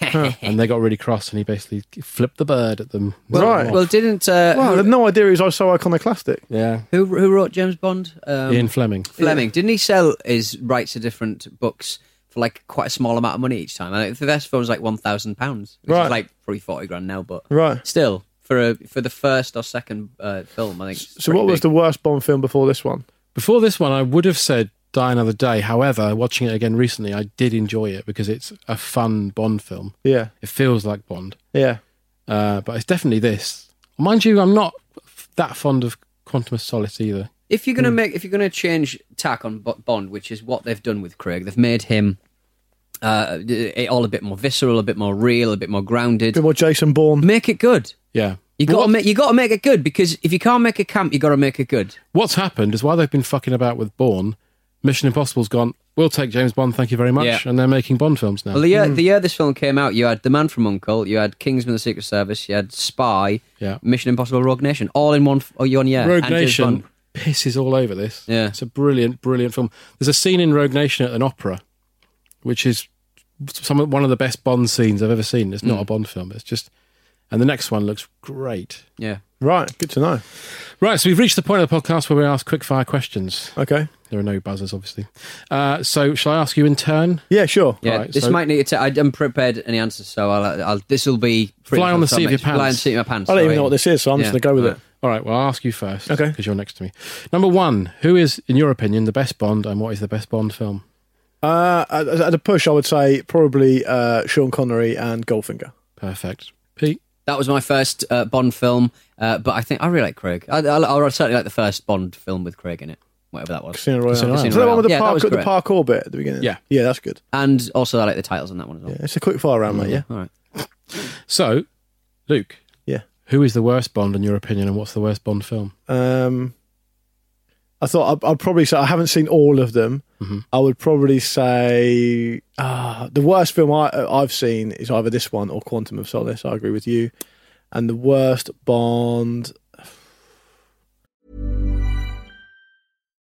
and they got really cross and he basically flipped the bird at them.
right.
Well, didn't? Uh,
wow, I
who-
had no idea he was so iconoclastic.
Yeah.
Who who wrote James Bond? Um,
Ian Fleming.
Fleming. Didn't he sell his rights to different books for like quite a small amount of money each time? I think the first one was like one thousand pounds, which
Right.
is like probably forty grand now, but
Right.
still for a, for the first or second uh, film, I think.
So, what was the worst Bond film before this one?
Before this one, I would have said Die Another Day. However, watching it again recently, I did enjoy it because it's a fun Bond film.
Yeah.
It feels like Bond.
Yeah.
Uh, but it's definitely this. Mind you, I'm not f- that fond of Quantum of Solace either.
If you're gonna make, if you're gonna change tack on Bo- Bond, which is what they've done with Craig, they've made him uh, d- it all a bit more visceral, a bit more real, a bit more grounded, a bit
more Jason Bourne.
Make it good.
Yeah.
You got to make you got to make it good because if you can't make it camp, you got to make it good.
What's happened is while they've been fucking about with Bourne, Mission Impossible's gone, we'll take James Bond, thank you very much.
Yeah.
And they're making Bond films now.
Well, the year the year this film came out, you had The Man from Uncle, you had Kingsman: The Secret Service, you had Spy,
Yeah.
Mission Impossible: Rogue Nation, all in one f- oh, one year.
Rogue
and James
Nation
Bond.
pisses all over this.
Yeah.
It's a brilliant, brilliant film. There's a scene in Rogue Nation at an opera, which is some of- one of the best Bond scenes I've ever seen. It's not
Mm.
a Bond film. It's just, and the next one looks great.
Yeah.
Right. Good to know.
Right. So we've reached the point of the podcast where we ask quick fire questions.
Okay.
There are no buzzers, obviously. Uh, so shall I ask you in turn?
Yeah, sure.
Yeah, this might need to. I haven't prepared any answers, so I'll. uh, I'll this will be pretty
Fly on the seat of your
Fly on the
pants.
seat of my pants.
I don't even
sorry.
know what this is, so I'm just going
Yeah.
to go with
Alright.
it.
All right. Well, I'll ask you first. Okay. Because you're next to me. Number one, who is, in your opinion, the best Bond, and what is the best Bond film?
Uh, at, at a push, I would say probably uh, Sean Connery and Goldfinger.
Perfect. Pete?
That was my first uh, Bond film, uh, but I think I really like Craig. I, I, I certainly like the first Bond film with Craig in it, whatever that was.
Casino Royale.
Casino
Is that the one
Royale.
with the,
Yeah, that
park,
was
the
great.
parkour bit at the beginning?
Yeah.
Yeah, that's good.
And also, I like the titles on that one as well.
It's a quick fire round, mate, yeah?
All right.
So, Luke.
Yeah.
Who is the worst Bond in your opinion, and what's the worst Bond film?
Um, I thought I'd, I'd probably say I haven't seen all of them. I would probably say uh, the worst film I, I've seen is either this one or Quantum of Solace. I agree with you. And the worst Bond.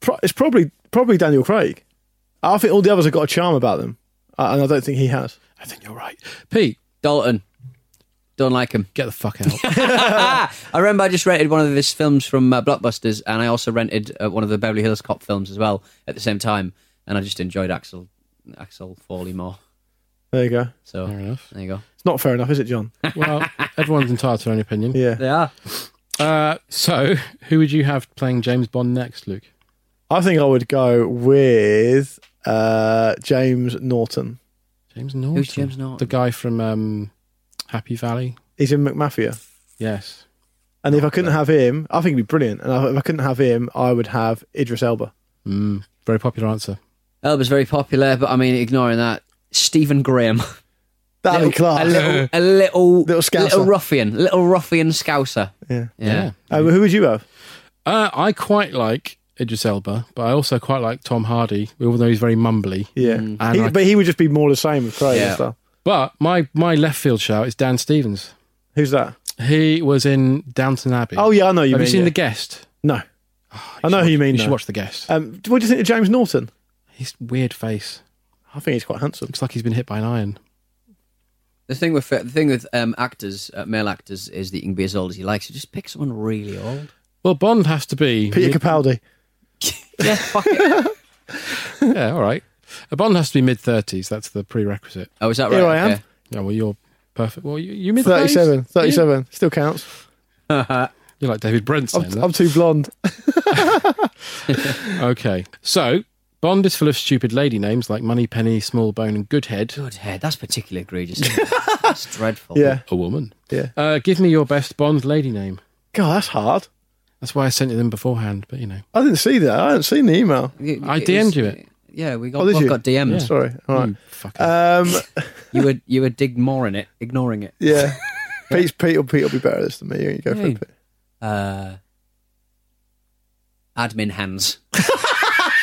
pro- it's probably probably Daniel Craig. I think all the others have got a charm about them, uh, and I don't think he has.
I think you're right, Pete
Dalton. Don't like him.
Get the fuck out.
I remember I just rented one of his films from uh, Blockbusters, and I also rented uh, one of the Beverly Hills Cop films as well at the same time, and I just enjoyed Axel Axel Foley more.
There you go.
So there you go.
It's not fair enough, is it, John?
Well, everyone's entitled to their own opinion.
Yeah,
they are.
Uh, so, who would you have playing James Bond next, Luke?
I think I would go with uh, James Norton.
James Norton.
Who's James Norton?
The guy from um, Happy Valley.
He's in McMafia.
Yes.
And if I couldn't have him, I think it'd be brilliant. And if I couldn't have him, I would have Idris Elba.
Mm, very popular answer.
Elba's very popular, but I mean, ignoring that, Stephen Graham.
That'd be
Little-
class.
A little, a little,
Little scouser.
little ruffian, little ruffian scouser.
Yeah.
Yeah.
Uh, who would you have?
Uh, I quite like Idris Elba, but I also quite like Tom Hardy, even though he's very mumbly.
Yeah.
Mm.
And
He-
I-
but he would just be more the same with Craig and stuff.
But my, my left field shout is Dan Stevens.
Who's that?
He was in Downton Abbey.
Oh, yeah, I know you
Have Oh,
mean,
you seen
yeah.
The Guest?
No. I know who you mean.
You should
though.
watch The Guest.
Um, what do you think of James Norton?
His weird face.
I think he's quite handsome.
Looks like he's been hit by an iron.
The thing with the thing with um, actors, uh, male actors, is that you can be as old as you like. So just pick someone really old.
Well, Bond has to be.
Peter Capaldi.
Yeah, fuck it.
yeah, all right. A Bond has to be mid 30s. That's the prerequisite.
Oh, is that right?
Here I am.
Okay.
Yeah, well, you're perfect. Well, you, you mid
37. 37. Still counts.
You're like David Brent saying
I'm,
that.
I'm too blonde.
Okay. So, Bond is full of stupid lady names like Moneypenny, Smallbone, and Goodhead.
Good head. That's particularly egregious. isn't it? That's dreadful.
Yeah.
A woman.
Yeah.
Uh, give me your best Bond lady name.
God, that's hard.
That's why I sent you them beforehand, but you know.
I didn't see that. I hadn't seen the email.
You-
I
it
DM'd
was-
you it.
Yeah, we got
Oh, did
we've
you?
got DMs.
Sorry. All right.
You fucking-
Um,
You would you would dig more in it, ignoring it.
yeah. Pete's, Pete, will, Pete will be better at this than me. You go for
Hey.
it, Pete.
Uh, admin hands.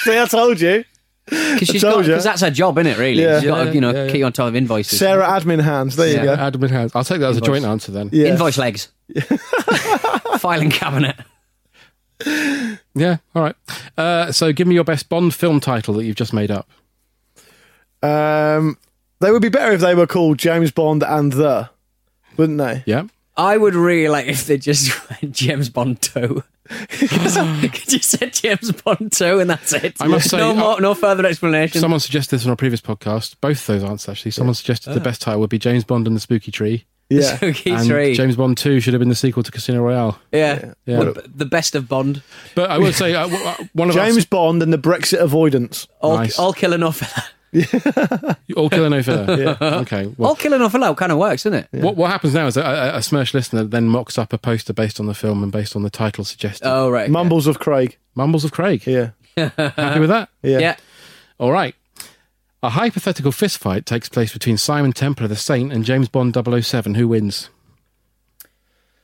See, I told you.
Because she's
told
got
you.
because that's her job, isn't it? Really,
Yeah.
she's got to, you know
Yeah, yeah.
keep on top of invoices,
Sarah Admin Hands. There you go.
Adam and Hans. I'll take that as a joint answer then.
Yeah.
invoice legs, filing cabinet.
Yeah, all right. Uh, so, give me your best Bond film title that you've just made up.
Um, they would be better if they were called James Bond and the, wouldn't they?
Yeah.
I would really like if they just went James Bond 2. Because you said James Bond 2 and that's it.
I must say,
no,
uh,
more, no further explanation.
Someone suggested this on our previous podcast. Both those answers, actually. Someone suggested the best title would be James Bond and the Spooky Tree.
Yeah.
Ah. Spooky
and
three.
James Bond 2 should have been the sequel to Casino Royale.
yeah.
Yeah.
The, the best of Bond.
But I would say uh, w- uh, one of
James
us,
Bond and the Brexit avoidance.
All,
Nice.
all killer no fellow.
all killer no filler. Okay. Well,
All killer no fellow kind of works, doesn't it?
what what happens now is a, a, a Smersh listener then mocks up a poster based on the film and based on the title suggested.
Oh, right.
Mumbles of Craig.
Mumbles of Craig.
Yeah.
Happy with that?
Yeah.
yeah.
All right. A hypothetical fistfight takes place between Simon Templar the Saint and James Bond 007. Who wins?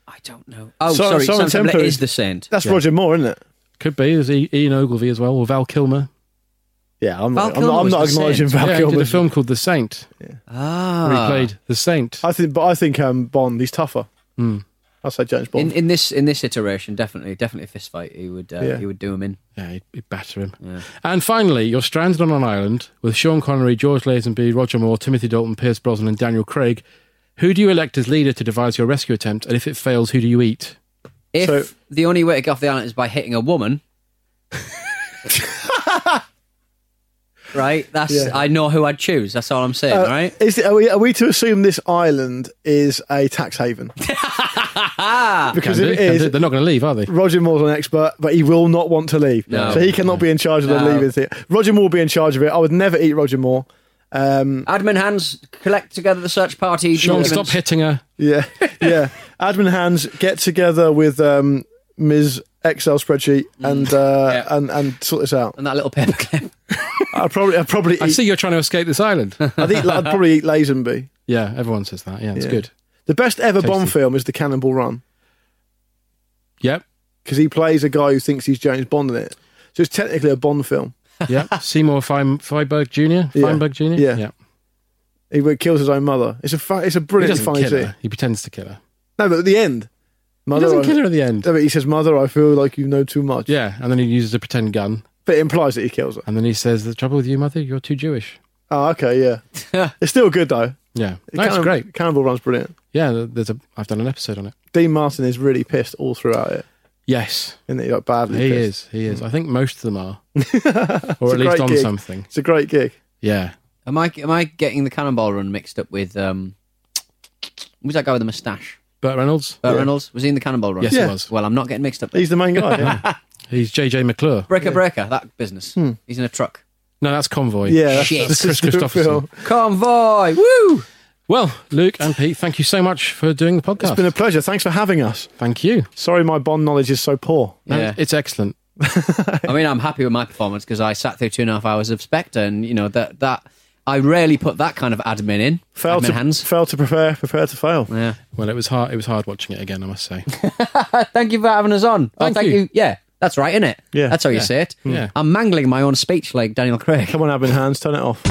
I don't know. Oh,
Simon-
sorry.
Simon
Simon Templar
Templar
is
is-
the saint.
That's Roger Moore, isn't it?
Could be. There's I- Ian Ogilvy as well, or Val Kilmer.
Yeah, I'm
Val
not, I'm
Kilmer
not, I'm
was
not
the
acknowledging
Saint.
Val
yeah, he
Kilmer.
did a film called The Saint.
Ah.
where he played The Saint.
I think, but I think um, Bond. He's tougher.
Mm.
I say James Bond.
In, in this in this iteration, definitely, definitely fist fight. He would uh,
Yeah.
he would do him in.
Yeah, he'd, he'd batter him. And finally, you're stranded on an island with Sean Connery, George Lazenby, Roger Moore, Timothy Dalton, Pierce Brosnan, and Daniel Craig. Who do you elect as leader to devise your rescue attempt? And if it fails, who do you eat?
If
So-
the only way to get off the island is by hitting a woman, right? That's
Yeah.
I know who I'd choose. That's all I'm saying,
Uh,
right?
Is it, are, we, are we to assume this island is a tax haven? because
Can
if it
do, can do.
is,
They're not going to leave, are they?
Roger Moore's an expert, but he will not want to leave.
No.
So he cannot be in charge of the
No.
leaving thing. Roger Moore will be in charge of it. I would never eat Roger Moore. Um,
Admin hands collect together the search party.
Sean, stop
documents.
hitting her.
yeah, yeah. Admin hands get together with um, Ms. Excel spreadsheet
Mm.
and uh,
Yeah.
and and sort this out.
And that little paperclip.
I probably I probably
I
eat,
see you're trying to escape this island.
I'd, eat, I'd probably eat Lazenby.
yeah, everyone says that. Yeah, it's
Yeah.
good.
The best ever Bond
Tasty.
film is The Cannonball Run.
Yep,
because he plays a guy who thinks he's James Bond in it. So it's technically a Bond film.
yep. Seymour Fein, Feinberg Jr. Feinberg Jr.
Yeah.
yep.
He w- kills his own mother. It's a fu- it's a
He
brilliant
doesn't
funny
kill
scene.
her. He pretends to kill her.
No, but at the end,
He
mother.
doesn't
I-
kill her at the end.
No, but he says, "Mother, I feel like you know too much."
Yeah, and then he uses a pretend gun.
But it implies that he kills her.
And then he says, "The trouble with you, mother, you're too Jewish."
Oh, okay, yeah. it's still good though.
Yeah,
It
that's
cannon-
great.
Cannonball Run's brilliant.
Yeah, there's a. I've done an episode on it.
Dean Martin is really pissed all throughout it.
Yes,
Isn't he? Like badly
he
pissed.
is. He is. I think most of them are,
Mm. It's
or
a
at least
great
on
gig.
something.
It's a great gig.
Yeah,
Am I am I getting the Cannonball Run mixed up with um? who Was that guy with the moustache?
Burt Reynolds.
Burt
Yeah.
Uh, Reynolds was he in the Cannonball Run?
Yes, he Yeah. was.
Well, I'm not getting mixed up.
He's the main guy.
He's JJ McClure.
breaker, breaker. That business.
Hmm.
He's in a truck.
No, that's Convoy.
Yeah, that's-
Shit.
that's
Chris
the
Christopherson.
film. Convoy. Woo!
Well, Luke and Pete, thank you so much for doing the podcast.
It's been a pleasure. Thanks for having us.
Thank you.
Sorry, my Bond knowledge is so poor.
No, It's excellent.
I mean, I'm happy with my performance because I sat through two and a half hours of Spectre, and you know that that I rarely put that kind of admin in.
Fail
admin
to
hands.
fail to prepare, prepare to fail.
Yeah.
Well, it was hard. It was hard watching it again. I must say.
thank you for having us on. Oh,
Thank
thank
you.
you. Yeah, that's right, innit?
Yeah.
That's how you
Yeah.
say it.
Yeah.
I'm mangling my own speech like Daniel Craig.
Come on, admin hands, turn it off.